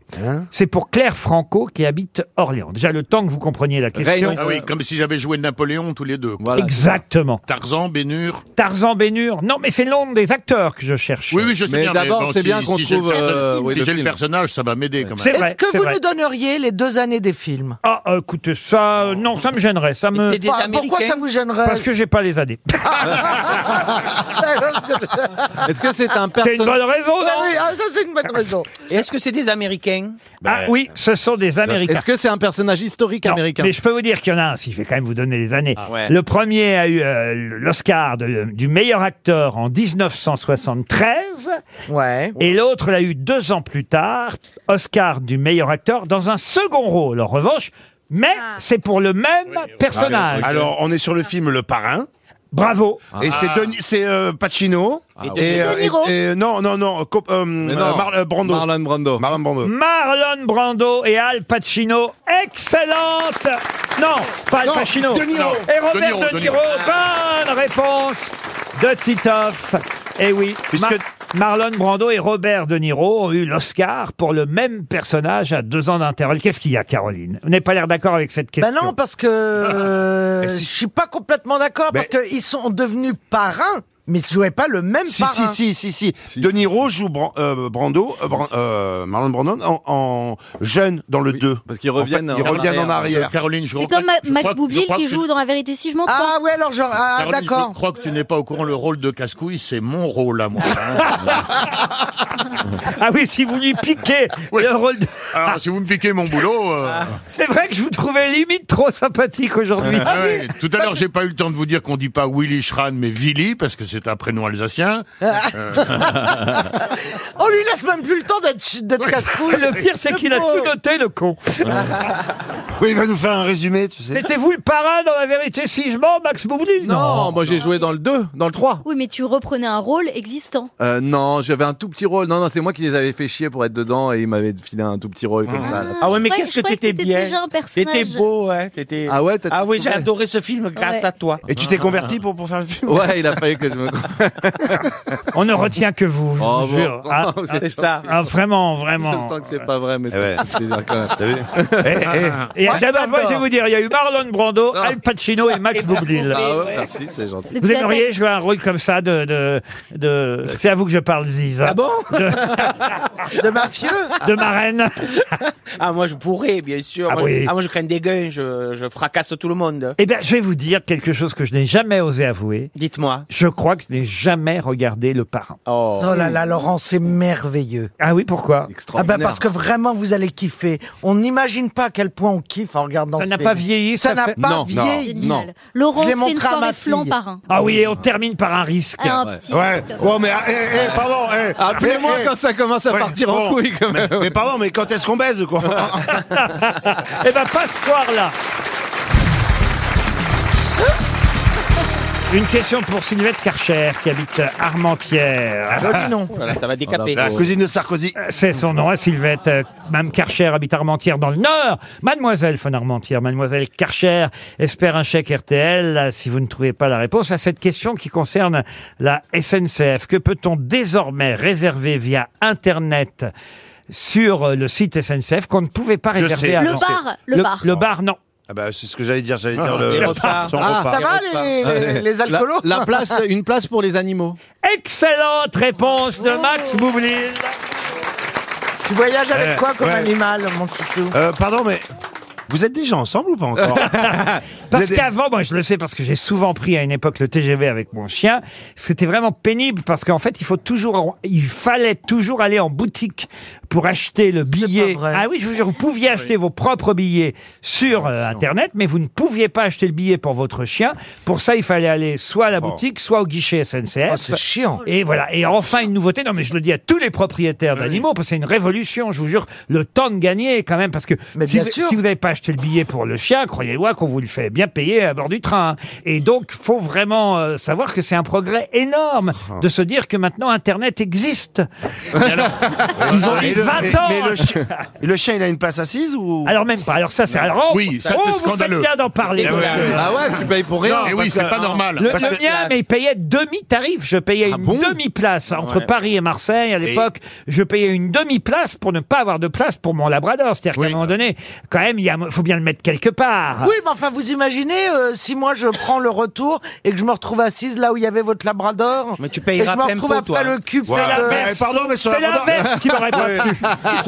Speaker 2: C'est pour Claire Franco qui habite Orléans. Déjà, le temps que vous compreniez la question.
Speaker 7: Ah oui, comme si j'avais joué Napoléon tous les deux. quoi.
Speaker 2: Exactement.
Speaker 7: Tarzan, Bénur.
Speaker 2: Tarzan Bénur. Non, mais c'est le nom des acteurs que je cherche.
Speaker 7: Oui, oui, je sais
Speaker 5: Mais
Speaker 7: bien.
Speaker 5: d'abord,
Speaker 7: bon,
Speaker 5: c'est
Speaker 7: si-
Speaker 5: bien
Speaker 7: si
Speaker 5: qu'on
Speaker 7: j'ai le
Speaker 5: trouve,
Speaker 7: perso-
Speaker 5: euh,
Speaker 7: si
Speaker 5: oui, le
Speaker 7: j'ai le
Speaker 5: film.
Speaker 7: personnage, ça va m'aider quand même.
Speaker 2: C'est vrai,
Speaker 8: Est-ce que
Speaker 2: c'est
Speaker 8: vous
Speaker 2: vrai.
Speaker 8: nous donneriez les deux années des films
Speaker 2: Ah, euh, écoute, ça, euh, non, ça me gênerait. Ça me...
Speaker 4: c'est des
Speaker 8: Pourquoi
Speaker 4: Américains
Speaker 8: ça vous gênerait
Speaker 2: Parce que j'ai pas les années.
Speaker 5: Est-ce que c'est un
Speaker 2: C'est une
Speaker 5: personnage
Speaker 2: bonne raison,
Speaker 8: Ah
Speaker 2: non
Speaker 8: oui, ah, ça c'est une bonne raison.
Speaker 4: Et est-ce que c'est des Américains
Speaker 2: Ah oui, ce sont des Américains.
Speaker 5: Est-ce que c'est un personnage historique
Speaker 2: Non,
Speaker 5: américain
Speaker 2: Mais je peux vous dire qu'il y en a un, si je vais quand même vous donner les années.
Speaker 4: ouais.
Speaker 2: Le premier a eu euh, l'Oscar de- du meilleur acteur en 1973.
Speaker 8: Ouais.
Speaker 2: Et l'autre l'a eu deux ans plus tard, Oscar du meilleur acteur, dans un second rôle, en revanche. Mais c'est pour le même personnage.
Speaker 12: Alors, on est sur le film Le Parrain.
Speaker 2: Bravo.
Speaker 12: Et
Speaker 6: Ah.
Speaker 12: c'est Denis- c'est euh, Pacino.
Speaker 2: Ah,
Speaker 12: Et, euh,
Speaker 6: De Niro.
Speaker 12: et- et- non, non, non. cop- euh, euh, Mar- euh, Brando.
Speaker 5: Marlon Brando.
Speaker 12: Marlon
Speaker 2: Mmh.
Speaker 12: Brando.
Speaker 2: Marlon Brando et Al Pacino. Excellente Non, pas Al
Speaker 12: Non,
Speaker 2: Pacino.
Speaker 12: De Niro.
Speaker 2: Non. Et
Speaker 7: De
Speaker 2: Robert
Speaker 7: Niro,
Speaker 2: De
Speaker 7: De
Speaker 2: Niro.
Speaker 7: Niro.
Speaker 2: Bonne réponse de Titoff. Eh oui,
Speaker 12: Puisque-
Speaker 2: Mar- Marlon Brando et Robert De Niro ont eu l'Oscar pour le même personnage à deux ans d'intervalle. Qu'est-ce qu'il y a, Caroline Vous n'avez pas l'air d'accord avec cette
Speaker 12: Bah
Speaker 2: question Ah. Eh,
Speaker 8: Ben non, parce que euh, je suis pas complètement d'accord,
Speaker 2: Ben
Speaker 8: parce qu'ils sont devenus parrains, mais ils jouaient pas le même
Speaker 12: Si, si,
Speaker 8: parrain.
Speaker 12: si, si, si, De Niro joue Bran- euh, Brando, euh, Bran- euh, Marlon Brando en, en jeune dans le 2.
Speaker 5: parce qu'ils reviennent
Speaker 12: en, fait, ils
Speaker 5: en
Speaker 12: reviennent en
Speaker 7: Euh,
Speaker 12: arrière.
Speaker 7: Caroline, je
Speaker 6: C'est
Speaker 7: crois-
Speaker 6: comme Ma-
Speaker 7: je
Speaker 6: Max
Speaker 7: crois- je
Speaker 6: Boublil
Speaker 7: crois
Speaker 6: qui
Speaker 7: que tu-
Speaker 6: joue dans La vérité si je m'en
Speaker 8: Ah ouais, alors genre, ah,
Speaker 7: Caroline,
Speaker 8: d'accord.
Speaker 7: Je crois que tu n'es pas au courant, le rôle de casse-couille, c'est mon rôle à moi. hein.
Speaker 2: Ah oui, si vous lui piquez
Speaker 7: Oui.
Speaker 2: le rôle de...
Speaker 7: Alors, si vous me piquez mon boulot. euh,
Speaker 2: C'est vrai que je vous trouvais limite trop sympathique aujourd'hui.
Speaker 7: Ah oui, Tout à l'heure, j'ai pas eu le temps de vous dire qu'on dit pas Willy Schran, mais Willy, parce que c'est un prénom alsacien.
Speaker 13: Ah.
Speaker 7: Euh.
Speaker 8: On lui laisse même plus le temps d'être ch- d'être casse-couille.
Speaker 2: Le pire, c'est qu'il a
Speaker 8: pauvre.
Speaker 2: tout noté, le con.
Speaker 12: Oui, il va nous faire un résumé, tu sais.
Speaker 2: C'était vous le parrain dans la vérité si je mens, Max Boublil
Speaker 5: Non, moi j'ai joué dans le 2, dans le 3.
Speaker 6: Oui, mais tu reprenais un rôle existant.
Speaker 5: Euh, non, j'avais un tout petit rôle. Non, non, c'est moi qui les avais fait chier pour être dedans et ils m'avaient filé un tout petit rôle comme ça. là.
Speaker 4: Ah ouais, mais
Speaker 6: Je croyais-
Speaker 4: qu'est-ce
Speaker 6: je
Speaker 4: que
Speaker 6: croyais
Speaker 4: t'étais
Speaker 6: t'étais
Speaker 4: bien
Speaker 6: déjà un personnage.
Speaker 4: T'étais beau, hein t'étais...
Speaker 5: Ah ouais, t'as
Speaker 4: Ah oui, j'ai
Speaker 5: trouvé
Speaker 4: adoré ce film grâce
Speaker 6: Ouais.
Speaker 4: à toi.
Speaker 12: Et tu t'es converti pour, pour faire le film
Speaker 5: Ouais, il a fallu que je me
Speaker 2: On ne retient que vous, je
Speaker 5: Oh, bon.
Speaker 2: vous jure.
Speaker 5: Non,
Speaker 2: Ah,
Speaker 5: vous
Speaker 2: ah,
Speaker 5: êtes gentil.
Speaker 2: ah, vraiment, vraiment. Ah,
Speaker 5: Je sens que c'est pas vrai, mais ça
Speaker 12: ouais.
Speaker 5: me fait plaisir quand même.
Speaker 12: Eh,
Speaker 2: Et
Speaker 5: Moi, je
Speaker 2: d'abord, moi, je vais vous dire, il y a eu Marlon Brando, Al Pacino et Max Boublil.
Speaker 5: Ah ouais, merci, c'est gentil.
Speaker 2: Vous aimeriez jouer un rôle comme ça de... de, de... C'est à vous que je parle, Ziz. hein.
Speaker 4: Ah bon
Speaker 2: de,
Speaker 4: De mafieux
Speaker 2: de marraine.
Speaker 4: Ah, moi, je pourrais, bien sûr.
Speaker 2: Ah
Speaker 4: moi,
Speaker 2: oui.
Speaker 4: je- moi, je crains des gains, je, je fracasse tout le monde.
Speaker 2: Eh bien, je vais vous dire quelque chose que je n'ai jamais osé avouer.
Speaker 4: Dites-moi.
Speaker 2: Je crois que je n'ai jamais regardé Le Parrain.
Speaker 4: Oh,
Speaker 8: Oh là là, Laurent, c'est merveilleux.
Speaker 2: Ah oui, pourquoi
Speaker 8: Ah bah parce que vraiment, vous allez kiffer. On n'imagine pas à quel point on kiffe en regardant
Speaker 2: Ça
Speaker 8: ce
Speaker 2: n'a
Speaker 8: film.
Speaker 2: pas vieilli,
Speaker 8: Ça
Speaker 2: ça
Speaker 8: n'a
Speaker 2: fait-
Speaker 8: pas
Speaker 2: Non, non,
Speaker 8: vieilli.
Speaker 12: non.
Speaker 6: Laurent
Speaker 8: Je l'ai
Speaker 6: se fait une
Speaker 8: montré à
Speaker 6: soirée
Speaker 8: ma
Speaker 6: flan
Speaker 8: fille.
Speaker 6: par un.
Speaker 2: Ah oui, et on termine par un risque.
Speaker 6: Un petit
Speaker 12: Ouais,
Speaker 6: truc.
Speaker 12: bon, mais eh, eh, pardon, eh,
Speaker 5: Appelez-moi
Speaker 12: eh, eh.
Speaker 5: quand ça commence à
Speaker 12: Ouais,
Speaker 5: partir en
Speaker 12: bon,
Speaker 5: couille quand même.
Speaker 12: Mais pardon, mais quand est-ce qu'on baise quoi
Speaker 2: Eh ben, pas ce soir-là. Une question pour Sylvette Karcher, qui habite
Speaker 12: Ah,
Speaker 2: Armentières.
Speaker 8: Joli nom.
Speaker 4: oh là là, ça va décaper.
Speaker 12: La cousine de Sarkozy.
Speaker 2: C'est son nom, hein, Sylvette. Euh, Mme Karcher habite Armentières dans le Nord. Mademoiselle von Armentières, Mademoiselle Karcher espère un chèque RTL euh, si vous ne trouvez pas la réponse à cette question qui concerne la SNCF. Que peut-on désormais réserver via Internet sur euh, le site SNCF qu'on ne pouvait pas
Speaker 12: Je
Speaker 2: réserver
Speaker 12: sais.
Speaker 2: avant
Speaker 6: Le bar, le bar.
Speaker 2: Le bar, non.
Speaker 12: Ah bah, c'est ce que j'allais dire, j'allais dire
Speaker 4: les
Speaker 12: le
Speaker 4: repas.
Speaker 12: son
Speaker 8: Ah,
Speaker 12: repas.
Speaker 8: ça va les, les, les alcoolos
Speaker 5: La, la place, une place pour les animaux.
Speaker 2: Excellente réponse de Max Boublil.
Speaker 8: Tu voyages
Speaker 12: Euh,
Speaker 8: avec quoi comme
Speaker 12: ouais.
Speaker 8: animal, mon chouchou
Speaker 12: Euh, pardon, mais vous êtes déjà ensemble ou pas encore
Speaker 2: Parce
Speaker 12: Vous êtes-
Speaker 2: qu'avant, moi je le sais parce que j'ai souvent pris à une époque le TGV avec mon chien, c'était vraiment pénible parce qu'en fait, il faut toujours il fallait toujours aller en boutique pour acheter le billet.
Speaker 8: pas vrai.
Speaker 2: Ah oui, je vous jure, vous pouviez acheter vos propres billets sur euh, internet, mais vous ne pouviez pas acheter le billet pour votre chien. Pour ça, il fallait aller soit à la boutique, soit au guichet
Speaker 8: Oh,
Speaker 2: SNCF.
Speaker 8: C'est chiant.
Speaker 2: Et voilà. Et enfin, une nouveauté. Non, mais je le dis à tous les propriétaires d'animaux, parce que c'est une révolution, je vous jure. Le temps de gagner, quand même, parce que
Speaker 8: Mais
Speaker 2: si,
Speaker 8: bien
Speaker 2: vous-
Speaker 8: sûr.
Speaker 2: si vous n'avez pas acheté le billet pour le chien, croyez-moi qu'on vous le fait bien payer à bord du train. hein. Et donc, faut vraiment euh, savoir que c'est un progrès énorme
Speaker 12: Oh.
Speaker 2: de se dire que maintenant Internet existe. Et alors, ils ont mis
Speaker 12: Et le-
Speaker 2: 20
Speaker 12: mais-
Speaker 2: ans.
Speaker 12: mais
Speaker 2: à
Speaker 12: le,
Speaker 2: ça.
Speaker 12: chien, et le chien, il a une place assise ou
Speaker 2: Alors même pas. Alors ça, c'est. Alors, oh,
Speaker 7: Oui, ça,
Speaker 2: oh,
Speaker 7: c'est
Speaker 2: vous
Speaker 7: scandaleux.
Speaker 2: faites bien d'en parler.
Speaker 7: Ah ouais,
Speaker 2: monsieur.
Speaker 7: ouais, ouais.
Speaker 5: Ah ouais, tu payes pour rien.
Speaker 7: Et oui, c'est pas normal.
Speaker 2: Le,
Speaker 12: Parce
Speaker 2: le
Speaker 12: que-
Speaker 2: mien, mais il payait demi-tarif. Je payais une
Speaker 5: bon
Speaker 2: demi-place entre
Speaker 4: Ouais.
Speaker 2: Paris et Marseille. À l'époque, je payais une demi-place pour ne pas avoir de place pour mon Labrador. C'est-à-dire qu'à
Speaker 7: Oui.
Speaker 2: un moment donné, quand même, il y a- faut bien le mettre quelque part.
Speaker 8: Oui, mais enfin, vous imaginez euh, si moi je prends le retour et que je me retrouve assise là où il y avait votre labrador.
Speaker 4: Mais tu
Speaker 8: Et
Speaker 4: payeras
Speaker 8: je me
Speaker 4: plein
Speaker 8: retrouve
Speaker 4: pot,
Speaker 8: après
Speaker 4: toi.
Speaker 8: le cul.
Speaker 12: Ouais.
Speaker 8: plein de-
Speaker 2: l'inverse.
Speaker 12: Eh, Pardon, mais sur
Speaker 2: C'est
Speaker 12: la bande-
Speaker 2: l'inverse qui m'aurait pas plu.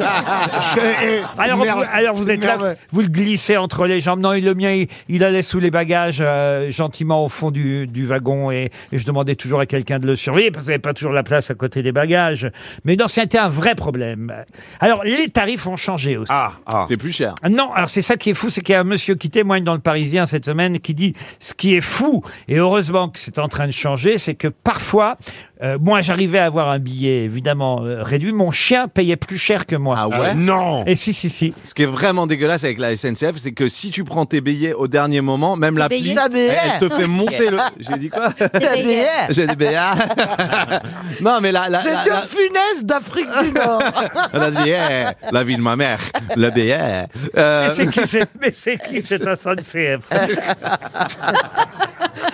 Speaker 12: Eh, eh,
Speaker 2: Alors,
Speaker 12: merde,
Speaker 2: vous, alors vous êtes là,
Speaker 12: merde.
Speaker 2: vous le glissez entre les jambes. Non, et le mien, il, il allait sous les bagages euh, gentiment au fond du, du wagon et, et je demandais toujours à quelqu'un de le surveiller parce qu'il n'y avait pas toujours la place à côté des bagages. Mais non, c'était un vrai problème. Alors, les tarifs ont changé aussi.
Speaker 12: Ah, ah.
Speaker 5: C'est plus cher.
Speaker 2: Non, alors c'est ça qui est fou, c'est qu'il y a un monsieur qui témoigne dans le Parisien cette semaine qui dit ce qui est fou, et heureusement que c'est en train de changer, c'est que parfois, euh, moi j'arrivais à avoir un billet évidemment euh, réduit, mon chien payait plus cher que moi.
Speaker 5: Ah ouais.
Speaker 12: Non
Speaker 2: Et si, si, si.
Speaker 5: Ce qui est vraiment dégueulasse avec la SNCF, c'est que si tu prends tes billets au dernier moment, même la
Speaker 6: billets
Speaker 5: pile,
Speaker 8: Ah, mais,
Speaker 5: elle te fait monter le. J'ai dit quoi
Speaker 8: eh, mais, eh,
Speaker 5: J'ai dit billets. Non, mais la. la-
Speaker 8: C'est
Speaker 5: la-
Speaker 8: de
Speaker 5: la-
Speaker 8: funeste d'Afrique du Nord.
Speaker 5: La billet, la vie de ma mère, le billet. Euh,
Speaker 2: Mais c'est qui, c'est- mais c'est qui, c'est un CF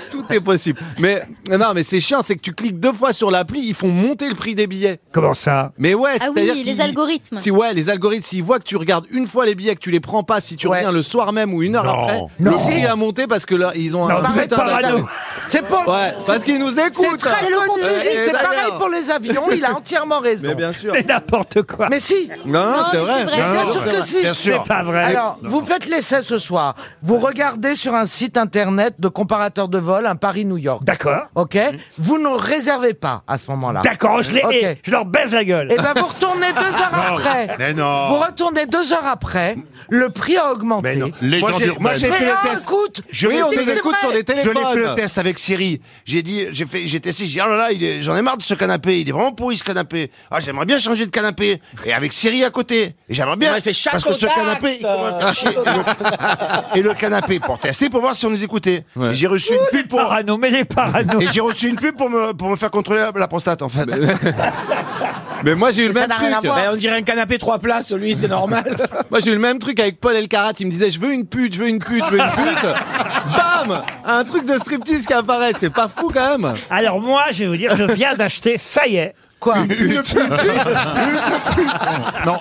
Speaker 5: tout est possible. Mais euh, non, mais c'est chiant, c'est que tu cliques deux fois sur l'appli, ils font monter le prix des billets.
Speaker 2: Comment ça
Speaker 5: Mais ouais,
Speaker 6: Ah
Speaker 5: c'est-à-dire
Speaker 6: oui,
Speaker 5: qu'ils-
Speaker 6: les algorithmes.
Speaker 5: Si ouais, les algorithmes, s'ils voient que tu regardes une fois les billets, que tu les prends pas, si tu
Speaker 8: Ouais.
Speaker 5: reviens le soir même ou une heure
Speaker 12: Non.
Speaker 5: après,
Speaker 2: Non.
Speaker 5: le prix a monté parce que là, ils ont
Speaker 2: Non,
Speaker 5: un
Speaker 2: vous êtes
Speaker 5: putain
Speaker 2: parano.
Speaker 5: d'algorithme.
Speaker 8: C'est pour.
Speaker 5: Ouais, parce qu'ils nous
Speaker 8: C'est
Speaker 5: écoutent.
Speaker 8: très
Speaker 6: le
Speaker 8: connu.
Speaker 6: contenu.
Speaker 8: C'est
Speaker 5: Eh,
Speaker 8: pareil
Speaker 5: d'ailleurs.
Speaker 8: pour les avions. Il a entièrement raison.
Speaker 5: Mais bien sûr.
Speaker 2: Mais n'importe quoi.
Speaker 8: Mais si.
Speaker 5: Non, non,
Speaker 6: Non,
Speaker 5: c'est
Speaker 6: mais
Speaker 5: vrai.
Speaker 6: c'est vrai.
Speaker 12: Non,
Speaker 8: Bien
Speaker 12: non,
Speaker 8: sûr
Speaker 12: c'est
Speaker 8: que
Speaker 12: vrai.
Speaker 8: si.
Speaker 12: Bien sûr.
Speaker 2: C'est pas vrai.
Speaker 8: Alors, vous faites l'essai ce soir. Vous regardez sur un site internet de comparateur de vol un Paris-New York.
Speaker 2: D'accord.
Speaker 8: Ok Vous ne réservez pas à ce moment-là.
Speaker 2: D'accord, je l'ai.
Speaker 8: Ok.
Speaker 2: et Je leur baise la gueule.
Speaker 8: Et ben vous retournez deux heures
Speaker 12: Non,
Speaker 8: après.
Speaker 12: mais non.
Speaker 8: Vous retournez deux heures après. Le prix a augmenté.
Speaker 12: Mais non.
Speaker 7: Les
Speaker 12: Moi,
Speaker 7: gens
Speaker 12: j'ai-
Speaker 7: d'urbaine.
Speaker 12: Moi, j'ai
Speaker 8: Mais
Speaker 12: fait
Speaker 8: non,
Speaker 12: le test.
Speaker 8: écoute,
Speaker 12: Je
Speaker 5: Oui,
Speaker 12: l'ai
Speaker 5: on
Speaker 12: fait-
Speaker 5: nous écoute sur les
Speaker 12: Je l'ai fait le
Speaker 5: téléphones.
Speaker 12: test avec Siri. J'ai dit, j'ai fait, j'ai testé, j'ai dit, oh là là, il est- j'en ai marre de ce canapé, il est vraiment pourri ce canapé. Ah, j'aimerais bien changer de canapé. Et avec Siri à côté. Et j'aimerais bien.
Speaker 4: Moi, je fais chaque
Speaker 12: parce que ce
Speaker 4: audace,
Speaker 12: canapé, il
Speaker 4: euh,
Speaker 12: commence à chier. Et le- Et le canapé, pour tester, pour voir si on nous écoutait.
Speaker 5: Ouais.
Speaker 12: Et J'ai reçu une pub pour,
Speaker 2: Parano, mais les parano.
Speaker 12: et j'ai reçu une pub pour me, pour me faire contrôler la, la prostate, en fait.
Speaker 5: Mais moi, j'ai eu le
Speaker 4: Mais ça
Speaker 5: même
Speaker 4: n'a rien à
Speaker 5: truc.
Speaker 4: voir. Mais on dirait un canapé trois places, lui, c'est normal.
Speaker 5: moi, j'ai eu le même truc avec Paul Elkarat. Il me disait, je veux une pute, je veux une pute, je veux une pute. Bam Un truc de striptease qui apparaît. C'est pas fou, quand même.
Speaker 2: Alors, moi, je vais vous dire, je viens d'acheter, ça y est.
Speaker 8: Quoi
Speaker 7: Non,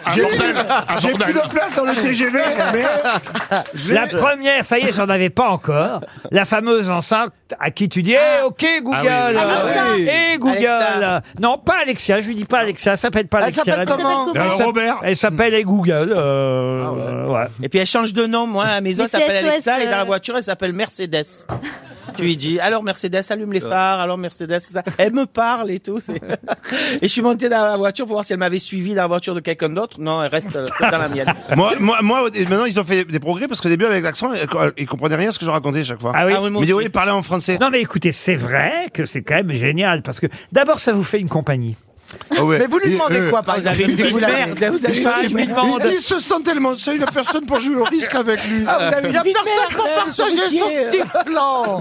Speaker 7: un bordel, un
Speaker 13: J'ai
Speaker 7: bordel.
Speaker 13: plus de place dans le TGV, mais j'ai-
Speaker 2: La première, ça y est, j'en avais pas encore. La fameuse enceinte à qui tu dis Eh, OK Google
Speaker 13: Ah oui, oui. Alexa.
Speaker 2: Eh, Google
Speaker 13: Alexa.
Speaker 2: Non, pas Alexia, je lui dis pas Alexia, elle s'appelle pas
Speaker 13: Elle
Speaker 2: Alexia.
Speaker 13: s'appelle
Speaker 2: la-
Speaker 13: comment Elle s'appelle comment
Speaker 2: s'appelle-
Speaker 13: Robert. Ah
Speaker 2: Elle s'appelle eh, Google. euh, ouais.
Speaker 4: Et puis elle change de nom, moi, à mes
Speaker 2: Mais
Speaker 4: autres
Speaker 2: c'est
Speaker 4: s'appelle
Speaker 2: SOS,
Speaker 4: Alexa, et dans
Speaker 2: euh.
Speaker 4: la voiture, elle s'appelle Mercedes. Tu lui dis, alors Mercedes, allume les phares, alors Mercedes, c'est ça. Elle me parle et tout. c'est- Et je suis monté dans la voiture pour voir si elle m'avait suivi dans la voiture de quelqu'un d'autre. Non, elle reste euh, dans la mienne.
Speaker 12: moi, moi, moi, et maintenant ils ont fait des progrès parce qu'au début avec l'accent, ils ils comprenaient rien à ce que je racontais chaque fois.
Speaker 2: Ah oui,
Speaker 12: ils me disaient, oui, parlez en français.
Speaker 2: Non, mais écoutez, c'est vrai que c'est quand même génial parce que d'abord, ça vous fait une compagnie.
Speaker 12: Mais vous lui demandez quoi, par
Speaker 2: vous
Speaker 12: exemple
Speaker 2: avez une petite merde, vous avez pas, je lui demande.
Speaker 12: Il se sent tellement seul, il a personne pour jouer au risque avec lui.
Speaker 13: Ah, vous avez une petite merde, euh,
Speaker 8: partager son
Speaker 13: Ruquier.
Speaker 8: petit flan.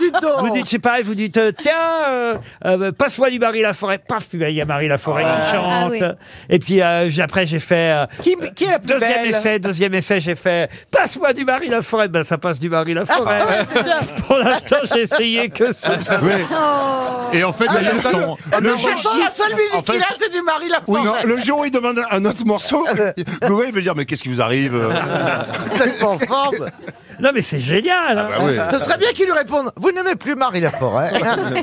Speaker 8: Dis
Speaker 2: Vous dites, je sais pas, vous dites, euh, tiens, euh, euh, passe-moi du Marie Laforêt. Paf, puis, ben, il y a Marie Laforêt qui chante.
Speaker 13: Ah oui.
Speaker 2: Et puis euh, j- après, j'ai fait. euh,
Speaker 4: qui est la plus
Speaker 2: Deuxième
Speaker 4: belle
Speaker 2: essai, deuxième essai, j'ai fait passe-moi du Marie Laforêt. Ben, ça passe du Marie Laforêt.
Speaker 9: Ah
Speaker 2: Pour l'instant, j'ai essayé que ça.
Speaker 8: Oh.
Speaker 7: Et en fait,
Speaker 13: Ah,
Speaker 7: d'ailleurs,
Speaker 13: le-
Speaker 7: son-
Speaker 13: le-
Speaker 7: le-
Speaker 13: le-
Speaker 7: son-
Speaker 13: chanson, la seule musique
Speaker 7: en fait,
Speaker 13: qu'il a,
Speaker 8: c'est du mari la
Speaker 12: Oui, non, le jour où il demande un autre morceau, Google veut dire Mais qu'est-ce qui vous arrive euh
Speaker 8: Vous êtes pas en
Speaker 12: Oh,
Speaker 8: forme.
Speaker 2: Non, mais c'est génial. hein.
Speaker 12: bah oui.
Speaker 8: Ce serait bien qu'il lui réponde Vous n'aimez plus Marie Laforêt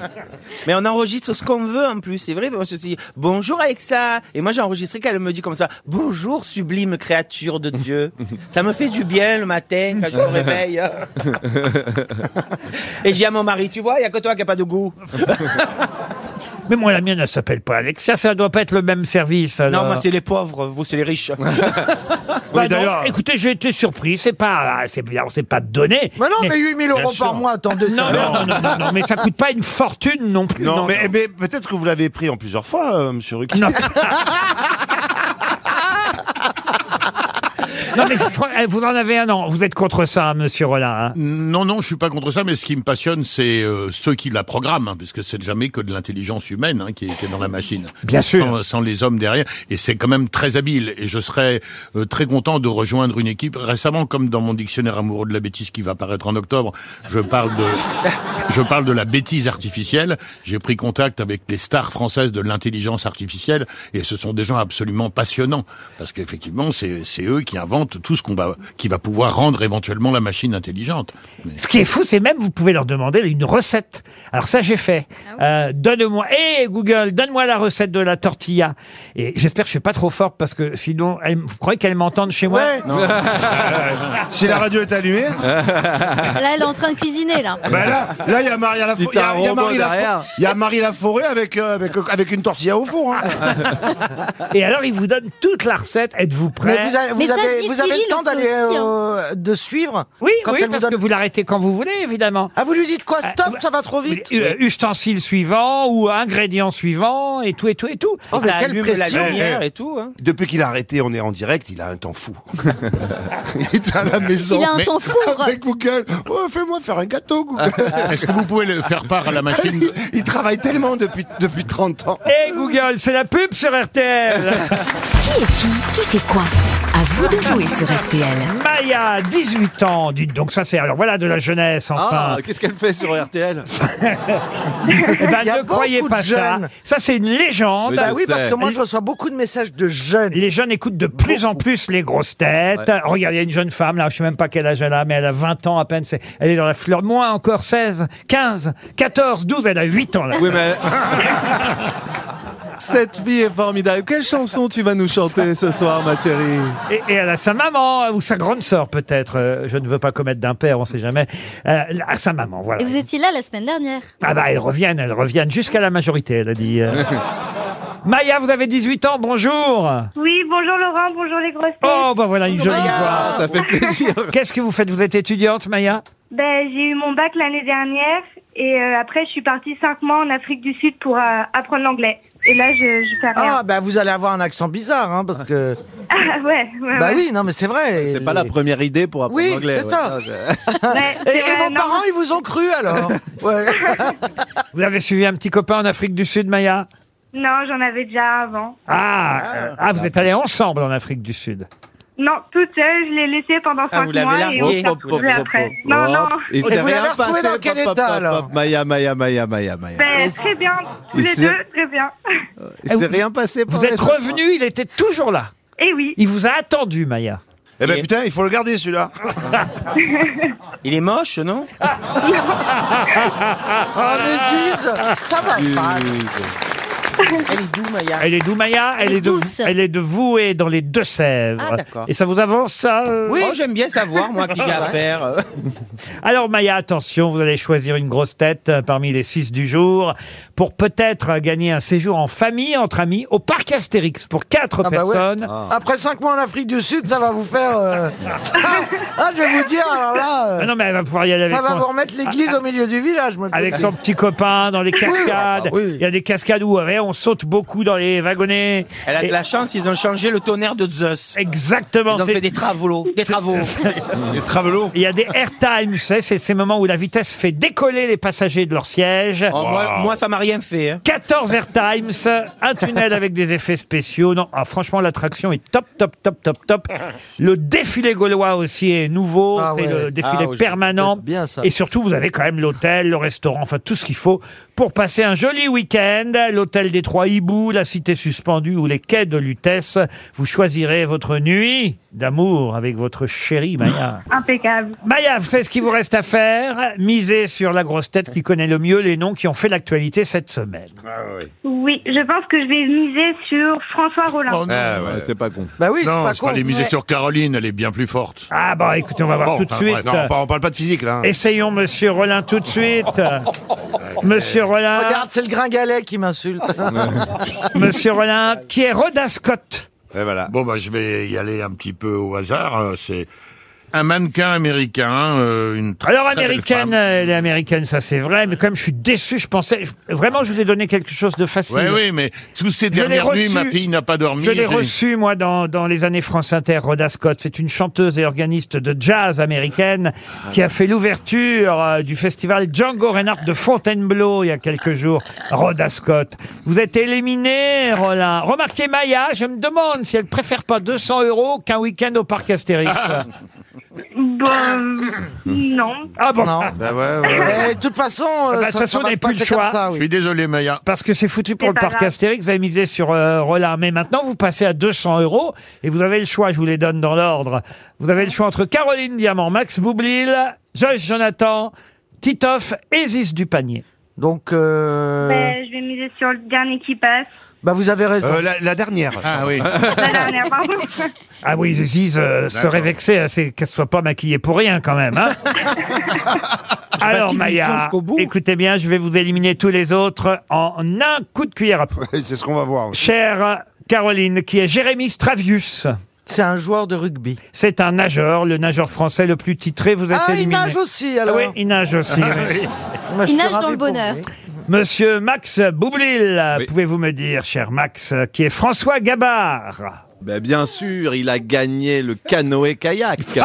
Speaker 4: Mais on enregistre ce qu'on veut en plus, c'est vrai. Parce que je dis, bonjour Alexa. Et moi j'ai enregistré qu'elle me dit comme ça, bonjour sublime créature de Dieu. ça me fait du bien le matin quand je me réveille. Et j'ai à mon mari, tu vois, il y a que toi qui a pas de goût.
Speaker 2: Mais moi, la mienne, elle s'appelle pas Alexia. Ça doit pas être le même service. alors.
Speaker 4: Non, moi c'est les pauvres, vous c'est les riches.
Speaker 2: Bah non, Écoutez, j'ai été surpris. C'est pas, ah, c'est bien, on s'est pas donné.
Speaker 12: Bah
Speaker 8: Mais non, mais 8000 euros
Speaker 7: Oh,
Speaker 8: par mois, attendez
Speaker 2: Non,
Speaker 8: ça.
Speaker 2: non, non, non, non, non, mais ça coûte pas une fortune non plus.
Speaker 12: Non, mais, mais peut-être que vous l'avez pris en plusieurs fois, euh, monsieur Ruquier.
Speaker 2: Non, mais c'est trop- eh, vous en avez un an. Vous êtes contre ça, hein, monsieur Rollin. hein.
Speaker 7: Non, non, je suis pas contre ça, mais ce qui me passionne, c'est euh, ceux qui la programment, hein, puisque c'est jamais que de l'intelligence humaine hein, qui, est, qui est dans la machine.
Speaker 2: Bien sûr.
Speaker 7: Sans, sans les hommes derrière, et c'est quand même très habile. Et je serais euh, très content de rejoindre une équipe récemment, comme dans mon dictionnaire amoureux de la bêtise qui va paraître en octobre. Je parle de, je parle de la bêtise artificielle. J'ai pris contact avec les stars françaises de l'intelligence artificielle, et ce sont des gens absolument passionnants, parce qu'effectivement, c'est c'est eux qui inventent tout ce qu'on va, qui va pouvoir rendre éventuellement la machine intelligente.
Speaker 2: Ce qui est fou, c'est même vous pouvez leur demander une recette. Alors ça, j'ai fait. Euh, donne-moi, hé Google, donne-moi la recette de la tortilla. Et j'espère que je suis pas trop fort parce que sinon, elle- vous croyez qu'elles m'entendent chez moi
Speaker 12: Ouais. Non. si la radio est allumée.
Speaker 6: Là, elle est en train de cuisiner, là.
Speaker 12: Ah bah là, là, il y a Marie Lafo-
Speaker 5: Si
Speaker 12: il y
Speaker 5: t'as
Speaker 12: a-
Speaker 5: un
Speaker 12: il y a
Speaker 5: robot
Speaker 12: Marie
Speaker 5: derrière.
Speaker 12: Lafo- il y a Marie Laforêt avec, euh, avec, avec une tortilla au four. hein.
Speaker 2: Et alors, ils vous donnent toute la recette. Êtes-vous prêt
Speaker 8: Mais vous avez, vous avez- vous avez le temps d'aller euh, de suivre
Speaker 2: Oui,
Speaker 8: quand
Speaker 2: oui,
Speaker 8: elle vous
Speaker 2: parce
Speaker 8: donne-
Speaker 2: que vous l'arrêtez quand vous voulez, évidemment.
Speaker 8: Ah, vous lui dites quoi Stop, ça va trop vite
Speaker 2: Euh, Ustensile suivant ou ingrédient suivant et tout et tout et tout.
Speaker 8: Oh, mais quelle pression.
Speaker 4: lumière et tout. hein.
Speaker 12: Depuis qu'il a arrêté, on est en direct, il a un temps fou. il est à la maison.
Speaker 6: Il a un
Speaker 12: Mais-
Speaker 6: temps fou.
Speaker 12: Avec Google. Oh, fais-moi faire un gâteau, Google.
Speaker 7: Est-ce que vous pouvez le faire part à la machine
Speaker 12: il, il travaille tellement depuis, depuis 30 ans.
Speaker 2: Hey Google, c'est la pub sur RTL.
Speaker 10: Qui est qui Qui fait quoi À vous de jouer sur RTL.
Speaker 2: Maya, 18 ans, dites donc ça c'est alors voilà de la jeunesse enfin.
Speaker 5: Ah, qu'est-ce qu'elle fait sur RTL
Speaker 2: Eh ben,
Speaker 8: Il y a
Speaker 2: ne croyez
Speaker 8: beaucoup
Speaker 2: pas
Speaker 8: de
Speaker 2: ça.
Speaker 8: jeunes.
Speaker 2: Ça c'est une légende.
Speaker 8: Bah oui, parce que moi je reçois beaucoup de messages de jeunes.
Speaker 2: Les jeunes écoutent de plus en plus les grosses têtes.
Speaker 8: Ouais.
Speaker 2: Regardez, il y a une jeune femme, là, je sais même pas quel âge elle a, mais elle a 20 ans à peine. c'est- Elle est dans la fleur. Moins encore, 16, 15, 14, 12, elle a 8 ans, là.
Speaker 5: Oui, mais. Cette vie est formidable. Quelle chanson tu vas nous chanter ce soir, ma chérie
Speaker 2: Et, et elle a sa maman, ou sa grande sœur, peut-être. Euh, je ne veux pas commettre d'impair, on sait jamais. Euh, à sa maman, voilà.
Speaker 6: Et vous étiez là la semaine dernière.
Speaker 2: Ah bah, elles reviennent, elles reviennent jusqu'à la majorité, elle a dit. euh. Maya, vous avez 18 ans, bonjour
Speaker 14: Oui, bonjour Laurent, bonjour les grosses têtes.
Speaker 2: Oh, bah voilà, une jolie
Speaker 12: Ah,
Speaker 5: Ça
Speaker 2: voix.
Speaker 5: fait plaisir.
Speaker 2: Qu'est-ce que vous faites Vous êtes étudiante, Maya
Speaker 14: Ben, j'ai eu mon bac l'année dernière et euh, après je suis partie cinq mois en Afrique du Sud pour euh, apprendre l'anglais. Et là, je, je fais rien.
Speaker 8: Ah, bah vous allez avoir un accent bizarre, hein, parce que.
Speaker 14: Ah, ouais, ouais,
Speaker 8: Bah
Speaker 14: ouais.
Speaker 8: oui, non, mais c'est vrai.
Speaker 5: C'est pas la première idée pour apprendre
Speaker 8: Oui,
Speaker 5: l'anglais.
Speaker 8: c'est ça.
Speaker 14: Ouais,
Speaker 8: Et,
Speaker 14: c'est
Speaker 8: et
Speaker 14: vrai,
Speaker 8: vos
Speaker 14: non.
Speaker 8: parents, ils vous ont cru alors Ouais.
Speaker 2: Vous avez suivi un petit copain en Afrique du Sud, Maya
Speaker 14: Non, j'en avais déjà avant.
Speaker 2: Ah, euh, ah, vous êtes allés ensemble en Afrique du Sud.
Speaker 14: Non, toute seule, je l'ai laissée pendant
Speaker 2: Ah, vous
Speaker 14: 5
Speaker 2: l'avez
Speaker 14: mois et on
Speaker 2: larguée.
Speaker 14: s'est
Speaker 2: Hop, hop,
Speaker 14: retrouvés
Speaker 2: hop,
Speaker 14: après.
Speaker 2: hop,
Speaker 5: Oh,
Speaker 14: Non, non.
Speaker 5: Il s'est rien passé.
Speaker 8: dans quel état, alors
Speaker 5: Maya, Maya, Maya, Maya, Maya.
Speaker 14: Ben, très bien, tous
Speaker 5: Il
Speaker 14: les
Speaker 5: s'est-
Speaker 14: deux, très bien.
Speaker 4: Ah,
Speaker 5: Il s'est rien passé.
Speaker 2: Vous êtes revenu, il était toujours là.
Speaker 14: Eh oui.
Speaker 2: Il vous a attendu, Maya.
Speaker 12: Eh ben putain, il faut le garder celui-là.
Speaker 4: Il est moche, non
Speaker 8: Ah, mais Ziz, ça va pas.
Speaker 4: Elle est doux, Maya.
Speaker 2: Elle est d'où, Maya Elle est, de, elle est de vous et dans les Deux-Sèvres.
Speaker 4: Ah, d'accord.
Speaker 2: et ça vous avance, ça euh
Speaker 4: Oui, Oh, j'aime bien savoir, moi, qui j'ai à faire.
Speaker 2: Alors Maya, attention, vous allez choisir une grosse tête euh, parmi les six du jour pour peut-être euh, gagner un séjour en famille, entre amis, au parc Astérix pour quatre
Speaker 8: Ah bah ouais.
Speaker 2: personnes.
Speaker 8: Après 5 mois en Afrique du Sud, ça va vous faire. euh, ah, je vais vous dire, alors là. euh,
Speaker 2: Ah non, mais elle va pouvoir y aller avec
Speaker 8: ça va
Speaker 2: son- Ah,
Speaker 8: vous remettre l'église au milieu du village, moi, je
Speaker 2: Avec
Speaker 8: vous
Speaker 2: son
Speaker 8: dis.
Speaker 2: petit copain dans les
Speaker 8: Oui.
Speaker 2: cascades.
Speaker 8: Ah bah oui.
Speaker 2: Il y a des cascades où euh, on saute beaucoup dans les wagonnets.
Speaker 4: Elle a
Speaker 2: Et-
Speaker 4: de la chance, ils ont changé le tonnerre de Zeus.
Speaker 2: Exactement.
Speaker 4: Ils ont
Speaker 2: c'est-
Speaker 4: fait des travaux. Des travaux.
Speaker 2: Des Il y a des airtimes, vous savez, c'est ces moments où la vitesse fait décoller les passagers de leur siège.
Speaker 4: Oh, moi- moi, ça m'a rien fait. hein.
Speaker 2: 14 airtimes, un tunnel avec des effets spéciaux. Non, ah, franchement, l'attraction est top, top, top, top, top. Le défilé gaulois aussi est nouveau.
Speaker 5: Ah
Speaker 2: c'est
Speaker 5: ouais.
Speaker 2: le défilé
Speaker 5: Ah ouais, je-
Speaker 2: permanent.
Speaker 5: c'est bien, ça.
Speaker 2: Et surtout, vous avez quand même l'hôtel, le restaurant, enfin tout ce qu'il faut pour passer un joli week-end. L'hôtel des Trois Hiboux, la cité suspendue ou les quais de Lutèce. Vous choisirez votre nuit d'amour avec votre chérie Maya.
Speaker 14: Impeccable.
Speaker 2: Maya, vous savez ce qu'il vous reste à faire Miser sur la grosse tête qui connaît le mieux les noms qui ont fait l'actualité cette semaine.
Speaker 14: Oui, je pense que je vais miser sur François Rollin.
Speaker 8: Oh
Speaker 7: c'est pas con.
Speaker 8: Bah oui,
Speaker 7: Oh non,
Speaker 14: c'est pas
Speaker 7: je peux
Speaker 14: con.
Speaker 7: aller miser
Speaker 14: Ouais.
Speaker 7: sur Caroline, elle est bien plus forte.
Speaker 2: Ah bah écoutez, on va voir tout de suite.
Speaker 7: on parle pas de physique là. hein.
Speaker 2: Essayons Monsieur Rollin tout de suite. Monsieur Rollin.
Speaker 8: Regarde, c'est le gringalet qui m'insulte.
Speaker 2: Monsieur Rollin, qui est Roda Scott.
Speaker 7: voilà. Bon, bah, je vais y aller un petit peu au hasard. euh, C'est un mannequin américain, euh, une très,
Speaker 2: Alors
Speaker 7: très belle
Speaker 2: américaine,
Speaker 7: femme.
Speaker 2: euh, elle est américaine, ça c'est vrai, mais comme je suis déçu, je pensais je- vraiment je vous ai donné quelque chose de facile.
Speaker 7: Oui, oui, mais tous ces
Speaker 2: Je l'ai
Speaker 7: dernières nuits,
Speaker 2: reçu.
Speaker 7: ma fille n'a pas dormi.
Speaker 2: Je l'ai
Speaker 7: J'ai-
Speaker 2: reçue, moi, dans, dans les années France Inter, Rhoda Scott. C'est une chanteuse et organiste de jazz américaine qui a fait l'ouverture euh, du festival Django Reinhardt de Fontainebleau il y a quelques jours. Rhoda Scott. Vous êtes éliminé, Roland. Remarquez Maya, je me demande si elle préfère pas 200 euros qu'un week-end au parc Astérix.
Speaker 14: Bon, non.
Speaker 2: Ah bon
Speaker 8: Non.
Speaker 7: Bah ouais,
Speaker 8: Mais de toute façon, euh,
Speaker 2: Bah, de
Speaker 8: ça-
Speaker 2: toute
Speaker 8: ça
Speaker 2: façon, on
Speaker 8: marche
Speaker 2: n'avait
Speaker 8: pas,
Speaker 2: plus le
Speaker 8: c'est comme
Speaker 2: choix.
Speaker 8: ça, oui.
Speaker 7: Je suis désolé, Maya.
Speaker 2: Parce que c'est foutu pour
Speaker 8: C'est
Speaker 2: le
Speaker 8: pas
Speaker 2: parc
Speaker 8: grave.
Speaker 2: Astérix, vous avez misé sur euh, Rollin. Mais maintenant, vous passez à 200 euros et vous avez le choix, je vous les donne dans l'ordre. Vous avez le choix entre Caroline Diamant, Max Boublil, Joyce Jonathan, Titoff et Ziz Dupanier.
Speaker 8: Donc, euh,
Speaker 14: Ben, je vais miser sur le dernier qui passe.
Speaker 8: bah, vous avez raison.
Speaker 12: Euh, la, la dernière.
Speaker 7: Ah oui.
Speaker 14: La dernière, pardon.
Speaker 2: Ah oui, Ziz euh, serait
Speaker 7: D'accord.
Speaker 2: vexé à ces- qu'elle ne soit pas maquillée pour rien quand même. hein. Alors
Speaker 4: s'ils sont
Speaker 2: Maya,
Speaker 4: jusqu'au bout.
Speaker 2: écoutez bien, je vais vous éliminer tous les autres en un coup de cuillère. à peau.
Speaker 12: C'est ce qu'on va voir.
Speaker 2: Chère Caroline, qui est Jérémy Stravius.
Speaker 8: C'est un joueur de rugby.
Speaker 2: C'est un nageur, le nageur français le plus titré. Vous êtes
Speaker 8: Ah, il
Speaker 2: éliminé.
Speaker 8: nage aussi, alors.
Speaker 2: Ah Oui, il nage aussi. oui.
Speaker 8: Moi,
Speaker 6: Il
Speaker 8: je suis
Speaker 6: nage dans
Speaker 8: ravi
Speaker 6: le
Speaker 8: pour
Speaker 6: bonheur.
Speaker 8: lui.
Speaker 2: Monsieur Max Boublil, pouvez-vous me dire, cher Max, qui est François Gabard
Speaker 5: Ben, bien sûr, il a gagné le canoë-kayak.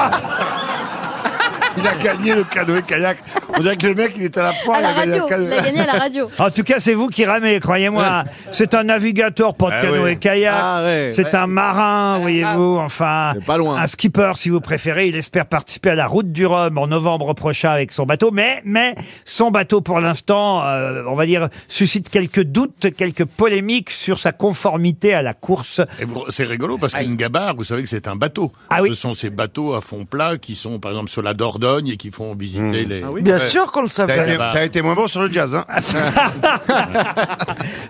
Speaker 12: Il a gagné le canoë-kayak. On dirait que le mec, il était à la poire.
Speaker 6: À la
Speaker 12: il a gagné
Speaker 6: radio.
Speaker 12: le canoë.
Speaker 6: Il a gagné à la radio.
Speaker 2: En tout cas, c'est vous qui ramez, croyez-moi. C'est un navigateur pour
Speaker 5: Ah
Speaker 2: canoë
Speaker 5: oui.
Speaker 2: et kayak.
Speaker 5: Ah ouais,
Speaker 2: c'est
Speaker 5: ouais.
Speaker 2: un marin, voyez-vous. Enfin,
Speaker 5: C'est pas loin.
Speaker 2: un skipper, si vous préférez. Il espère participer à la route du Rhum en novembre prochain avec son bateau. Mais, mais son bateau, pour l'instant, euh, on va dire, suscite quelques doutes, quelques polémiques sur sa conformité à la course.
Speaker 7: Et vous- C'est rigolo parce qu'une gabarre, vous savez que c'est un bateau.
Speaker 2: Ah
Speaker 7: Ce sont ces bateaux à fond plat qui sont, par exemple, sur la Dordogne et qui font visiter les.
Speaker 8: Ah Bien sûr qu'on le
Speaker 12: T'as
Speaker 8: savait. Ah,
Speaker 12: été, t'as été moins bon sur le jazz, hein.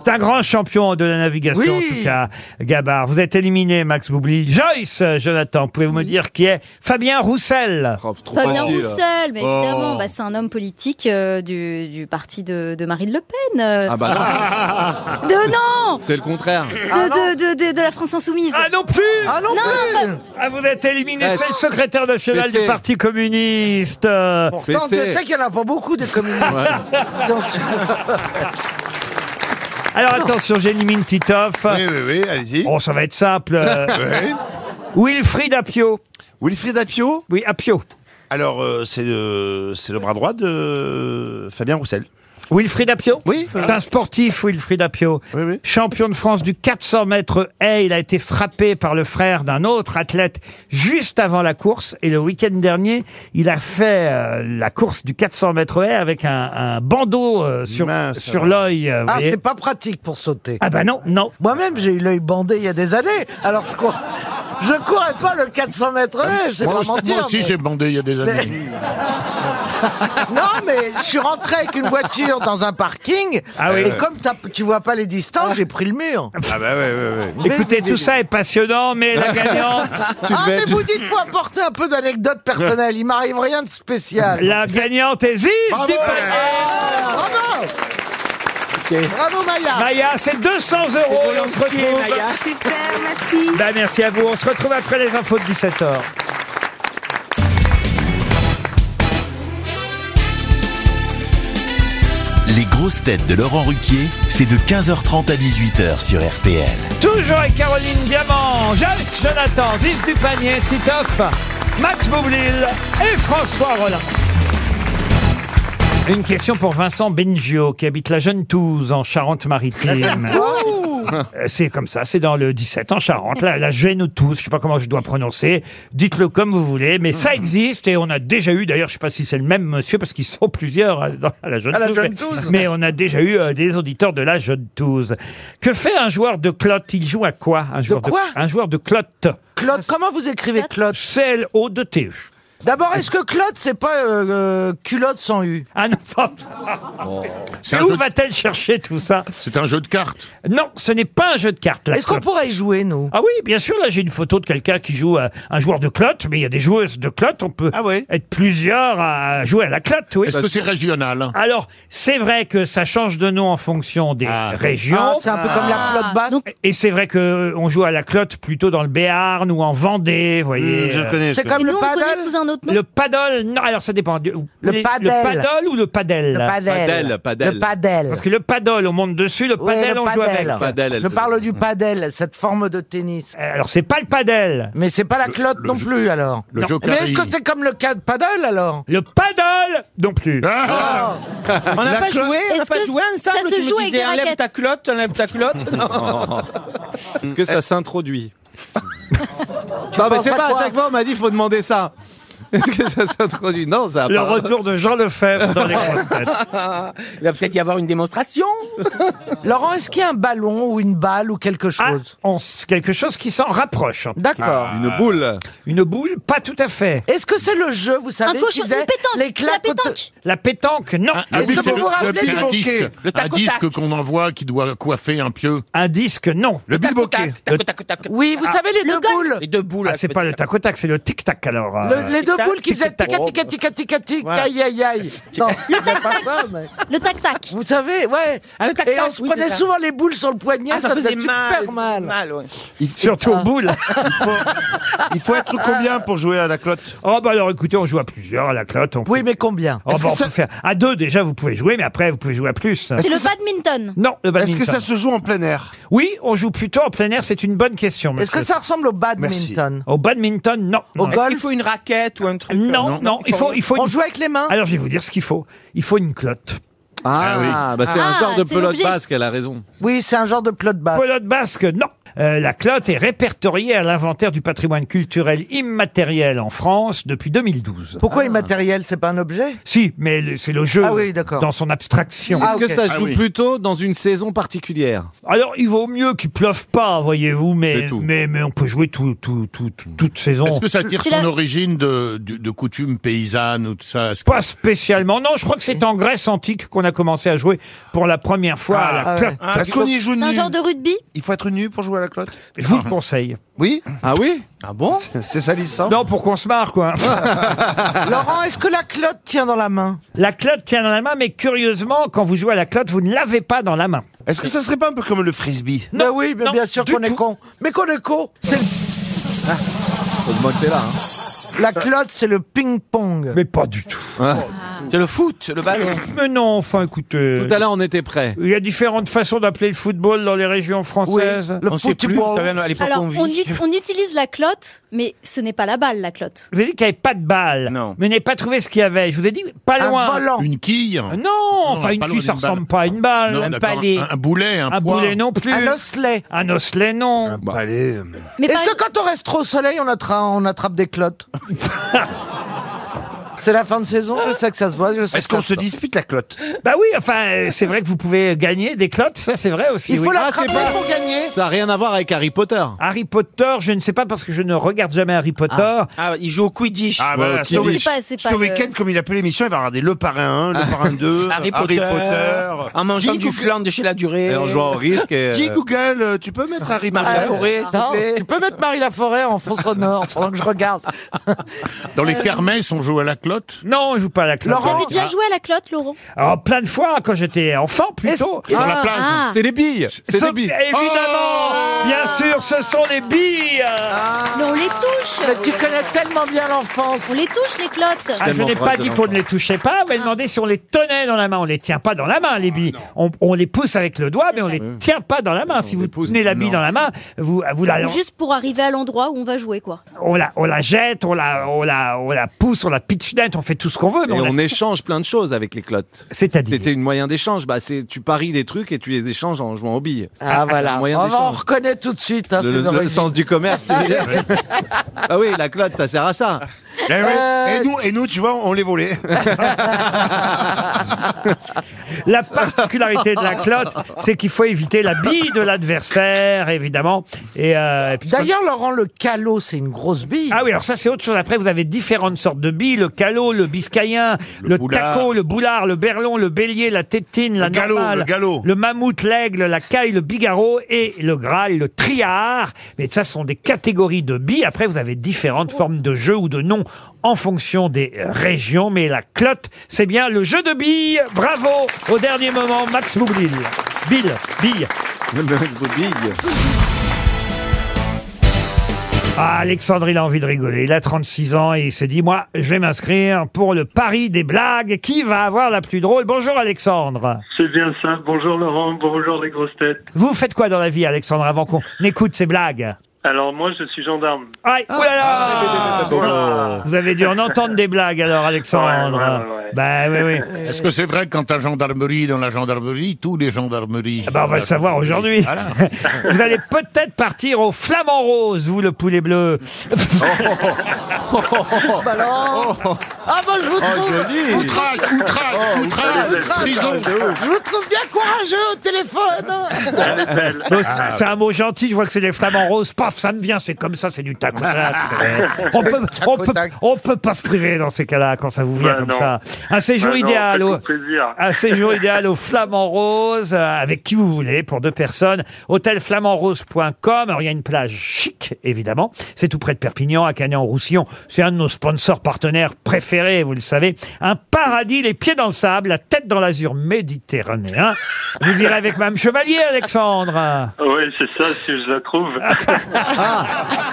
Speaker 2: C'est un grand champion de la navigation,
Speaker 8: Oui.
Speaker 2: en tout cas, Gabard. Vous êtes éliminé, Max Boublil. Joyce, Jonathan, pouvez-vous me dire qui est Fabien Roussel
Speaker 12: Oh,
Speaker 6: Fabien Roussel, mais
Speaker 2: Oh.
Speaker 6: évidemment, bah, c'est un homme politique euh, du, du parti de, de Marine Le Pen. euh,
Speaker 5: Ah bah
Speaker 6: De non
Speaker 5: C'est le contraire.
Speaker 6: de, de, de, de- de la France Insoumise.
Speaker 2: Ah non plus
Speaker 8: Ah non,
Speaker 6: Non,
Speaker 8: plus
Speaker 2: Ah, vous êtes éliminé,
Speaker 5: Eh,
Speaker 2: c'est le secrétaire national
Speaker 5: mais
Speaker 2: du
Speaker 5: c'est-
Speaker 2: Parti communiste. Euh,
Speaker 8: Pourtant,
Speaker 5: Mais c'est-
Speaker 8: Dieu sait qu'il n'y en a pas beaucoup des communistes.
Speaker 2: Alors attention, j'élimine Titoff.
Speaker 12: Oui, oui, oui, allez-y.
Speaker 2: Bon, ça va être simple. Euh,
Speaker 12: Ouais.
Speaker 2: Wilfried Apio.
Speaker 12: Wilfried Apio
Speaker 2: Oui, Apio.
Speaker 12: euh, Alors, euh, c'est le, c'est le bras droit de euh, Fabien Roussel.
Speaker 2: Wilfried Apio Oui. C'est un sportif, Wilfried Apio. Champion de France du 400 mètres haie, il a été frappé par le frère d'un autre athlète juste avant la course. Et le week-end dernier, il a fait euh, la course du 400 mètres haie avec un, un bandeau euh, sur, sur l'œil. euh, vous
Speaker 8: Ah,
Speaker 2: voyez.
Speaker 8: c'est pas pratique pour sauter.
Speaker 2: Ah bah non, non.
Speaker 8: Moi-même, j'ai eu l'œil bandé il y a des années. Alors je cours- je courais pas le 400 mètres, c'est
Speaker 7: moi
Speaker 8: pas
Speaker 7: aussi, moi
Speaker 8: mentir.
Speaker 7: aussi,
Speaker 8: mais-
Speaker 7: j'ai bandé il y a des années.
Speaker 8: non, mais je suis rentré avec une voiture dans un parking.
Speaker 2: Ah oui.
Speaker 8: Et comme t'as- tu vois pas les distances, j'ai pris le mur.
Speaker 2: Ah bah ouais, ouais, Écoutez, tout ça est passionnant, mais la gagnante...
Speaker 8: ah, mais vous dites, faut apporter un peu d'anecdotes personnelles. Il m'arrive rien de spécial.
Speaker 2: La gagnante est Ziz
Speaker 8: Bravo
Speaker 2: du Palais.
Speaker 8: Bravo Bravo, Maya
Speaker 2: Maya, c'est 200 euros. et on se retrouve. Bah, merci à vous. On se retrouve après les infos de 17h.
Speaker 1: Les grosses têtes de Laurent Ruquier, c'est de 15h30 à 18h sur RTL.
Speaker 2: Toujours avec Caroline Diamant, Joyce Jonathan, Ziz du Panier, Titoff, Max Boublil et François Rollin. Une question pour Vincent Bengio qui habite la Jeune Touze en Charente-Maritime. Euh, C'est comme ça, c'est dans le 17 en Charente, la, la Genotouze, je sais pas comment je dois prononcer, dites-le comme vous voulez, mais ça existe et on a déjà eu, d'ailleurs je sais pas si c'est le même monsieur parce qu'ils sont plusieurs à, dans- à la Jeune
Speaker 15: À la
Speaker 2: Touze, mais-
Speaker 15: Genotouze.
Speaker 2: mais on a déjà eu euh, des auditeurs de la Jeune Touze. Que fait un joueur de clotte Il joue à quoi un joueur
Speaker 8: quoi
Speaker 2: Un joueur de clotte.
Speaker 8: Claude, comment vous écrivez Claude
Speaker 2: C-L-O-D-T.
Speaker 8: D'abord, est-ce que Claude, c'est pas euh, euh, culotte sans U
Speaker 2: Ah non,
Speaker 7: C'est
Speaker 2: Mais
Speaker 7: un
Speaker 2: où
Speaker 7: jeu de-
Speaker 2: va-t-elle chercher tout ça
Speaker 7: C'est un jeu de cartes.
Speaker 2: Non, ce n'est pas un jeu de cartes. la
Speaker 8: Est-ce qu'on
Speaker 2: clotte.
Speaker 8: pourrait y jouer, nous
Speaker 2: Ah oui, bien sûr, là j'ai une photo de quelqu'un qui joue à un joueur de clotte, mais il y a des joueuses de clotte, on peut
Speaker 8: Ah
Speaker 2: être plusieurs à jouer à la clotte, oui.
Speaker 7: Est-ce que c'est régional
Speaker 2: Alors, c'est vrai que ça change de nom en fonction des régions.
Speaker 8: Ah, c'est un peu comme la clotte basse.
Speaker 2: Et c'est vrai que euh, on joue à la clotte plutôt dans le Béarn ou en Vendée, vous
Speaker 8: Hmm,
Speaker 2: voyez.
Speaker 12: je connais,
Speaker 6: C'est comme le paddle sous un autre nom.
Speaker 2: Le paddle, non, alors ça dépend. Le,
Speaker 6: Le paddle.
Speaker 2: le paddle ou le padel
Speaker 8: Le paddle. Padel, padel. Le padel.
Speaker 2: Parce que le paddle, on monte dessus, le
Speaker 8: Ouais,
Speaker 2: paddle,
Speaker 8: le
Speaker 2: on joue
Speaker 8: padel.
Speaker 2: avec.
Speaker 8: Je parle du padel, cette forme de tennis.
Speaker 2: Euh, Alors, c'est pas le padel.
Speaker 8: Mais c'est pas la clotte non plus, alors.
Speaker 2: le
Speaker 8: Non.
Speaker 2: joker.
Speaker 8: Mais est-ce que c'est comme le cas de padel, alors Oh.
Speaker 2: Le paddle non plus. Ah!
Speaker 4: On n'a pas joué, on n'a
Speaker 6: Est-ce
Speaker 4: pas
Speaker 6: que
Speaker 4: joué
Speaker 6: ça
Speaker 4: ensemble.
Speaker 6: se
Speaker 4: Tu
Speaker 6: joue
Speaker 4: me
Speaker 6: avec
Speaker 4: disais,
Speaker 6: des
Speaker 4: hein, enlève
Speaker 6: raquettes
Speaker 4: ta culotte, enlève ta culotte. Non.
Speaker 5: Est-ce que ça s'introduit
Speaker 4: penses
Speaker 5: Non, mais c'est
Speaker 4: à
Speaker 5: pas
Speaker 4: quoi
Speaker 5: attaquement, on m'a dit, il faut demander ça. Est-ce que ça s'introduit Non, ça.
Speaker 2: Le retour de Jean Lefebvre dans les grosses têtes.
Speaker 4: Il va peut-être y avoir une démonstration.
Speaker 8: Laurent, est-ce qu'il y a un ballon ou une balle ou quelque
Speaker 2: Ah.
Speaker 8: chose
Speaker 2: On s- quelque chose qui s'en rapproche.
Speaker 8: D'accord.
Speaker 7: Ah.
Speaker 5: Une boule.
Speaker 2: Une boule, pas tout à fait.
Speaker 8: Est-ce que c'est le jeu, vous savez
Speaker 6: cochon-
Speaker 8: qui faisait
Speaker 6: une pétanque,
Speaker 8: les claques
Speaker 6: la
Speaker 8: au te-
Speaker 2: La pétanque, non.
Speaker 7: Un
Speaker 8: Est-ce
Speaker 7: disque,
Speaker 8: que vous vous rappelez
Speaker 7: c'est
Speaker 8: du
Speaker 7: un
Speaker 8: hockey
Speaker 7: disque,
Speaker 8: Le
Speaker 7: un
Speaker 8: tac-au-tac.
Speaker 7: disque qu'on envoie qui doit coiffer un pieu.
Speaker 2: Un disque, non.
Speaker 7: Le bilboquet.
Speaker 8: Oui, vous savez, les deux boules.
Speaker 4: Les deux boules.
Speaker 2: Ah, c'est pas le tac au tac, c'est le tic tac alors. euh.
Speaker 8: Le- les deux boules qui faisaient tica tica tica tica tica
Speaker 2: Voilà.
Speaker 8: aïe aïe aïe. Non, c'est pas ça, mais-
Speaker 6: Le tac-tac.
Speaker 8: Vous savez, ouais.
Speaker 4: tac-tac,
Speaker 8: Et on se
Speaker 4: oui,
Speaker 8: prenait
Speaker 4: c'est ça.
Speaker 8: souvent les boules sur le poignet,
Speaker 4: Ah,
Speaker 8: ça, faisait super mal.
Speaker 4: ouais.
Speaker 2: Surtout aux boules.
Speaker 12: Il faut être combien pour jouer à la clotte
Speaker 2: Oh bah alors écoutez, on joue à plusieurs à la clotte. On
Speaker 8: Oui, mais combien
Speaker 2: Oh, bah, on peut faire à deux déjà, vous pouvez jouer, mais après vous pouvez jouer à plus.
Speaker 6: C'est le badminton.
Speaker 2: Non, le
Speaker 12: Est-ce
Speaker 2: badminton.
Speaker 12: que ça se joue en plein air
Speaker 2: Oui, on joue plutôt en plein air. C'est une bonne question.
Speaker 8: Est-ce que
Speaker 2: monsieur.
Speaker 8: ça ressemble au badminton
Speaker 2: Au badminton, non.
Speaker 8: Au
Speaker 2: non.
Speaker 8: golf
Speaker 4: Il faut une raquette ou un truc.
Speaker 2: Non, non, il faut, il faut.
Speaker 8: On
Speaker 2: une-
Speaker 8: joue avec les mains
Speaker 2: Alors je vais vous dire ce qu'il faut. Il faut une clotte.
Speaker 5: Ah,
Speaker 8: Ah,
Speaker 5: bah c'est
Speaker 8: ah,
Speaker 5: un genre de
Speaker 8: c'est
Speaker 5: pelote
Speaker 8: l'objet.
Speaker 5: basque, elle a raison.
Speaker 8: Oui, c'est un genre de plot bas.
Speaker 2: Pelote basque, non. Euh, la clotte est répertoriée à l'inventaire du patrimoine culturel immatériel en France depuis 2012.
Speaker 5: Ah.
Speaker 8: Pourquoi immatériel C'est pas un objet
Speaker 2: Si, mais le- c'est le jeu
Speaker 8: Ah oui, d'accord.
Speaker 2: dans son abstraction.
Speaker 5: Est-ce que ça se
Speaker 8: Ah
Speaker 5: joue
Speaker 8: oui.
Speaker 5: plutôt dans une saison particulière
Speaker 2: Alors, il vaut mieux qu'il pleuve pas, voyez-vous, mais, mais, mais on peut jouer tout, tout, tout, toute saison.
Speaker 7: Hmm. Est-ce que ça tire
Speaker 2: C'est
Speaker 7: son
Speaker 2: la-
Speaker 7: origine de, de, de coutumes paysannes ou tout ça Est-ce que-
Speaker 2: Pas spécialement. Non, je crois que c'est en Grèce antique qu'on a commencé à jouer pour la première fois à la
Speaker 12: Ah,
Speaker 2: clotte.
Speaker 12: ouais. Est-ce qu'on y joue nu
Speaker 6: C'est un genre de rugby
Speaker 12: Il faut être nu pour jouer à la clotte
Speaker 2: Je vous le conseille.
Speaker 12: Oui
Speaker 5: Ah oui
Speaker 12: Ah bon Ah. C'est salissant
Speaker 2: Non, pour qu'on se marre, quoi.
Speaker 8: Laurent, est-ce que la clotte tient dans la main
Speaker 2: la clotte tient dans la main, mais curieusement, quand vous jouez à la clotte, vous ne l'avez pas dans la main.
Speaker 12: Est-ce que ça serait pas un peu comme le frisbee
Speaker 8: Ben oui, mais
Speaker 2: non,
Speaker 8: bien sûr
Speaker 2: du
Speaker 8: qu'on est
Speaker 2: tout.
Speaker 8: con. Mais qu'on est con. C'est
Speaker 5: Heureusement que t'es là. hein.
Speaker 8: La clotte, c'est le ping-pong.
Speaker 2: Mais pas du tout.
Speaker 7: Hein
Speaker 12: Hein Ah.
Speaker 4: C'est le foot, le ballon.
Speaker 2: Euh, Mais non, enfin, écoutez.
Speaker 5: Tout à l'heure, on était prêts.
Speaker 2: Il y a différentes façons d'appeler le football dans les régions françaises.
Speaker 4: le On sait plus, football. ça vient à l'époque
Speaker 6: Alors, on, ut- on utilise la clotte, mais ce n'est pas la balle, la clotte.
Speaker 2: Je vous ai dit qu'il n'y avait pas de balle. Mais n'ai pas trouvé ce qu'il y avait. Je vous ai dit pas
Speaker 6: Un
Speaker 2: loin. Euh,
Speaker 6: volant.
Speaker 7: Une quille Non,
Speaker 2: enfin
Speaker 7: pas
Speaker 2: une
Speaker 7: loin
Speaker 2: quille, ça
Speaker 7: d'une balle.
Speaker 2: ressemble pas à une balle.
Speaker 7: Non, Un d'accord. palais. Un- un boulet, un poids.
Speaker 2: boulet non plus.
Speaker 8: Un osselet.
Speaker 2: Un osselet, non. Un
Speaker 12: palais.
Speaker 7: Bah.
Speaker 8: Est-ce que quand on reste trop au soleil, on, attra- on attrape des clottes C'est la fin de saison, je sais que ça se voit.
Speaker 2: Est-ce qu'on se
Speaker 12: dispute la clotte
Speaker 2: Bah oui, enfin, euh, c'est vrai que vous pouvez gagner des clottes, ça c'est vrai aussi.
Speaker 5: Il faut
Speaker 2: oui.
Speaker 5: l'attraper
Speaker 2: Ah, c'est pas-
Speaker 5: pour gagner. Ça n'a rien à voir avec Harry Potter.
Speaker 2: Harry Potter, je ne sais pas parce que je ne regarde jamais Harry Potter.
Speaker 4: Ah, il joue au Quidditch.
Speaker 12: Ah, bah, voilà, ce week- ce week-end, comme il appelle l'émission, il va regarder le parrain 1, le parrain 2,
Speaker 4: Harry Potter. En mangeant
Speaker 12: Dis
Speaker 4: du
Speaker 12: Google-
Speaker 4: flan de chez la durée.
Speaker 12: Et en jouant au risque et,
Speaker 8: Dis
Speaker 12: euh, Google, euh, tu peux mettre Harry
Speaker 8: Marie
Speaker 12: Potter
Speaker 8: Laforêt, Ah, s'il te plaît. Tu peux mettre Marie Laforêt en fond sonore pendant que je regarde.
Speaker 7: Dans les
Speaker 6: Euh,
Speaker 7: kermesses, on joue à la clotte
Speaker 2: Non, on joue pas à la clotte.
Speaker 6: Vous avez déjà joué à la clotte, Laurent
Speaker 2: Alors, plein de fois, quand j'étais enfant, plutôt.
Speaker 6: Est-ce- Sur la Ah, plage. ah.
Speaker 5: C'est les billes. C'est
Speaker 2: Ce-
Speaker 5: les billes.
Speaker 2: Évidemment, bien sûr, ce sont les billes.
Speaker 6: Mais on les touche
Speaker 8: Ah. Mais tu connais tellement bien l'enfance
Speaker 6: On les touche, les clottes
Speaker 2: Ah, je n'ai pas dit qu'on ne les touchait pas, on m'a demandé si on les tenait dans la main. On les tient pas dans la main, les billes. on, on les pousse avec le doigt, mais on les tient pas dans la main. si vous tenez la bille dans la main, vous, vous la,
Speaker 6: Juste pour arriver à l'endroit où on va jouer, quoi.
Speaker 2: on la, on la jette, on la, on la, on la pousse, on la pitch net, on fait tout ce qu'on
Speaker 8: Ah,
Speaker 2: veut. Mais
Speaker 5: Et
Speaker 2: on la-
Speaker 5: on échange plein de choses avec les clottes.
Speaker 2: C'est-à-dire
Speaker 5: C'était une moyen d'échange. Bah, c'est tu paries des trucs et tu les échanges en jouant aux billes.
Speaker 8: Ah,
Speaker 5: Un
Speaker 8: voilà,
Speaker 5: moyen
Speaker 8: on va en
Speaker 5: d'échange.
Speaker 8: reconnaître tout de suite. hein,
Speaker 5: Le,
Speaker 8: tes
Speaker 5: le
Speaker 8: origines.
Speaker 5: sens du commerce, tu veux dire Ah oui, la clotte, ça sert à ça.
Speaker 12: Eh oui.
Speaker 8: Euh,
Speaker 12: Et, nous, et nous, tu vois, on les volait.
Speaker 2: La particularité de la clotte, c'est qu'il faut éviter la bille de l'adversaire, évidemment. Et, euh, et puis-
Speaker 8: D'ailleurs, Laurent, le calot, c'est une grosse bille.
Speaker 2: Ah oui, alors ça c'est autre chose. Après, vous avez différentes sortes de billes, le calot, le biscayen, le,
Speaker 7: boulard.
Speaker 2: taco, le boulard, le berlon, le bélier, la tétine, la
Speaker 12: galop,
Speaker 2: normale,
Speaker 12: le galop.
Speaker 2: le mammouth, l'aigle, la caille, le bigarro et le graal, le triard. Mais ça ce sont des catégories de billes. Après, vous avez différentes formes de jeux ou de noms en fonction des euh, régions. Mais la clotte, c'est bien le jeu de billes. Bravo au dernier moment, Max Boublil. Bill, bille. Ah, Alexandre, il a envie de rigoler. Il a 36 ans et il s'est dit, moi, je vais m'inscrire pour le pari des blagues. Qui va avoir la plus drôle Bonjour, Alexandre.
Speaker 15: C'est bien ça. Bonjour Laurent, bonjour les grosses têtes.
Speaker 2: Vous faites quoi dans la vie, Alexandre, avant qu'on écoute ces blagues
Speaker 15: Alors moi je suis gendarme.
Speaker 2: Aïe, oh là là Vous avez dû en entendre des blagues, alors, Alexandre.
Speaker 7: Ouais, ouais, ouais, ouais.
Speaker 2: Bah oui, oui.
Speaker 7: Est-ce que c'est vrai que quand la gendarmerie, dans la gendarmerie, tous les gendarmeries
Speaker 2: Ah bah, on va le savoir aujourd'hui.
Speaker 7: Voilà.
Speaker 2: vous allez peut-être partir au flamand rose, vous, le poulet bleu.
Speaker 8: Bah alors. Ah bah
Speaker 6: Oh,
Speaker 8: je vous trouve
Speaker 7: Outrage, outrage,
Speaker 8: Ah,
Speaker 7: outrage, prison.
Speaker 8: Je vous trouve bien courageux au téléphone
Speaker 2: Bon, c'est- c'est un mot gentil, je vois que c'est des flamants roses. Paf, ça me vient, c'est comme ça, c'est du tac au tac. on, peut, on, peut, on peut pas se priver dans ces cas-là quand ça vous
Speaker 7: Ben
Speaker 2: vient
Speaker 15: Bah
Speaker 2: comme
Speaker 15: non.
Speaker 2: ça. Un séjour
Speaker 15: Bah non,
Speaker 2: idéal. oh.
Speaker 15: faites-vous
Speaker 2: au-
Speaker 15: plaisir.
Speaker 2: Un séjour idéal au Flamand Rose, euh, avec qui vous voulez, pour deux personnes. Hôtelflamandrose.com. Alors, il y a une plage chic, évidemment. C'est tout près de Perpignan, à Canet-en-Roussillon. C'est un de nos sponsors partenaires préférés, vous le savez. Un paradis, les pieds dans le sable, la tête dans l'azur méditerranéen. Vous irez avec Mme Chevalier, Alexandre.
Speaker 15: Oui, c'est ça, si je la trouve.
Speaker 2: Ah.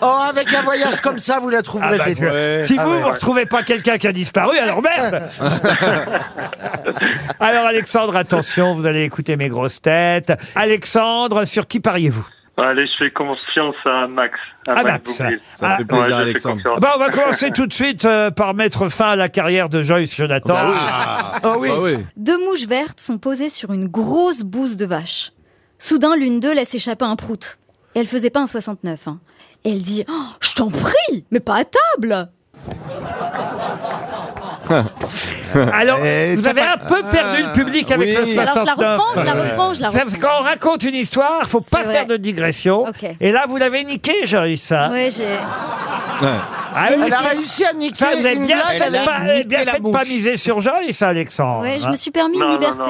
Speaker 8: Oh, avec un voyage comme ça, vous la trouverez
Speaker 2: Ah bah,
Speaker 8: bête.
Speaker 2: ouais. Si
Speaker 8: Ah
Speaker 2: vous
Speaker 8: ouais.
Speaker 2: ne retrouvez pas quelqu'un qui a disparu, alors merde Alors Alexandre, attention, vous allez écouter mes grosses têtes. Alexandre, sur qui pariez-vous
Speaker 15: Bah, Allez, je fais confiance à Max.
Speaker 2: À Max.
Speaker 15: Boublil.
Speaker 2: Ça fait Ah, plaisir,
Speaker 15: Ouais, je fais
Speaker 2: Alexandre.
Speaker 15: confiance.
Speaker 2: Bah, On va commencer tout de suite euh, par mettre fin à la carrière de Joyce Jonathan.
Speaker 6: Bah
Speaker 8: Ah
Speaker 6: oui.
Speaker 2: Ah
Speaker 6: Deux mouches vertes sont posées sur une grosse bouse de vache. Soudain, l'une d'eux laisse échapper un prout. Et elle faisait pas un 69. hein. Et elle dit Oh, Je t'en prie, mais pas à table
Speaker 2: Alors,
Speaker 6: Eh,
Speaker 2: vous avez un peu perdu le public avec le 69.
Speaker 6: Alors, je la reprends, je la reprends, je la
Speaker 2: C'est parce que Quand on raconte une histoire, faut pas
Speaker 6: C'est
Speaker 2: faire
Speaker 6: vrai.
Speaker 2: de digression.
Speaker 6: Ok.
Speaker 2: Et là, vous l'avez niqué, Joyce. hein.
Speaker 6: Ouais, j'ai.
Speaker 2: Ah oui,
Speaker 8: Elle a
Speaker 2: c'est-
Speaker 8: réussi à niquer
Speaker 2: Ça, vous avez
Speaker 8: une
Speaker 2: bien
Speaker 8: blague,
Speaker 2: fait
Speaker 8: elle
Speaker 2: de
Speaker 8: a
Speaker 2: pas, eh bien
Speaker 8: niqué la
Speaker 2: fait de pas
Speaker 8: mouche.
Speaker 2: miser sur Joyce, Alexandre.
Speaker 6: Ouais, je
Speaker 2: hein.
Speaker 6: me suis permis une liberté.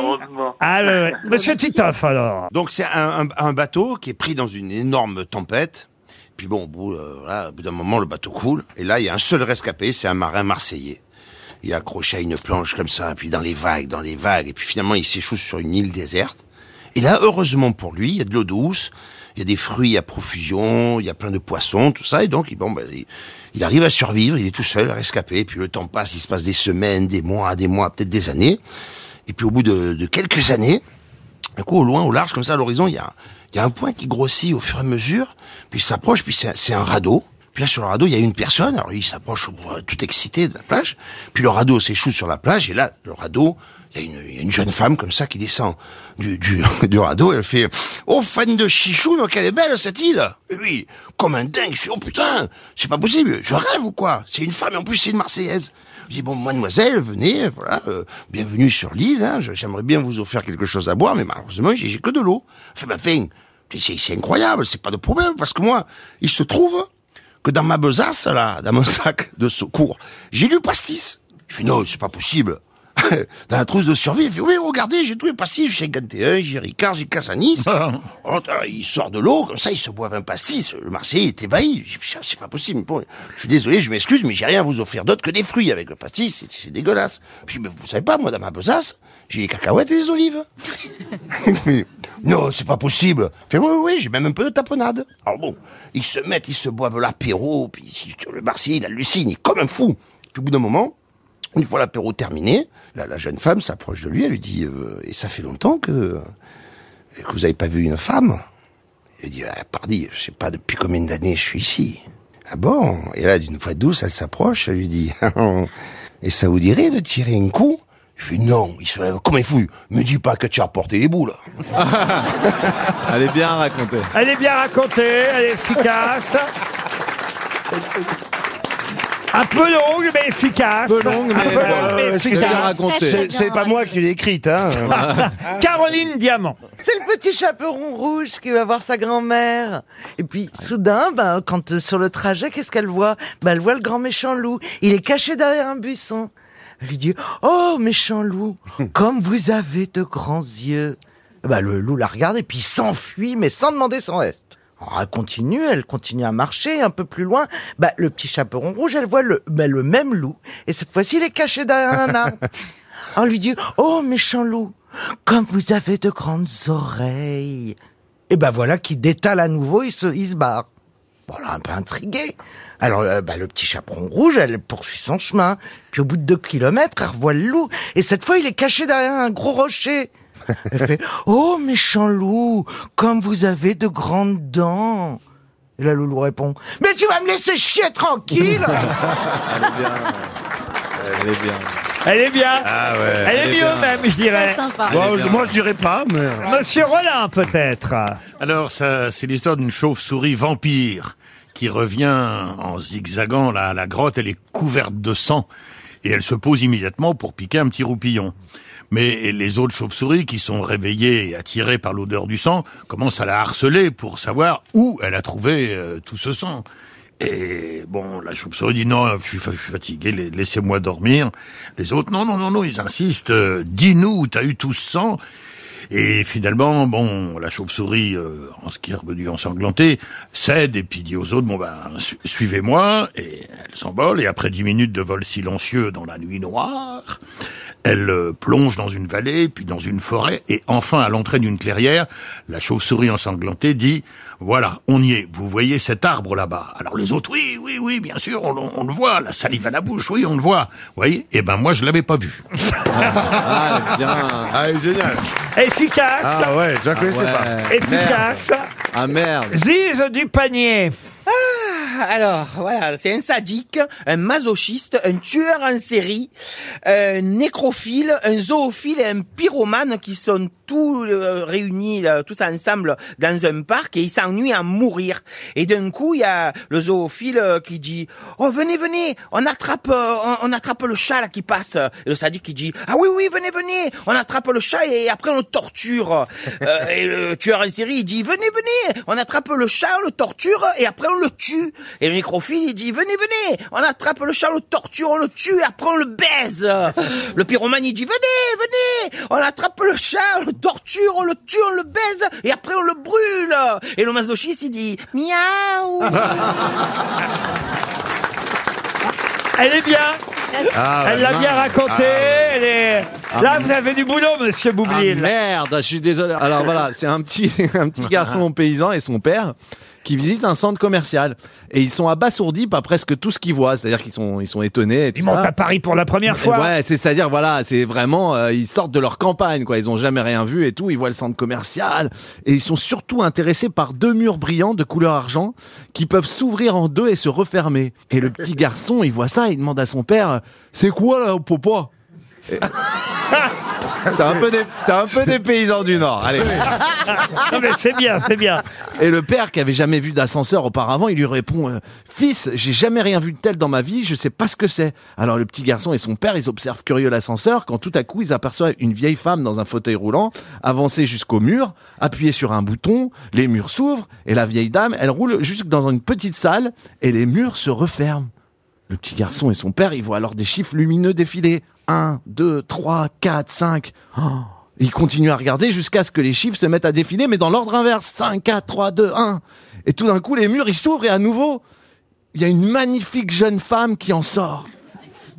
Speaker 2: Ah, ouais, ouais. Monsieur Titoff, alors.
Speaker 12: Donc c'est un, un- un bateau qui est pris dans une énorme tempête. Puis bon, au bout, euh, voilà, au bout d'un moment, le bateau coule. Et là, il y a un seul rescapé, c'est un marin marseillais. Il est accroché à une planche comme ça, puis dans les vagues, dans les vagues. Et puis finalement, il s'échoue sur une île déserte. Et là, heureusement pour lui, il y a de l'eau douce. il y a des fruits à profusion, il y a plein de poissons, tout ça. Et donc, il- bon, ben, il, il arrive à survivre, il est tout seul, rescapé. Puis le temps passe, il se passe des semaines, des mois, des mois, peut-être des années. Et puis au bout de, de quelques années, du coup, au loin, au large, comme ça, à l'horizon, il y a, il y a un point qui grossit au fur et à mesure, puis il s'approche, puis c'est c'est un radeau. Puis là, sur le radeau, il y a une personne, alors il s'approche euh, tout excité de la plage, puis le radeau s'échoue sur la plage, et là, le radeau, il y, a une- il y a une jeune femme comme ça qui descend du, du, du radeau, et elle fait « Oh, fan de chichou, donc elle est belle, cette île !» Et Oui, comme un dingue, je suis « Oh putain, c'est pas possible, je rêve ou quoi C'est une femme, et en plus c'est une Marseillaise !» Je dis, bon, mademoiselle, venez, voilà, euh, bienvenue sur l'île, hein, je- j'aimerais bien vous offrir quelque chose à boire, mais malheureusement, j'ai j'ai que de l'eau. Elle Fait, bah, fin, c'est c'est incroyable, c'est pas de problème, parce que moi, il se trouve que dans ma besace, là, dans mon sac de secours, j'ai du pastis. Je fais, non, c'est pas possible. dans la trousse de survie, il fait, oui, regardez, j'ai tous les pastis, j'ai 51, j'ai Ricard, j'ai Cassanis. Oh, tain, il sort de l'eau, comme ça, il se boit un pastis. Le Marseillais est ébahi. Je dis, Putain, c'est pas possible. Bon, je suis désolé, je m'excuse, mais j'ai rien à vous offrir d'autre que des fruits avec le pastis. C'est- C'est dégueulasse. Puis, mais vous savez pas, moi, dans ma besace, j'ai des cacahuètes et des olives. Mais, non, c'est pas possible. Fait oui, oui, oui, j'ai même un peu de tapenade. Alors bon, ils se mettent, ils se boivent l'apéro, puis si- le Marseillais, il hallucine, il est comme un fou. Puis au bout d'un moment, une fois l'apéro terminé, la, la jeune femme s'approche de lui, elle lui dit, euh, et ça fait longtemps que, euh, que vous n'avez pas vu une femme Il dit, ah, pardi, je sais pas depuis combien d'années je suis ici. Ah bon Et là, d'une voix douce, elle s'approche, elle lui dit, et ça vous dirait de tirer un coup Je fais, non, il se lève comme un fou. Me dis pas que tu as apporté les boules.
Speaker 5: Elle est bien racontée.
Speaker 2: Elle est bien racontée, elle est efficace. Un peu longue, mais efficace. Un peu longue,
Speaker 8: euh,
Speaker 12: C'est c'est pas moi qui l'ai écrite, hein.
Speaker 2: Caroline Diamant.
Speaker 8: C'est le petit chaperon rouge qui va voir sa grand-mère. Et puis, soudain, ben, quand euh, sur le trajet, qu'est-ce qu'elle voit ben, Elle voit le grand méchant loup. Il est caché derrière un buisson. Elle lui dit « Oh, méchant loup, comme vous avez de grands yeux !» ben, Le loup la regarde et puis il s'enfuit, mais sans demander son reste. Alors, elle continue, elle continue à marcher un peu plus loin. Ben, le petit chaperon rouge, elle voit le, ben, le même loup. Et cette fois-ci, il est caché derrière un arbre. On lui dit Oh méchant loup, comme vous avez de grandes oreilles. Et ben voilà qu'il détale à nouveau, il se, il se barre. Voilà, un peu intrigué. Alors euh, bah, le petit chaperon rouge, elle poursuit son chemin. Puis au bout de deux kilomètres, elle revoit le loup. Et cette fois, il est caché derrière un gros rocher. Elle fait Oh méchant loup, comme vous avez de grandes dents. Et là, le loup répond Mais tu vas me laisser chier tranquille
Speaker 5: Elle est bien.
Speaker 2: Elle est bien. Ah Elle, est, mieux même, je dirais.
Speaker 13: Très sympa.
Speaker 7: Bon, Elle est bien. moi, je
Speaker 2: dirais pas, mais... Monsieur Rollin, peut-être.
Speaker 7: Alors, ça, c'est l'histoire d'une chauve-souris vampire qui revient en zigzagant là, à la grotte. Elle est couverte de sang et elle se pose immédiatement pour piquer un petit roupillon. Mais les autres chauves-souris, qui sont réveillées et attirées par l'odeur du sang, commencent à la harceler pour savoir où elle a trouvé euh, tout ce sang. Et bon, la chauve-souris dit non, je suis, fa- je suis fatigué, la- laissez-moi dormir. Les autres, non, non, non, non, ils insistent, euh, dis-nous où t'as eu tout ce sang. Et finalement, bon, la chauve-souris, euh, en ce qui est revenue ensanglantée, cède et puis dit aux autres, bon ben, su- suivez-moi, et elle s'envole, et après dix minutes de vol silencieux dans la nuit noire, elle euh, plonge dans une vallée, puis dans une forêt, et enfin, à l'entrée d'une clairière, la chauve-souris ensanglantée dit, voilà, on y est, vous voyez cet arbre là-bas. Alors les autres, oui, oui, oui, bien sûr, on, le- on le voit, la salive à la bouche, oui, on le voit. Vous voyez? Eh ben, moi, je l'avais pas vu.
Speaker 5: Ah, elle est bien.
Speaker 7: Ah, génial.
Speaker 2: Efficace.
Speaker 5: Ah ouais, je la connaissais Ah ouais. pas.
Speaker 2: Efficace.
Speaker 5: Ah merde.
Speaker 2: Ziz du panier.
Speaker 4: Ah, Alors, voilà, c'est un sadique, un masochiste, un tueur en série, un nécrophile, un zoophile et un pyromane qui sont tous euh, réunis, là, tous ensemble dans un parc et ils s'ennuient à mourir. Et d'un coup, il y a le zoophile euh, qui dit « Oh, venez, venez, on attrape, euh, on, on attrape le chat là qui passe !» Et le sadique qui dit « Ah oui, oui, venez, venez, on attrape le chat et après on le torture Euh, Et le tueur en série, il dit « Venez, venez, on attrape le chat, on le torture et après on le tue !» Et le microphile, il dit « Venez, venez, on attrape le chat, on le torture, on le tue et après on le baise !» Le pyromane, il dit « Venez, venez, on attrape le chat, on le torture, on le tue, on le baise et après on le brûle !» Et le masochiste, il dit « Miaou !»
Speaker 2: Elle est bien.
Speaker 13: Ah ouais,
Speaker 2: elle l'a
Speaker 13: mince.
Speaker 2: bien raconté.
Speaker 13: Ah ouais.
Speaker 2: Elle est Là, vous avez du boulot, monsieur Boublil.
Speaker 5: Ah merde, je suis désolé. Alors voilà, c'est un petit, un petit garçon paysan et son père qui visitent un centre commercial. Et ils sont abasourdis par presque tout ce qu'ils voient. C'est-à-dire qu'ils sont, ils sont étonnés.
Speaker 2: Ils montent à Paris pour la première fois.
Speaker 5: Ouais, c'est- c'est-à-dire, voilà, c'est vraiment, euh, ils sortent de leur campagne, quoi. Ils ont jamais rien vu et tout. Ils voient le centre commercial. Et ils sont surtout intéressés par deux murs brillants de couleur argent qui peuvent s'ouvrir en deux et se refermer. Et le petit garçon, il voit ça, il demande à son père, c'est quoi là, papa? Et- T'es un, peu des, t'es un peu des paysans du Nord, allez.
Speaker 2: Non, mais c'est bien, c'est bien.
Speaker 5: Et le père, qui avait jamais vu d'ascenseur auparavant, il lui répond euh, Fils, j'ai jamais rien vu de tel dans ma vie, je sais pas ce que c'est. Alors le petit garçon et son père, ils observent curieux l'ascenseur quand tout à coup ils aperçoivent une vieille femme dans un fauteuil roulant avancer jusqu'au mur, appuyer sur un bouton, les murs s'ouvrent et la vieille dame, elle roule jusque dans une petite salle et les murs se referment. Le petit garçon et son père, ils voient alors des chiffres lumineux défiler. 1, 2, 3, 4, 5. Oh, Ils continuent à regarder jusqu'à ce que les chiffres se mettent à défiler, mais dans l'ordre inverse. 5, 4, 3, 2, 1. Et tout d'un coup, les murs, ils s'ouvrent et à nouveau, il y a une magnifique jeune femme qui en sort.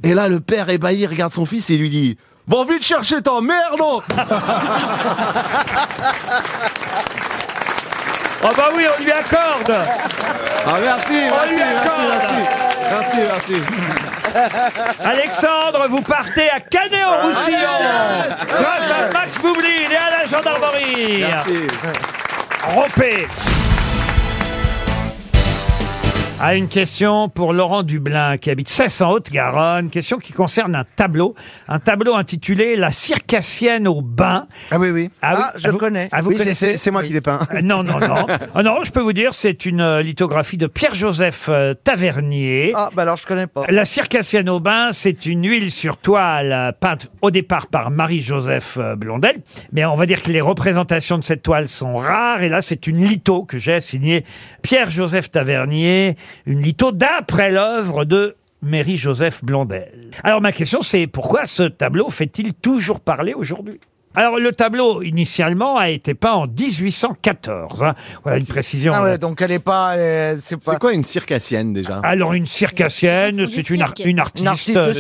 Speaker 5: Et là, le père ébahi regarde son fils et lui dit « Bon, vite chercher ta mère, non
Speaker 2: Oh bah oui, on lui accorde
Speaker 5: Ah merci,
Speaker 2: merci, merci,
Speaker 5: merci, merci,
Speaker 2: Alexandre, vous partez à Canet-en-Roussillon grâce à Max Boublil et à la gendarmerie
Speaker 13: Merci.
Speaker 2: Rompez à Ah, une question pour Laurent Dublin qui habite 16 en Haute-Garonne, question qui concerne un tableau, un tableau intitulé La circassienne au bain.
Speaker 16: Ah oui oui.
Speaker 8: Ah, je connais.
Speaker 2: Ah, vous
Speaker 8: Oui, c'est-
Speaker 2: connaissez
Speaker 8: c'est- c'est moi qui l'ai peint.
Speaker 2: Euh, Non non non. Ah non, je peux vous dire c'est une euh, lithographie de Pierre-Joseph euh, Tavernier.
Speaker 8: Ah, bah alors je connais pas.
Speaker 2: La circassienne au bain, c'est une huile sur toile euh, peinte au départ par Marie-Joseph euh, Blondel. Mais on va dire que les représentations de cette toile sont rares. Et là, c'est une litho que j'ai signée Pierre-Joseph Tavernier, une litho d'après l'œuvre de Marie-Joseph Blondel. Alors ma question, c'est pourquoi ce tableau fait-il toujours parler aujourd'hui alors le tableau initialement a été peint en 1814. hein. Voilà une précision.
Speaker 16: Ah ouais, donc elle est pas. euh, c'est pas.
Speaker 5: quoi une circassienne déjà
Speaker 2: Alors une circassienne, c'est une, ar- une artiste, de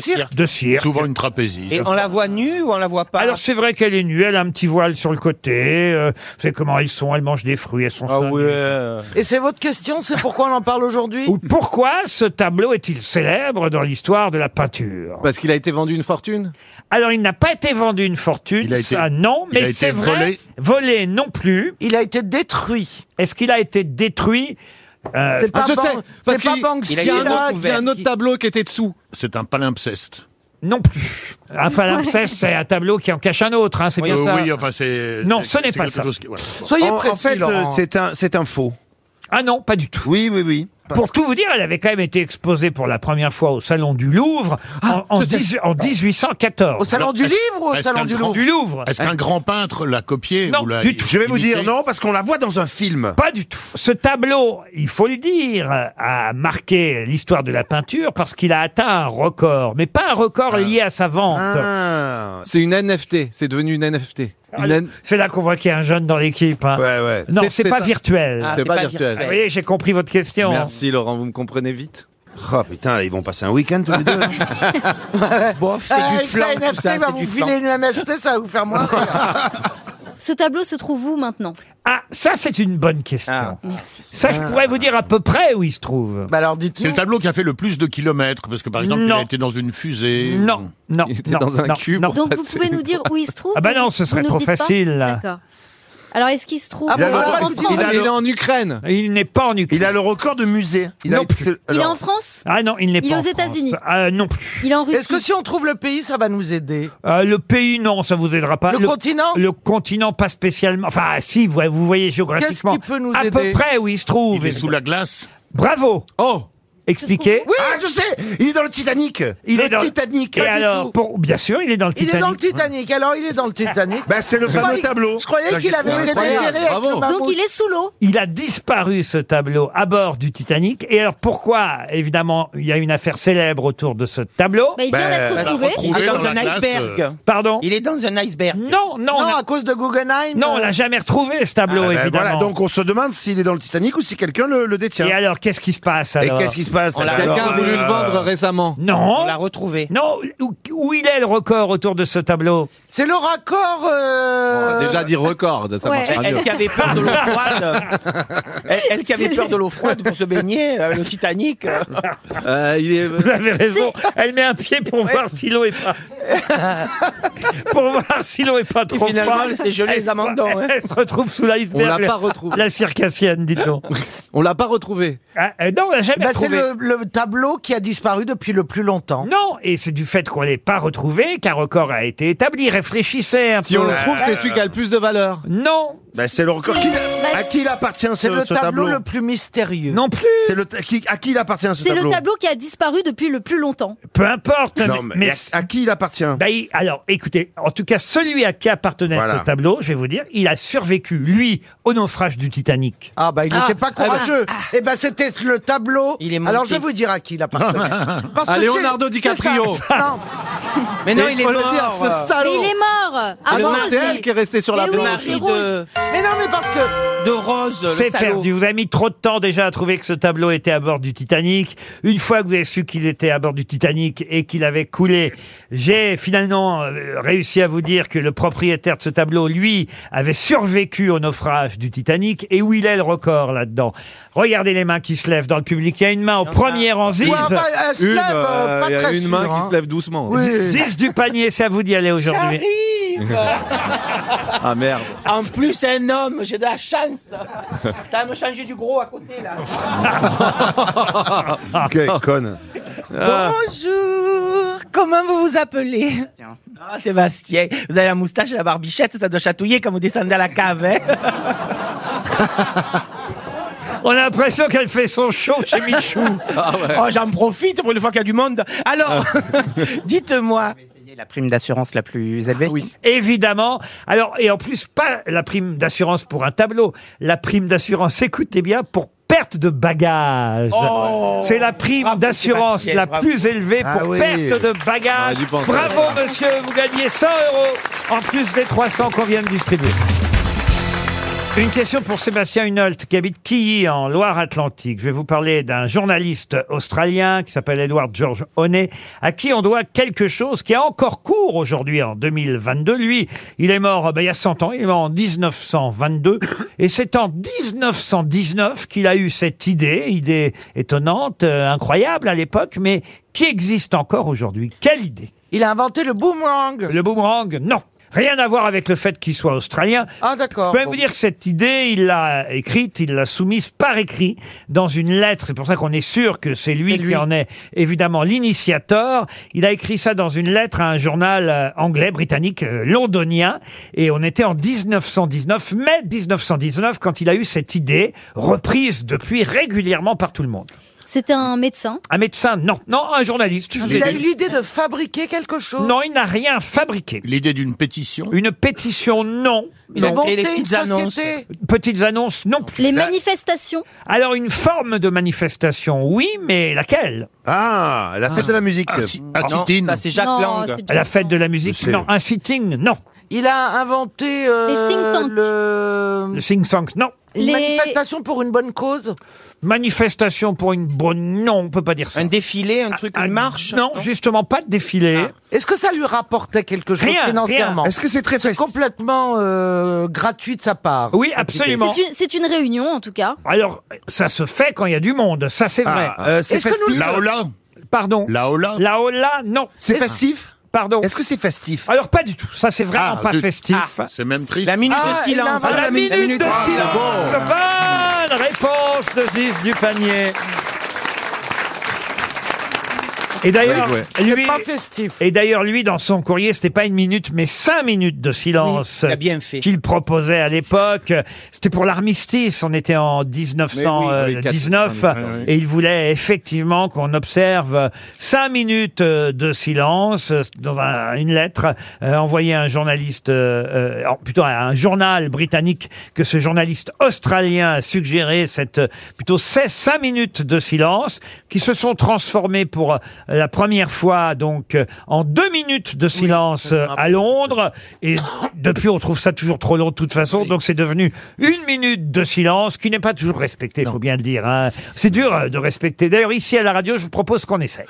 Speaker 2: cirque.
Speaker 7: Souvent Oh, une trapézie.
Speaker 4: Et on la voit nue ou on la voit pas
Speaker 2: Alors c'est vrai qu'elle est nue, elle a un petit voile sur le côté. euh, c'est comment elles sont, elles mangent des fruits, elles sont. Ah
Speaker 8: Et c'est votre question, c'est pourquoi on en parle aujourd'hui
Speaker 2: Ou pourquoi ce tableau est-il célèbre dans l'histoire de la peinture
Speaker 5: Parce qu'il a été vendu une fortune
Speaker 2: Alors il n'a pas été vendu une fortune,
Speaker 5: Il a été-
Speaker 2: ça non,
Speaker 5: il a
Speaker 2: mais
Speaker 5: été
Speaker 2: c'est vrai.
Speaker 5: volé
Speaker 2: Volé non plus.
Speaker 8: Il a été détruit.
Speaker 2: Est-ce qu'il a été détruit Euh,
Speaker 8: C'est pas
Speaker 5: Ah, je
Speaker 8: Ban-
Speaker 5: sais, parce
Speaker 8: c'est pas
Speaker 5: qu'il-
Speaker 8: Banksy,
Speaker 5: il y a un
Speaker 8: là,
Speaker 5: autre- il y a un
Speaker 8: qui-
Speaker 5: autre tableau qui était dessous.
Speaker 7: C'est un palimpseste.
Speaker 2: Non plus. Un palimpseste, c'est un tableau qui en cache un autre, hein, c'est
Speaker 7: Oui,
Speaker 2: bien
Speaker 7: euh,
Speaker 2: ça.
Speaker 7: oui, enfin, c'est-
Speaker 2: Non,
Speaker 7: c'est-
Speaker 2: ce n'est
Speaker 7: c'est
Speaker 2: pas
Speaker 7: quelque
Speaker 2: ça.
Speaker 7: chose qui- voilà.
Speaker 2: Soyez
Speaker 12: en, en
Speaker 2: précis,
Speaker 12: fait, euh,
Speaker 2: Laurent.
Speaker 12: c'est un, c'est un faux.
Speaker 2: Ah non, pas du tout.
Speaker 12: Oui, oui, oui.
Speaker 2: Pour tout vous dire, elle avait quand même été exposée pour la première fois au Salon du Louvre
Speaker 12: Ah,
Speaker 2: en, en
Speaker 7: je sais.
Speaker 2: 18 en 1814.
Speaker 7: Alors, est-ce- est-ce qu'un grand-
Speaker 2: Du Louvre.
Speaker 7: Est-ce qu'un grand peintre l'a
Speaker 5: Eh,
Speaker 7: copié
Speaker 2: Non,
Speaker 7: ou l'a
Speaker 2: du tout.
Speaker 12: Je vais vous dire
Speaker 7: imité
Speaker 12: non, parce qu'on la voit dans un film.
Speaker 2: Pas du tout. Ce tableau, il faut le dire, a marqué l'histoire de la peinture parce qu'il a atteint un record, mais pas un record lié à sa vente.
Speaker 5: Ah, c'est une NFT, c'est devenu une NFT. Une N-
Speaker 2: Ah, C'est là qu'on voit qu'il y a un jeune dans l'équipe. hein. Non, c'est pas virtuel.
Speaker 12: Ah,
Speaker 5: c'est pas, virtuel.
Speaker 2: Vous voyez, j'ai compris votre question.
Speaker 5: Merci Laurent, vous me comprenez vite.
Speaker 12: Oh putain, là, ils vont passer un week-end tous les deux. là.
Speaker 16: Bof, c'est
Speaker 8: Ah,
Speaker 6: Euh,
Speaker 16: du
Speaker 8: avec ça,
Speaker 16: flan. tout
Speaker 8: NFT
Speaker 16: ça,
Speaker 8: va
Speaker 16: c'est
Speaker 8: vous
Speaker 16: du
Speaker 8: filer
Speaker 16: flan.
Speaker 8: une MST, ça va vous faire moins rire.
Speaker 6: Ce tableau se trouve où maintenant
Speaker 2: Ah, ça, c'est une bonne question.
Speaker 5: Ah.
Speaker 6: Merci.
Speaker 2: Ça, je pourrais vous dire à peu près où il se trouve.
Speaker 5: Bah,
Speaker 8: alors
Speaker 7: C'est le tableau qui a fait le plus de kilomètres, parce que par exemple, il
Speaker 2: Non.
Speaker 7: a été dans une fusée.
Speaker 2: Non, non. Il était non,
Speaker 7: dans un
Speaker 2: non,
Speaker 7: cube.
Speaker 2: non.
Speaker 6: Donc vous pouvez nous dire où il se trouve
Speaker 2: Ah bah non, ce serait
Speaker 6: Vous nous
Speaker 2: trop
Speaker 6: dites pas
Speaker 2: facile, là.
Speaker 6: D'accord. Alors est-ce qu'il se
Speaker 2: Ah
Speaker 6: trouve
Speaker 12: Il a le-
Speaker 6: euh, en
Speaker 12: il
Speaker 6: France
Speaker 12: a le-
Speaker 5: en Ukraine.
Speaker 2: Il n'est pas en Ukraine.
Speaker 12: Il a le record de musée. Il a- c'est-
Speaker 6: Il est
Speaker 12: alors,
Speaker 6: en France
Speaker 2: Ah non, il n'est
Speaker 6: Il est
Speaker 2: pas en
Speaker 6: aux
Speaker 2: France.
Speaker 6: États-Unis.
Speaker 2: Ah, non plus.
Speaker 6: Il est en Russie.
Speaker 8: Est-ce que si on trouve le pays, ça va nous aider
Speaker 2: Euh, le pays, non, ça vous aidera pas.
Speaker 8: Le continent
Speaker 2: Le continent, pas spécialement. Enfin, ah, si, vous, vous voyez géographiquement
Speaker 8: Qu'est-ce qui peut nous
Speaker 2: à peu
Speaker 8: aider
Speaker 2: près où il se trouve.
Speaker 7: Il est sous la glace.
Speaker 2: Bravo
Speaker 5: Oh
Speaker 2: Expliquez.
Speaker 12: Ah, je sais Il est dans le Titanic
Speaker 2: Il
Speaker 12: Le
Speaker 2: est dans
Speaker 12: Titanic
Speaker 2: Et
Speaker 12: Pas du
Speaker 2: alors,
Speaker 12: tout.
Speaker 2: pour- bien sûr, il est dans le
Speaker 8: Il
Speaker 2: Titanic.
Speaker 8: est dans le Titanic, alors il est dans le Titanic.
Speaker 12: Bah, c'est le
Speaker 8: Je
Speaker 12: fameux
Speaker 8: croyais-
Speaker 12: tableau.
Speaker 8: Je croyais
Speaker 12: Là,
Speaker 8: qu'il
Speaker 12: j'ai
Speaker 8: avait
Speaker 12: trouvé
Speaker 8: été
Speaker 12: incroyable.
Speaker 8: déterré avec
Speaker 12: Bravo.
Speaker 8: le mammouth.
Speaker 6: Donc il est sous l'eau.
Speaker 2: Il a disparu ce tableau à bord du Titanic. Et alors pourquoi Évidemment, il y a une affaire célèbre autour de ce tableau.
Speaker 6: Bah, il vient
Speaker 12: Ben,
Speaker 6: d'être
Speaker 12: bah,
Speaker 6: retrouvé.
Speaker 4: Il est dans,
Speaker 7: la
Speaker 4: un
Speaker 7: glace,
Speaker 4: iceberg.
Speaker 7: euh,
Speaker 2: Pardon
Speaker 4: Il est dans un iceberg.
Speaker 2: Non, non,
Speaker 8: Non,
Speaker 2: on a-
Speaker 8: à cause de Guggenheim.
Speaker 2: non, on
Speaker 5: euh.
Speaker 2: l'a jamais retrouvé ce tableau,
Speaker 12: Ah, bah,
Speaker 2: évidemment.
Speaker 12: Voilà, donc on se demande s'il est dans le Titanic ou si quelqu'un le, le détient.
Speaker 2: Et alors, qu'est-ce qui se passe
Speaker 12: Et
Speaker 2: alors
Speaker 12: qu'est-ce qui se passe euh,
Speaker 5: là Quelqu'un a voulu le vendre récemment.
Speaker 2: Non.
Speaker 4: On l'a retrouvé.
Speaker 2: Non, où, où il est le record autour de ce tableau
Speaker 8: C'est le raccord.
Speaker 2: bah,
Speaker 8: euh,
Speaker 5: Déjà dit record, ça
Speaker 4: Ouais.
Speaker 5: marchera
Speaker 4: Elle-
Speaker 5: mieux.
Speaker 4: elle qui avait peur de l'eau froide. Elle, elle qui avait peur de l'eau froide pour se baigner, euh, le Titanic. euh.
Speaker 8: euh,
Speaker 2: Vous avez raison. Elle met un pied pour voir si l'eau est pas. pour voir si l'eau est pas trop
Speaker 4: finalement,
Speaker 2: froide.
Speaker 4: elle s'est gelée
Speaker 2: Elle
Speaker 4: les hein.
Speaker 2: se-
Speaker 4: amendants, ouais.
Speaker 2: Elle se retrouve sous
Speaker 5: On
Speaker 2: l'iceberg.
Speaker 5: l'a
Speaker 2: la-
Speaker 5: pas retrouvée.
Speaker 2: La circassienne, dites donc.
Speaker 5: On l'a pas retrouvé.
Speaker 2: Ah, euh, non, on l'a jamais
Speaker 8: Bah, c'est
Speaker 2: retrouvée.
Speaker 8: le, le tableau qui a disparu depuis le plus longtemps.
Speaker 2: Non, et c'est du fait qu'on l'ait pas retrouvé qu'un record a été établi. Réfléchissez un
Speaker 5: Si
Speaker 2: peu.
Speaker 5: on le trouve, c'est celui qui a le plus de valeur.
Speaker 2: Non.
Speaker 12: Bah, c'est le record. Qui- à qui il appartient ce,
Speaker 8: C'est le
Speaker 12: ce
Speaker 8: tableau, le plus mystérieux.
Speaker 2: Non plus.
Speaker 12: C'est le ta- qui- à qui il appartient ce
Speaker 6: C'est
Speaker 12: tableau
Speaker 6: le tableau qui a disparu depuis le plus longtemps.
Speaker 2: Peu importe.
Speaker 12: Non, mais à- à qui il appartient
Speaker 2: Bah, il- alors, écoutez, en tout cas, celui à qui appartenait
Speaker 12: Voilà.
Speaker 2: ce tableau, je vais vous dire, il a survécu, lui, au naufrage du Titanic.
Speaker 8: Ah bah il
Speaker 2: Ah,
Speaker 8: n'était pas
Speaker 2: ah bah.
Speaker 8: courageux. Eh ben c'était le tableau.
Speaker 2: Il est monté.
Speaker 8: Alors je vais vous dire à qui il appartenait. Parce que
Speaker 5: À
Speaker 8: c'est-
Speaker 5: Leonardo
Speaker 8: c'est ça.
Speaker 5: DiCaprio.
Speaker 8: Non.
Speaker 4: Mais non, il est
Speaker 5: faut le
Speaker 4: mort.
Speaker 5: dire, ce
Speaker 6: Mais
Speaker 5: salaud.
Speaker 6: il est mort
Speaker 5: Ah non,
Speaker 6: Rose,
Speaker 5: c'est elle
Speaker 6: mais-
Speaker 5: qui est restée sur la
Speaker 6: Mais oui,
Speaker 5: planche.
Speaker 6: c'est
Speaker 4: Marie
Speaker 6: Rose.
Speaker 4: de,
Speaker 8: Mais non mais parce que
Speaker 4: de Rose, le
Speaker 2: C'est
Speaker 4: salaud.
Speaker 2: perdu. Vous avez mis trop de temps déjà à trouver que ce tableau était à bord du Titanic. Une fois que vous avez su qu'il était à bord du Titanic et qu'il avait coulé, j'ai finalement euh, réussi à vous dire que le propriétaire de ce tableau, lui, avait survécu au naufrage du Titanic. Et où il est le record là-dedans Regardez les mains qui se lèvent dans le public. Il y a une main au
Speaker 4: en a.
Speaker 2: premier rang. Ziz,
Speaker 8: Ouais, bah, elle se
Speaker 5: Une,
Speaker 8: lève, euh,
Speaker 5: euh,
Speaker 8: pas
Speaker 5: il y a
Speaker 8: très
Speaker 5: une
Speaker 8: sûre,
Speaker 5: main
Speaker 8: hein.
Speaker 5: qui se lève doucement.
Speaker 8: Oui.
Speaker 2: Ziz du panier, c'est à vous d'y aller aujourd'hui.
Speaker 5: Ah merde.
Speaker 4: En plus, un homme, j'ai de la chance. T'as à me changer du gros à côté, là.
Speaker 12: Quelle conne. Ah.
Speaker 6: Ah.
Speaker 4: Bonjour, comment vous vous appelez Ah, Sébastien, vous avez la moustache et la barbichette, ça doit chatouiller quand vous descendez à la cave, hein
Speaker 2: On a l'impression qu'elle fait son show chez Michou.
Speaker 4: Oh, j'en profite pour une fois qu'il y a du monde. Alors, dites-moi.
Speaker 16: La prime d'assurance la plus élevée Oui.
Speaker 2: Ah Évidemment. Alors, et en plus, pas la prime d'assurance pour un tableau. La prime d'assurance, écoutez bien, pour perte de bagages.
Speaker 4: Oh
Speaker 2: C'est la prime
Speaker 4: Bravo,
Speaker 2: d'assurance
Speaker 4: Sébastien,
Speaker 2: la
Speaker 4: bravo.
Speaker 2: plus élevée pour
Speaker 8: Ah oui.
Speaker 2: perte de
Speaker 5: J'aurais
Speaker 2: bagages.
Speaker 5: dû penser.
Speaker 2: Bravo, monsieur, vous gagnez 100 euros en plus des 300 qu'on vient de distribuer. Une question pour Sébastien Hunolt qui habite Quilly en Loire-Atlantique. Je vais vous parler d'un journaliste australien qui s'appelle Edward George Honey, à qui on doit quelque chose qui a encore cours aujourd'hui en 2022. Lui, il est mort euh, ben, il y a 100 ans, il est mort en 1922. Et c'est en 1919 qu'il a eu cette idée, idée étonnante, euh, incroyable à l'époque, mais qui existe encore aujourd'hui. Quelle idée
Speaker 8: Il a inventé le boomerang.
Speaker 2: Le boomerang, non. Rien à voir avec le fait qu'il soit australien.
Speaker 8: Ah d'accord.
Speaker 2: Je peux même
Speaker 8: Bon.
Speaker 2: vous dire que cette idée, il l'a écrite, il l'a soumise par écrit dans une lettre. C'est pour ça qu'on est sûr que c'est lui,
Speaker 8: C'est lui.
Speaker 2: qui en est évidemment l'initiateur. Il a écrit ça dans une lettre à un journal euh, anglais, britannique, euh, londonien. Et on était en 1919, mai 1919, quand il a eu cette idée, reprise depuis régulièrement par tout le monde.
Speaker 6: C'était un médecin.
Speaker 2: Un médecin, non. Non, un journaliste. je vous
Speaker 8: Il
Speaker 2: l'ai
Speaker 8: a eu
Speaker 2: dit.
Speaker 8: l'idée de fabriquer quelque chose.
Speaker 2: Non, il n'a rien fabriqué.
Speaker 7: L'idée d'une pétition
Speaker 2: Une pétition, non.
Speaker 8: Il a
Speaker 2: Non.
Speaker 8: monté
Speaker 4: les
Speaker 8: une
Speaker 4: petites annonces.
Speaker 8: société.
Speaker 2: Petites annonces, non plus.
Speaker 6: Les manifestations.
Speaker 2: Alors, une forme de manifestation, oui, mais laquelle
Speaker 12: Ah, la fête de la musique.
Speaker 7: Ah, si- ah, sit-in.
Speaker 4: ça c'est Jacques
Speaker 6: Non,
Speaker 4: Lang.
Speaker 6: c'est
Speaker 2: La fête de la musique
Speaker 12: Je sais.
Speaker 2: Non. Un sitting Non.
Speaker 8: Il a inventé euh,
Speaker 6: Les think tanks.
Speaker 8: le
Speaker 4: Euh,
Speaker 2: Le sing-sang Non.
Speaker 8: une
Speaker 6: Les-
Speaker 8: manifestation pour une bonne cause.
Speaker 2: Manifestation pour une bonne. Non, on peut pas dire ça.
Speaker 4: Un défilé, un truc,
Speaker 2: Un-
Speaker 4: une marche Ah.
Speaker 2: Non, justement, pas de défilé.
Speaker 8: Est-ce que ça lui rapportait quelque chose
Speaker 2: Rien,
Speaker 8: financièrement
Speaker 12: Est-ce que c'est très
Speaker 8: C'est
Speaker 12: festif
Speaker 8: complètement euh, gratuit de sa part.
Speaker 2: Oui, absolument.
Speaker 6: C'est une- C'est une réunion en tout cas.
Speaker 2: Alors, ça se fait quand il y a du monde, ça c'est vrai.
Speaker 12: Ah, euh, C'est
Speaker 8: Est-ce que nous-
Speaker 12: festif.
Speaker 7: La Ola
Speaker 2: Pardon.
Speaker 7: La Ola
Speaker 2: La hola, non.
Speaker 12: C'est festif
Speaker 2: Pardon.
Speaker 12: Est-ce que c'est festif
Speaker 2: Alors, pas du tout. Ça, c'est vraiment
Speaker 7: Ah,
Speaker 2: pas
Speaker 7: zut.
Speaker 2: festif.
Speaker 7: C'est même triste.
Speaker 4: La minute
Speaker 8: Ah,
Speaker 4: de
Speaker 8: il a
Speaker 4: silence.
Speaker 8: inventé
Speaker 2: la, minute, de
Speaker 4: Ah,
Speaker 2: silence.
Speaker 4: bon.
Speaker 2: Bonne réponse de Ziz du panier. Et d'ailleurs,
Speaker 5: Ouais,
Speaker 2: lui,
Speaker 8: Pas festif.
Speaker 2: et d'ailleurs, lui, dans son courrier, c'était pas une minute, mais cinq minutes de silence
Speaker 4: Il a bien fait.
Speaker 2: qu'il proposait à l'époque. C'était pour l'armistice. On était en 1919
Speaker 5: Mais oui, oui, quatre-
Speaker 2: et il voulait effectivement qu'on observe cinq minutes euh, de silence euh, dans un- une lettre euh, envoyée à un journaliste, euh, euh, alors, plutôt à un journal britannique que ce journaliste australien a suggéré cette euh, plutôt ces cinq minutes de silence qui se sont transformées pour la première fois, donc, euh, en deux minutes de silence euh, à Londres. Et depuis, on trouve ça toujours trop long de toute façon. Donc, c'est devenu une minute de silence qui n'est pas toujours respectée, il faut bien le dire. hein. C'est dur euh, de respecter. D'ailleurs, ici, à la radio, je vous propose qu'on essaye.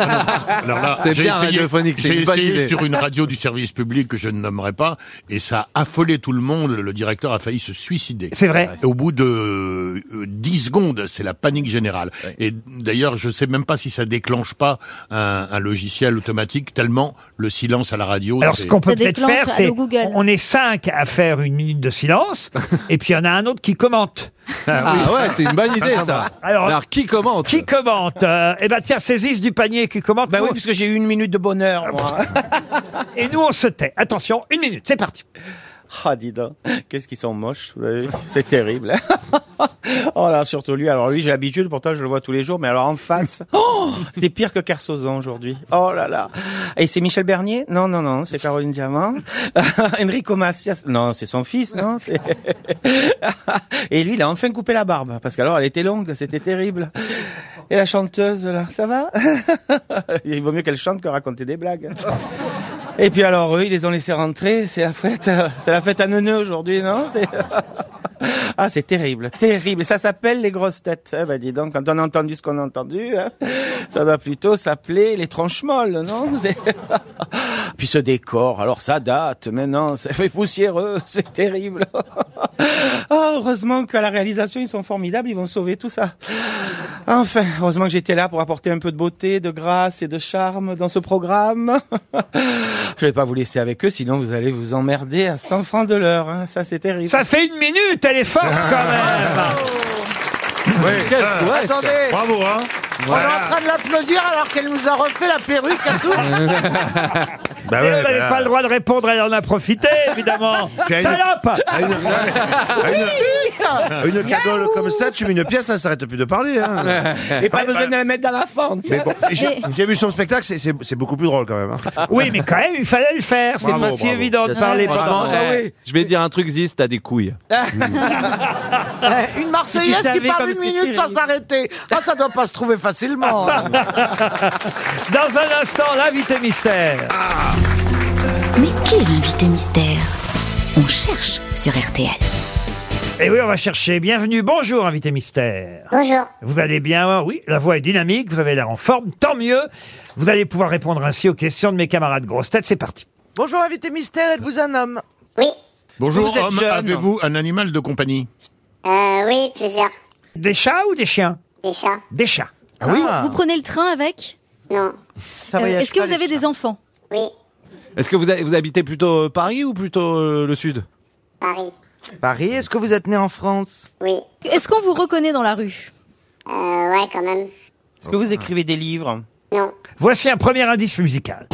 Speaker 7: Alors là,
Speaker 5: C'est
Speaker 7: j'ai
Speaker 5: bien
Speaker 7: essayé-
Speaker 5: radiophonique, c'est
Speaker 7: j'ai
Speaker 5: une bonne
Speaker 7: essayé
Speaker 5: idée.
Speaker 7: sur une radio du service public que je ne nommerai pas, et ça a affolé tout le monde. Le directeur a failli se suicider.
Speaker 2: C'est vrai.
Speaker 7: Et au bout de euh, 10 secondes, c'est la panique générale. Et d'ailleurs, je sais même pas si ça déclenche pas un, un logiciel automatique tellement le silence à la radio.
Speaker 2: Alors,
Speaker 7: c'est-
Speaker 2: ce qu'on peut peut-être faire, c'est on est cinq à faire une minute de silence, et puis il y en a un autre qui commente.
Speaker 5: Ah ouais, c'est une bonne idée, ça.
Speaker 2: Alors, qui commente Qui commente Euh, Eh ben tiens, c'est Ziz du panier qui commente. Ben oui, puisque j'ai eu une minute de bonheur. et nous, on se tait. Attention, une minute, c'est parti.
Speaker 4: Ah, dis donc, qu'est-ce qu'ils sont moches, vous avez vu c'est terrible. oh là, surtout lui. Alors lui, j'ai l'habitude, pourtant je le vois tous les jours, mais alors en face, oh, c'est pire que Carsozon aujourd'hui. Oh là là. Et c'est Michel Bernier Non, non, non, c'est Caroline Diamant. Enrico Macias Non, c'est son fils, non C'est- Et lui, il a enfin coupé la barbe, parce qu'alors elle était longue, c'était terrible. Et la chanteuse, là, ça va Il vaut mieux qu'elle chante que raconter des blagues. Et puis alors eux, ils les ont laissés rentrer. C'est la fête, euh, c'est la fête à neuneux aujourd'hui, non C'est- Ah, c'est terrible, terrible. Ça s'appelle les grosses têtes. Eh ben dis donc, quand on a entendu ce qu'on a entendu, hein, ça doit plutôt s'appeler les tronches molles, non C'est- Puis ce décor, alors ça date maintenant, ça fait poussiéreux, c'est terrible. Ah, heureusement qu'à la réalisation, ils sont formidables, ils vont sauver tout ça. Enfin, heureusement que j'étais là pour apporter un peu de beauté, de grâce et de charme dans ce programme. Je vais pas vous laisser avec eux, sinon vous allez vous emmerder à 100 francs de l'heure. hein. Ça, c'est terrible.
Speaker 2: Ça fait une minute, elle est forte quand même.
Speaker 7: Quelle
Speaker 2: prouesse.
Speaker 8: Attendez.
Speaker 7: Bravo, hein
Speaker 8: On est en train de l'applaudir alors qu'elle nous a refait la perruque à
Speaker 2: Bah
Speaker 8: tout.
Speaker 2: Et
Speaker 7: ouais,
Speaker 2: elle n'avait
Speaker 7: bah
Speaker 2: pas le droit de répondre, elle en a profité, évidemment.
Speaker 12: Puis à une-
Speaker 2: Salope
Speaker 12: à une- à une- à Une cagole comme ça, tu mets une pièce, ça s'arrête plus de parler. hein.
Speaker 4: Et pas besoin de la mettre dans la fente.
Speaker 12: Mais bon, j'ai j'ai vu son spectacle, c'est- c'est c'est beaucoup plus drôle quand même. hein.
Speaker 2: Oui, mais quand même, il fallait le faire. C'est
Speaker 12: Bravo,
Speaker 2: pas si
Speaker 12: bravo.
Speaker 2: évident de parler
Speaker 12: Franchement,
Speaker 2: pendant.
Speaker 12: eh,
Speaker 5: Je vais dire un truc, Ziz, t'as des couilles.
Speaker 8: Eh, Une Marseillaise qui parle une minute sans s'arrêter. Ah, ça doit pas se trouver facilement.
Speaker 2: Dans un instant, l'invité mystère.
Speaker 10: Mais qui est l'invité mystère On cherche sur RTL.
Speaker 2: Et Eh oui, on va chercher. Bienvenue, bonjour, invité mystère.
Speaker 17: Bonjour.
Speaker 2: Vous allez bien Oui, la voix est dynamique, vous avez l'air en forme, tant mieux. Vous allez pouvoir répondre ainsi aux questions de mes camarades grosses têtes. C'est parti.
Speaker 8: Bonjour, invité mystère, êtes-vous un homme Oui.
Speaker 7: Bonjour,
Speaker 8: Vous êtes
Speaker 7: homme,
Speaker 8: jeune.
Speaker 7: avez-vous un animal de compagnie
Speaker 17: Euh, oui, plusieurs.
Speaker 2: Des chats ou des chiens
Speaker 17: Des chats.
Speaker 2: Des chats.
Speaker 7: Ah
Speaker 2: Ah.
Speaker 6: Vous
Speaker 8: Ah.
Speaker 6: prenez le train avec
Speaker 17: Non.
Speaker 6: Euh, Est-ce que vous avez des enfants
Speaker 17: Oui,
Speaker 5: Est-ce que vous, avez- vous habitez plutôt euh, Paris ou plutôt euh, le sud
Speaker 17: Paris.
Speaker 8: Paris, est-ce que vous êtes né en France
Speaker 17: Oui.
Speaker 6: Est-ce qu'on vous reconnaît dans la rue
Speaker 17: Euh, ouais, quand même.
Speaker 4: Est-ce que vous écrivez des livres
Speaker 17: Non.
Speaker 2: Voici un premier indice musical.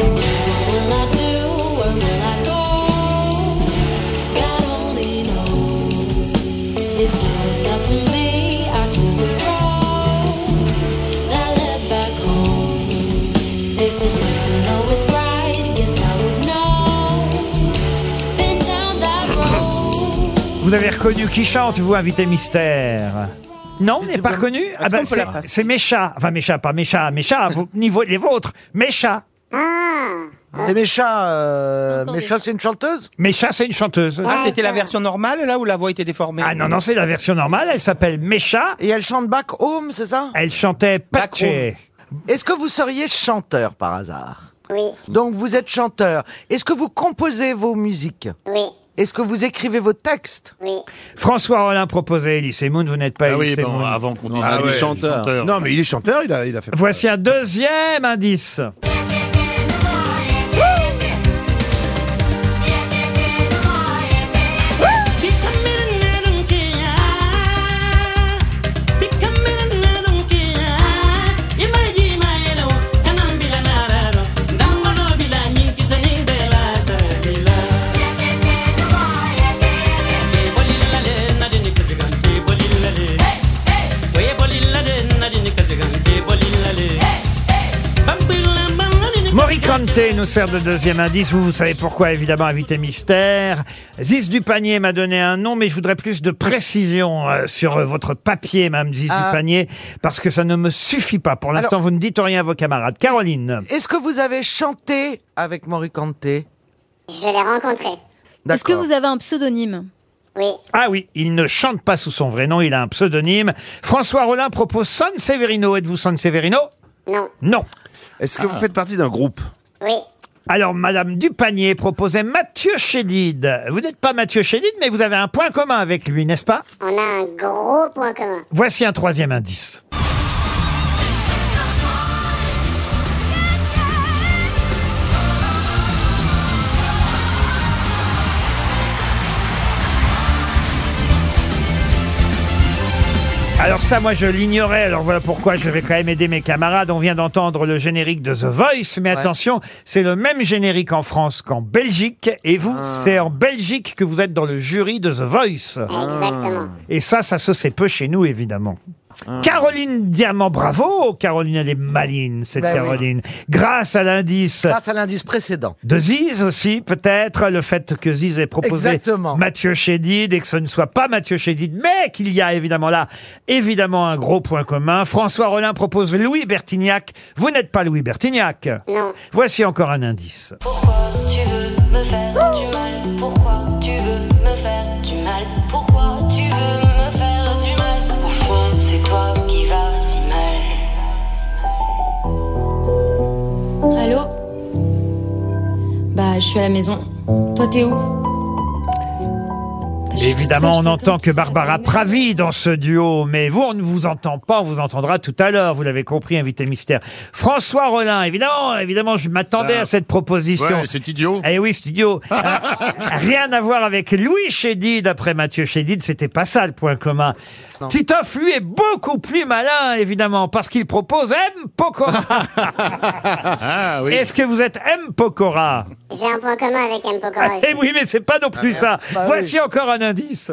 Speaker 2: Vous avez reconnu qui chante, vous, invité mystère Non, on n'est pas reconnu ah bah,
Speaker 4: qu'on peut la
Speaker 2: c'est-
Speaker 4: passer
Speaker 2: C'est mes chats. Enfin, mes chats, pas mes chats, mes chats, vos- niveau les vôtres. Mes chats.
Speaker 12: Ah.
Speaker 8: C'est mes chats. euh, mes chats, c'est une chanteuse
Speaker 2: Mes chats, c'est une chanteuse.
Speaker 4: Ah, c'était la version normale là où la voix était déformée.
Speaker 2: Ah non, non, c'est la version normale. Elle s'appelle Mes chats.
Speaker 8: Et elle chante Back Home, c'est ça
Speaker 2: Elle chantait Pache.
Speaker 8: Est-ce que vous seriez chanteur par hasard
Speaker 17: Oui.
Speaker 8: Donc vous êtes chanteur. Est-ce que vous composez vos musiques
Speaker 17: Oui.
Speaker 8: Est-ce que vous écrivez vos textes
Speaker 17: Oui.
Speaker 2: François Rollin proposait Elise Moon. Vous n'êtes pas
Speaker 7: Ah oui,
Speaker 2: Elie
Speaker 7: bon,
Speaker 2: Semoun.
Speaker 7: avant qu'on dise
Speaker 12: Ah
Speaker 7: il est
Speaker 12: ouais, chanteur. Non, mais il est chanteur, il a, il a fait.
Speaker 2: Voici un deuxième indice.
Speaker 18: Hey!
Speaker 2: invité nous sert de deuxième indice. Vous, vous savez pourquoi, évidemment, invité mystère. Ziz du panier m'a donné un nom, mais je voudrais plus de précision euh, sur euh, votre papier, Mme Ziz
Speaker 8: Ah.
Speaker 2: du panier, parce que ça ne me suffit pas. Pour l'instant,
Speaker 8: Alors-
Speaker 2: vous ne dites rien à vos camarades. Caroline.
Speaker 8: Est-ce que vous avez chanté avec Maurice Canté
Speaker 17: Je l'ai rencontré.
Speaker 8: D'accord.
Speaker 6: Est-ce que vous avez un pseudonyme
Speaker 17: Oui.
Speaker 2: Ah oui, il ne chante pas sous son vrai nom, il a un pseudonyme. François Rollin propose San Severino. Êtes-vous San Severino
Speaker 17: Non.
Speaker 2: Non. Est-ce
Speaker 17: que vous faites
Speaker 2: partie d'un groupe
Speaker 17: Oui.
Speaker 2: Alors, Madame Dupanier proposait Mathieu Chédid. Vous n'êtes pas Mathieu Chédid, mais vous avez un point commun avec lui, n'est-ce pas
Speaker 17: On a un gros point commun.
Speaker 2: Voici un troisième indice. Alors ça, moi, je l'ignorais. Alors voilà pourquoi je vais quand même aider mes camarades. On vient d'entendre le générique de The Voice, mais
Speaker 18: Ouais.
Speaker 2: attention, c'est le même générique en France qu'en Belgique. Et vous, c'est en Belgique que vous êtes dans le jury de The Voice. Ah.
Speaker 17: Exactement.
Speaker 2: Et ça, ça se sait peu chez nous, évidemment. Caroline Diamant, bravo Caroline, elle est maline, cette
Speaker 8: Ben oui.
Speaker 2: Caroline. Grâce à l'indice
Speaker 8: Grâce à l'indice précédent.
Speaker 2: de Ziz aussi, peut-être, le fait que Ziz ait proposé
Speaker 8: Exactement.
Speaker 2: Mathieu Chédid et que ce ne soit pas Mathieu Chédid, mais qu'il y a évidemment là, évidemment, un gros point commun. François Rollin propose Louis Bertignac. Vous n'êtes pas Louis Bertignac.
Speaker 17: Non.
Speaker 2: Voici encore un indice.
Speaker 9: Pourquoi tu veux me faire du mal Pourquoi tu veux me faire du mal Pourquoi tu veux me faire du mal Au fond, c'est toi qui vas si mal.
Speaker 19: Allô Bah, je suis à la maison. Toi, t'es où
Speaker 2: Évidemment, on entend que Barbara Pravi dans ce duo, mais vous, on ne vous entend pas, on vous entendra tout à l'heure, vous l'avez compris, invité mystère. François Rollin, évidemment, évidemment, je m'attendais
Speaker 7: Ah.
Speaker 2: à cette proposition.
Speaker 7: Ouais, c'est idiot.
Speaker 2: Eh oui, c'est idiot. Ah, Rien à voir avec Louis Chédid, après Mathieu Chédid, c'était pas ça le point commun. Titoff, lui, est beaucoup plus malin, évidemment, parce qu'il propose M. Pokora.
Speaker 7: Ah,
Speaker 2: Est-ce que vous êtes M. Pokora
Speaker 17: J'ai un point commun avec M. Pokora aussi.
Speaker 2: Eh oui, mais c'est pas non
Speaker 7: Ah,
Speaker 2: plus ça.
Speaker 17: Bah oui.
Speaker 2: Voici encore un indice.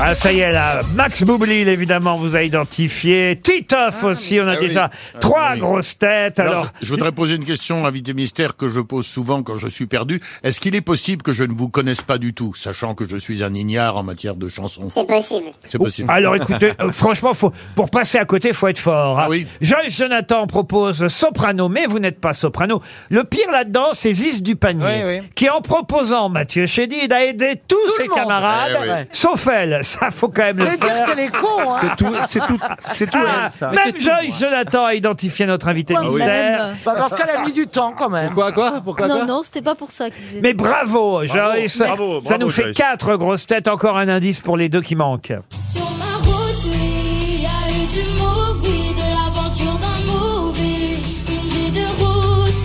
Speaker 2: Ah, ça y est, là. Max Boublil, évidemment, vous a identifié. Titoff aussi, on a
Speaker 7: Ah oui.
Speaker 2: déjà
Speaker 7: Ah
Speaker 2: trois
Speaker 7: oui.
Speaker 2: grosses têtes.
Speaker 7: Alors,
Speaker 2: Alors,
Speaker 7: je voudrais poser une question, invité mystère, que je pose souvent quand je suis perdu. Est-ce qu'il est possible que je ne vous connaisse pas du tout, sachant que je suis un ignare en matière de chansons
Speaker 17: C'est possible.
Speaker 7: C'est possible.
Speaker 2: alors écoutez, euh, franchement, faut, pour passer à côté, faut être fort. hein. Joyce Jonathan propose Soprano, mais vous n'êtes pas Soprano. Le pire là-dedans, c'est Ziz du panier,
Speaker 4: Oui, oui.
Speaker 2: qui en proposant Mathieu Chédid a aidé tous ses
Speaker 4: monde.
Speaker 2: camarades,
Speaker 4: Eh oui.
Speaker 2: sauf elle. Ça, faut quand même le
Speaker 8: C'est dire
Speaker 2: faire.
Speaker 8: qu'elle est con, hein
Speaker 2: C'est tout- c'est tout-
Speaker 8: c'est tout
Speaker 2: Ah,
Speaker 8: elle, ça. Mais
Speaker 2: Même
Speaker 8: c'est tout,
Speaker 2: Joyce Jonathan a identifié notre invité
Speaker 8: Pourquoi
Speaker 2: mystère.
Speaker 8: même Bah, parce qu'elle a mis du temps quand même.
Speaker 5: Pourquoi quoi Pourquoi
Speaker 6: Non, non, c'était pas pour ça qu'ils étaient.
Speaker 2: Mais bravo, Joyce.
Speaker 6: Bravo,
Speaker 2: ça
Speaker 6: bravo,
Speaker 2: nous fait
Speaker 6: Joyce.
Speaker 2: quatre grosses têtes. Encore un indice pour les deux qui manquent.
Speaker 9: Sur ma route, oui, il y a eu du movie, de l'aventure d'un movie, une vie de route.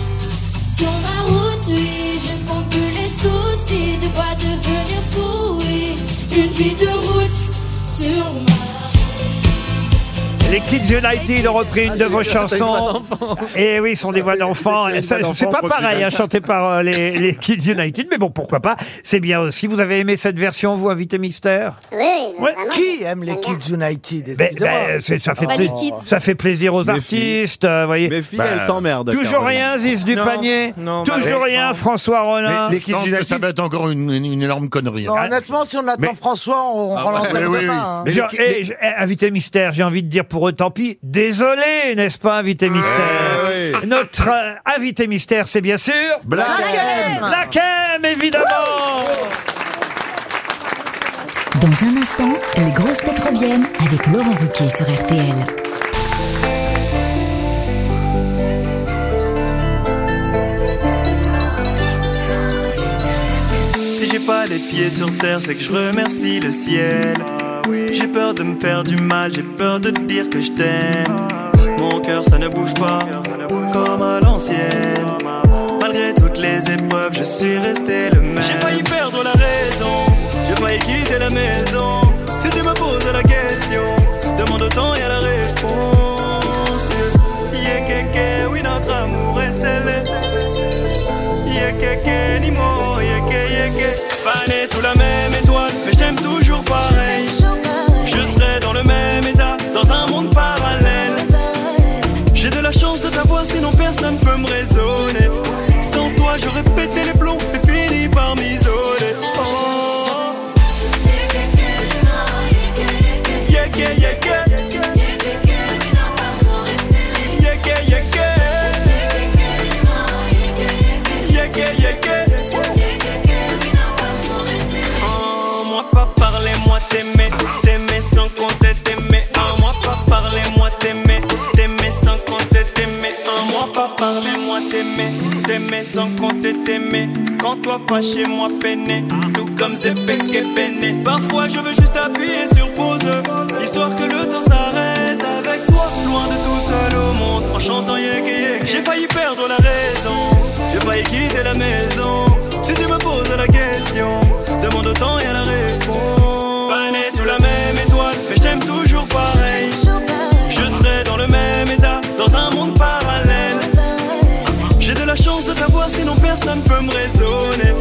Speaker 9: Sur ma route, oui, je ne compte plus les soucis, de quoi devenir fou, oui, une vie de route. Sur ma
Speaker 2: Les Kids United ont repris une de vos
Speaker 13: t'as une voix
Speaker 2: chansons. Et oui, ce sont des voix d'enfants.
Speaker 13: T'as une
Speaker 2: Ça,
Speaker 13: voix
Speaker 2: C'est
Speaker 13: d'enfant,
Speaker 2: pas pareil,
Speaker 13: Proxy.
Speaker 2: hein, chanté par euh, les, les Kids United, mais bon, pourquoi pas. C'est bien aussi. Vous avez aimé cette version, vous, invité mystère
Speaker 17: Oui,
Speaker 2: Ouais.
Speaker 8: Qui aime les Kids United
Speaker 2: Ben, ben, c'est- ça, fait
Speaker 8: Bah,
Speaker 2: plaisir-
Speaker 8: les kids.
Speaker 2: ça fait plaisir aux
Speaker 8: Mes filles.
Speaker 2: artistes, euh, voyez. Mes
Speaker 5: filles,
Speaker 7: Bah,
Speaker 5: elles t'emmerdent,
Speaker 2: Toujours
Speaker 5: Caroline.
Speaker 2: rien, Ziz du
Speaker 5: Non,
Speaker 2: panier.
Speaker 5: non, bah,
Speaker 2: Toujours rien, François Rollin. Ah,
Speaker 7: Je pense que ça va être encore une, une- une énorme connerie.
Speaker 8: Non, honnêtement, si on attend François, on rend l'antenne demain. hein.
Speaker 2: Genre, eh, j- eh, invité mystère, j'ai envie de dire pour eux, tant pis. Désolé, n'est-ce pas, invité mystère Notre euh, invité mystère, c'est bien sûr...
Speaker 13: Black M.
Speaker 2: Black M, évidemment
Speaker 10: Dans un instant, les grosses têtes reviennent avec Laurent Ruquier sur RTL.
Speaker 20: Si j'ai pas les pieds sur terre, c'est que je remercie le ciel. J'ai peur de me faire du mal, j'ai peur de te dire que je t'aime. Mon cœur, ça ne bouge pas, comme à l'ancienne. Malgré toutes les épreuves, je suis resté le même. J'ai failli perdre la raison, j'ai failli quitter la maison. Si tu me poses la question, demande au temps et à la réponse. Yeah, yeah, yeah, oui, notre amour est scellé. Oh. Oh, t'aimer, t'aimer sans compter t'aimer. Quand toi fâché, moi peiné, tout comme c'est péqué peiné. Parfois je veux juste appuyer sur pause, histoire que le temps s'arrête avec toi, loin de tout seul au monde, en chantant yek yek. J'ai failli perdre la raison, j'ai failli quitter la maison. Si tu me poses la question, demande au temps et à la réponse. Pas né sous la même étoile, mais je t'aime toujours pareil. Je serai dans le même état, dans un monde parallèle. J'ai de la chance de t'avoir, sinon personne peut me raisonner.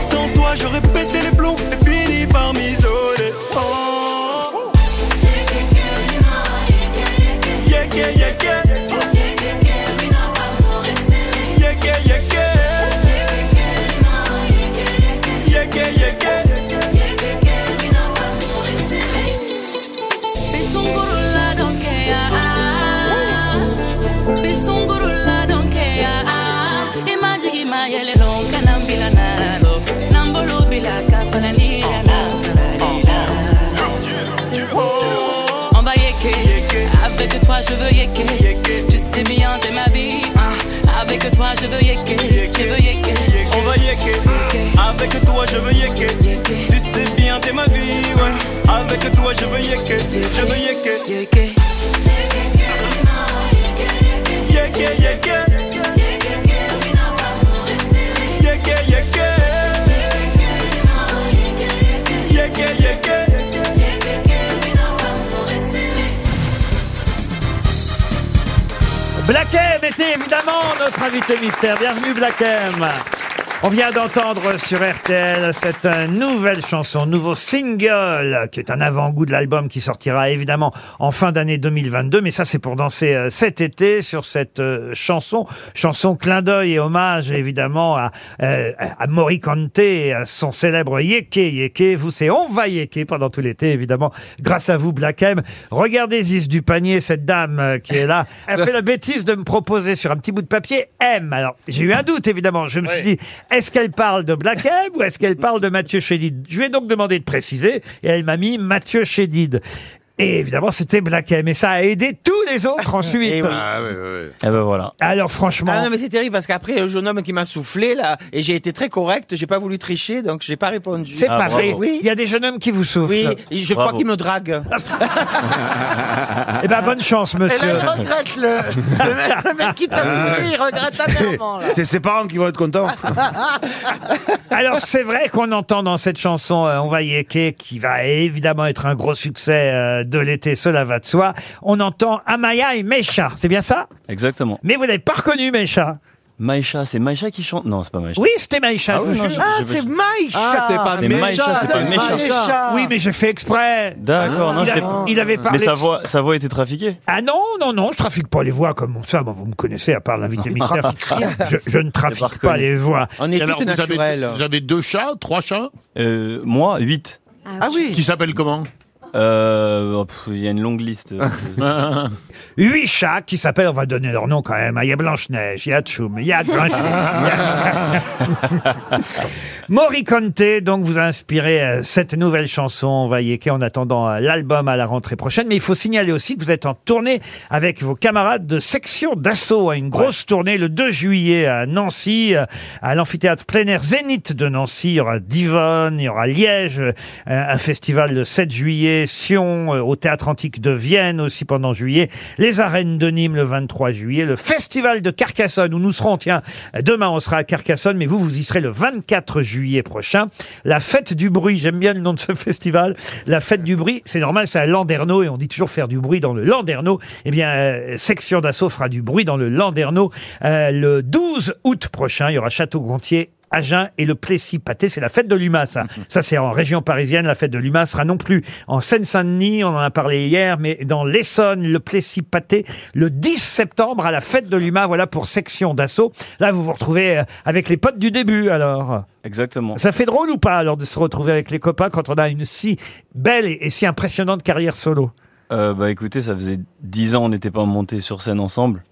Speaker 20: Sans toi, j'aurais pété les plombs et fini par m'isoler. Oh. Yeah, yeah, yeah, yeah. Yeah, yeah, yeah, yeah. Yeah, yeah, yeah,
Speaker 9: Besungurula donkea, ah. Besungurula donkea, ah. Imaji imayele lonka nambila nalo. Nambolo bila kafala nila na salalila. On va yeker, avec toi je veux yeker. Tu sais bien t'es ma vie, ah. avec toi je veux yeker, je veux yeker.
Speaker 20: On va yeker. Avec toi je veux yeker. Tu sais bien t'es ma vie, ouais. Avec toi je veux yeker, je veux yeker. Yeker, yeker. Yeker, yeker. Yeker, yeker.
Speaker 2: Black M était évidemment notre invité mystère. Bienvenue Black M. On vient d'entendre sur RTL cette nouvelle chanson, nouveau single, qui est un avant-goût de l'album qui sortira évidemment en fin d'année 2022. Mais ça, c'est pour danser euh, cet été sur cette euh, chanson. Chanson clin d'œil et hommage évidemment à, euh, à Morricante et à son célèbre Yeke Yeke. Vous, c'est on va Yeke pendant tout l'été évidemment. Grâce à vous, Black M. Regardez Ziz du panier, cette dame euh, qui est là. Elle a fait la bêtise de me proposer sur un petit bout de papier M. Alors, j'ai eu un doute, évidemment. Je me suis dit, est-ce qu'elle parle de Black M ou est-ce qu'elle parle de Mathieu Chédid Je lui ai donc demandé de préciser et elle m'a mis Mathieu Chédid. Et évidemment, c'était Black M. Et ça a aidé tous les autres ensuite.
Speaker 4: Eh oui.
Speaker 7: Eh ben voilà.
Speaker 2: Alors, franchement.
Speaker 4: Ah non, mais c'est terrible parce qu'après, le jeune homme qui m'a soufflé, là, et j'ai été très correct, j'ai pas voulu tricher, donc j'ai pas répondu.
Speaker 2: C'est pas vrai.
Speaker 4: Oui.
Speaker 2: Il y a des jeunes hommes qui vous souffrent.
Speaker 4: Oui, et je crois qu'il me drague.
Speaker 2: Eh ben, bonne chance, monsieur.
Speaker 8: Et là, il regrette le, le mec, le mec qui t'a
Speaker 2: Ah,
Speaker 8: pris, il regrette amèrement. là.
Speaker 2: ses parents qui vont être contents.
Speaker 8: Ah,
Speaker 2: Alors c'est vrai qu'on entend dans cette chanson euh, On va yéker qui va évidemment être un gros succès euh, de l'été, cela va de soi. On entend Amaya et Mecha, c'est bien ça
Speaker 18: Exactement.
Speaker 2: Mais vous n'avez pas reconnu Mecha
Speaker 18: Maïcha, c'est Maïcha qui chante Non, c'est pas Maïcha.
Speaker 2: Oui, c'était Maïcha.
Speaker 18: Ah oui, non, je-
Speaker 8: Ah,
Speaker 18: je-
Speaker 8: c'est Maïcha
Speaker 18: Ah, c'est pas C'est Maïcha, Maïcha, c'est pas c'est Maïcha. Maïcha.
Speaker 2: Oui, mais j'ai fait exprès.
Speaker 18: D'accord, non,
Speaker 2: il,
Speaker 18: je
Speaker 2: a-
Speaker 18: l'ai pas.
Speaker 2: il avait parlé
Speaker 18: Mais sa
Speaker 2: de-
Speaker 18: voix, sa voix était trafiquée.
Speaker 2: Ah non, non, non, je trafique pas les voix comme ça. Bon, vous me connaissez, à part l'invité mystère. je, je ne trafique pas les voix.
Speaker 7: Et alors, vous avez, vous avez deux chats, trois chats
Speaker 18: Euh, Moi, 8.
Speaker 7: Ah oui Qui s'appelle comment
Speaker 18: Euh, oh, pff, Il y a une longue liste.
Speaker 2: Huit chats qui s'appellent, on va donner leur nom quand même. hein. Il y a Blanche-Neige, il y a Tchoum, il y a Grinch. il y a- Morricone, donc, vous a inspiré euh, cette nouvelle chanson, on va y écrire en attendant euh, l'album à la rentrée prochaine. Mais il faut signaler aussi que vous êtes en tournée avec vos camarades de section d'assaut, à une grosse tournée le 2 juillet à Nancy, euh, à l'amphithéâtre plein air Zénith de Nancy. Il y aura Divonne, il y aura Liège, euh, un festival le 7 juillet, Sion, euh, au théâtre antique de Vienne aussi pendant juillet, les arènes de Nîmes le 23 juillet, le festival de Carcassonne où nous serons, tiens, demain on sera à Carcassonne, mais vous, vous y serez le 24 juillet prochain. La fête du bruit, j'aime bien le nom de ce festival. La fête du bruit, c'est normal, c'est à Landerneau et on dit toujours faire du bruit dans le Landerneau. Eh bien, euh, section d'assaut fera du bruit dans le Landerneau euh, le 12 août prochain. Il y aura Château-Gontier Agen et le Plessis-Pâté, c'est la fête de l'UMA, ça. Ça, c'est en région parisienne. La fête de l'UMA sera non plus en Seine-Saint-Denis, on en a parlé hier, mais dans l'Essonne, le Plessis-Pâté, le 10 septembre à la fête de l'UMA. Voilà pour section d'assaut. Là, vous vous retrouvez euh, avec les potes du début, alors.
Speaker 18: Exactement.
Speaker 2: Ça fait drôle ou pas, alors, de se retrouver avec les copains quand on a une si belle et et si impressionnante carrière solo
Speaker 18: Euh, bah écoutez, ça faisait 10 ans on n'était pas monté sur scène ensemble.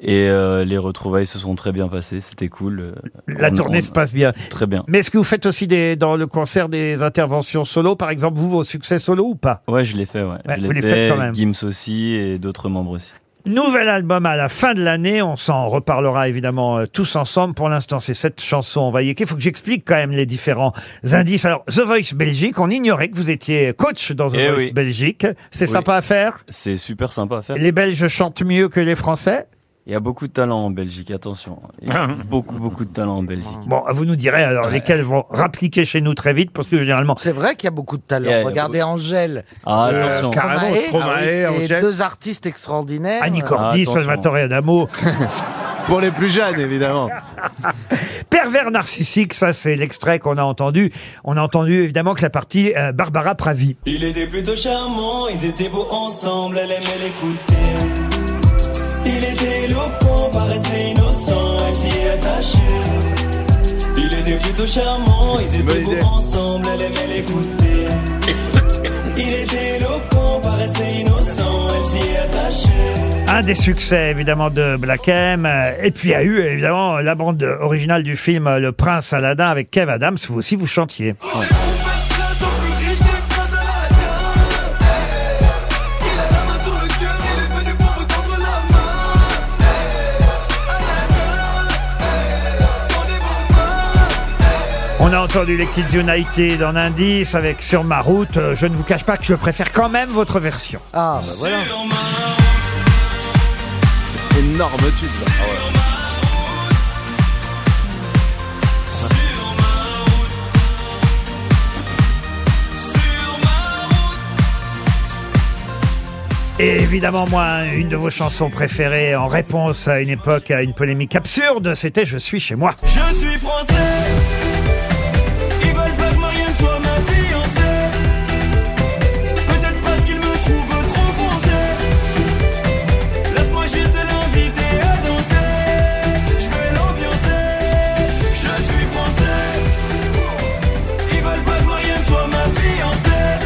Speaker 18: Et euh, les retrouvailles se sont très bien passées, c'était cool. Euh,
Speaker 2: La
Speaker 18: on-
Speaker 2: tournée
Speaker 18: on-
Speaker 2: se passe bien.
Speaker 18: Très bien.
Speaker 2: Mais est-ce que vous faites aussi des, dans le concert des interventions solo, par exemple, vous, vos succès solo ou pas
Speaker 18: Ouais, je l'ai fait, ouais.
Speaker 2: Ouais,
Speaker 18: je l'ai
Speaker 2: vous les
Speaker 18: fait,
Speaker 2: faites quand même.
Speaker 18: Gims aussi et d'autres membres aussi.
Speaker 2: Nouvel album à la fin de l'année. On s'en reparlera évidemment euh, tous ensemble. Pour l'instant, c'est cette chanson envoyée. Il faut que j'explique quand même les différents indices. Alors, The Voice Belgique, on ignorait que vous étiez coach dans The
Speaker 18: Eh
Speaker 2: Voice
Speaker 18: oui.
Speaker 2: Belgique. C'est
Speaker 18: Oui.
Speaker 2: sympa à faire.
Speaker 18: C'est super sympa à faire.
Speaker 2: Les Belges chantent mieux que les Français.
Speaker 18: Il y a beaucoup de talent en Belgique, attention. Il y a
Speaker 7: Ah.
Speaker 18: beaucoup, beaucoup de talent en Belgique.
Speaker 2: Bon, vous nous direz alors lesquels vont rappliquer chez nous très vite, parce que généralement.
Speaker 8: C'est vrai qu'il y a beaucoup de talent.
Speaker 2: Yeah,
Speaker 8: Regardez Angèle. Euh,
Speaker 2: Ah, attention.
Speaker 8: Stromae.
Speaker 2: Carrément, Stromae,
Speaker 8: Ah oui, c'est
Speaker 2: Angèle.
Speaker 8: Deux artistes extraordinaires.
Speaker 2: Annie Cordy,
Speaker 8: Ah, attention.
Speaker 2: Salvatore Adamo.
Speaker 5: Pour les plus jeunes, évidemment.
Speaker 2: Pervers narcissique, ça c'est l'extrait qu'on a entendu. On a entendu évidemment que la partie euh, Barbara Pravi.
Speaker 20: Il était plutôt charmant, ils étaient beaux ensemble, elle aimait l'écouter. Il était éloquent, paraissait innocent, elle s'y est attachée. Il était plutôt charmant, ils étaient beaux ensemble, elle aimait l'écouter. Il était éloquent, paraissait innocent, elle s'y est attachée.
Speaker 2: Un des succès évidemment de Black M. Euh, Et puis il y a eu évidemment la bande originale du film euh, Le Prince Aladdin avec Kev Adams. Vous aussi vous chantiez. On a entendu les Kids United en indice avec Sur ma route. Euh, Je ne vous cache pas que je préfère quand même votre version.
Speaker 8: Ah, bah voilà.
Speaker 5: Énorme tube. Ah ça.
Speaker 2: Et évidemment, moi, une de vos chansons préférées en réponse à une époque, à une polémique absurde, c'était Je suis chez moi.
Speaker 20: Je suis français. Ils veulent pas que Marianne soit ma fiancée. Peut-être parce qu'ils me trouvent trop français. Laisse-moi juste l'inviter à danser. Je vais l'ambiancer. Je suis français. Ils veulent pas que Marianne soit ma fiancée.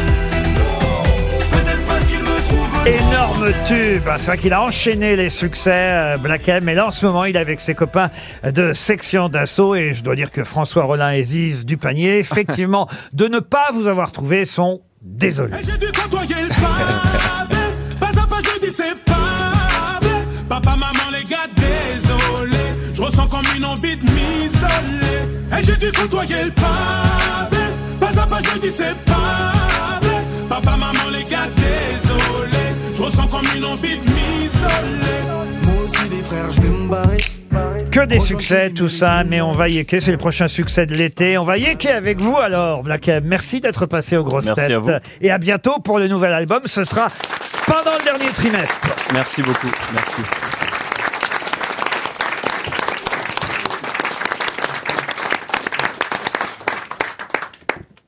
Speaker 20: Peut-être parce qu'ils me trouvent
Speaker 2: Énorme tube, hein, c'est vrai qu'il a enchaîné les succès, euh, Black M, mais là en ce moment il est avec ses copains de section d'assaut et je dois dire que François Rollin et Ziz du panier, effectivement, de ne pas vous avoir trouvé sont désolés.
Speaker 13: J'ai dû côtoyer le pavé. Pas à pas, je dis c'est pas vrai. Papa, maman, les gars, désolé. Je ressens comme une envie de m'isoler. Et j'ai dû côtoyer le pavé. Pas à pas, je dis c'est pas vrai. Papa, maman, les gars, désolé. Je ressens comme une envie de m'isoler. Moi aussi, les frères, je vais me barrer.
Speaker 2: Que des succès, tout ça, mais on va y équer, c'est le prochain succès de l'été. On va y équer avec vous alors, Black M. Merci d'être passé aux grosses
Speaker 18: Merci à
Speaker 2: têtes.
Speaker 18: vous.
Speaker 2: Et à bientôt pour le nouvel album, ce sera pendant le dernier trimestre.
Speaker 18: Merci beaucoup. Merci.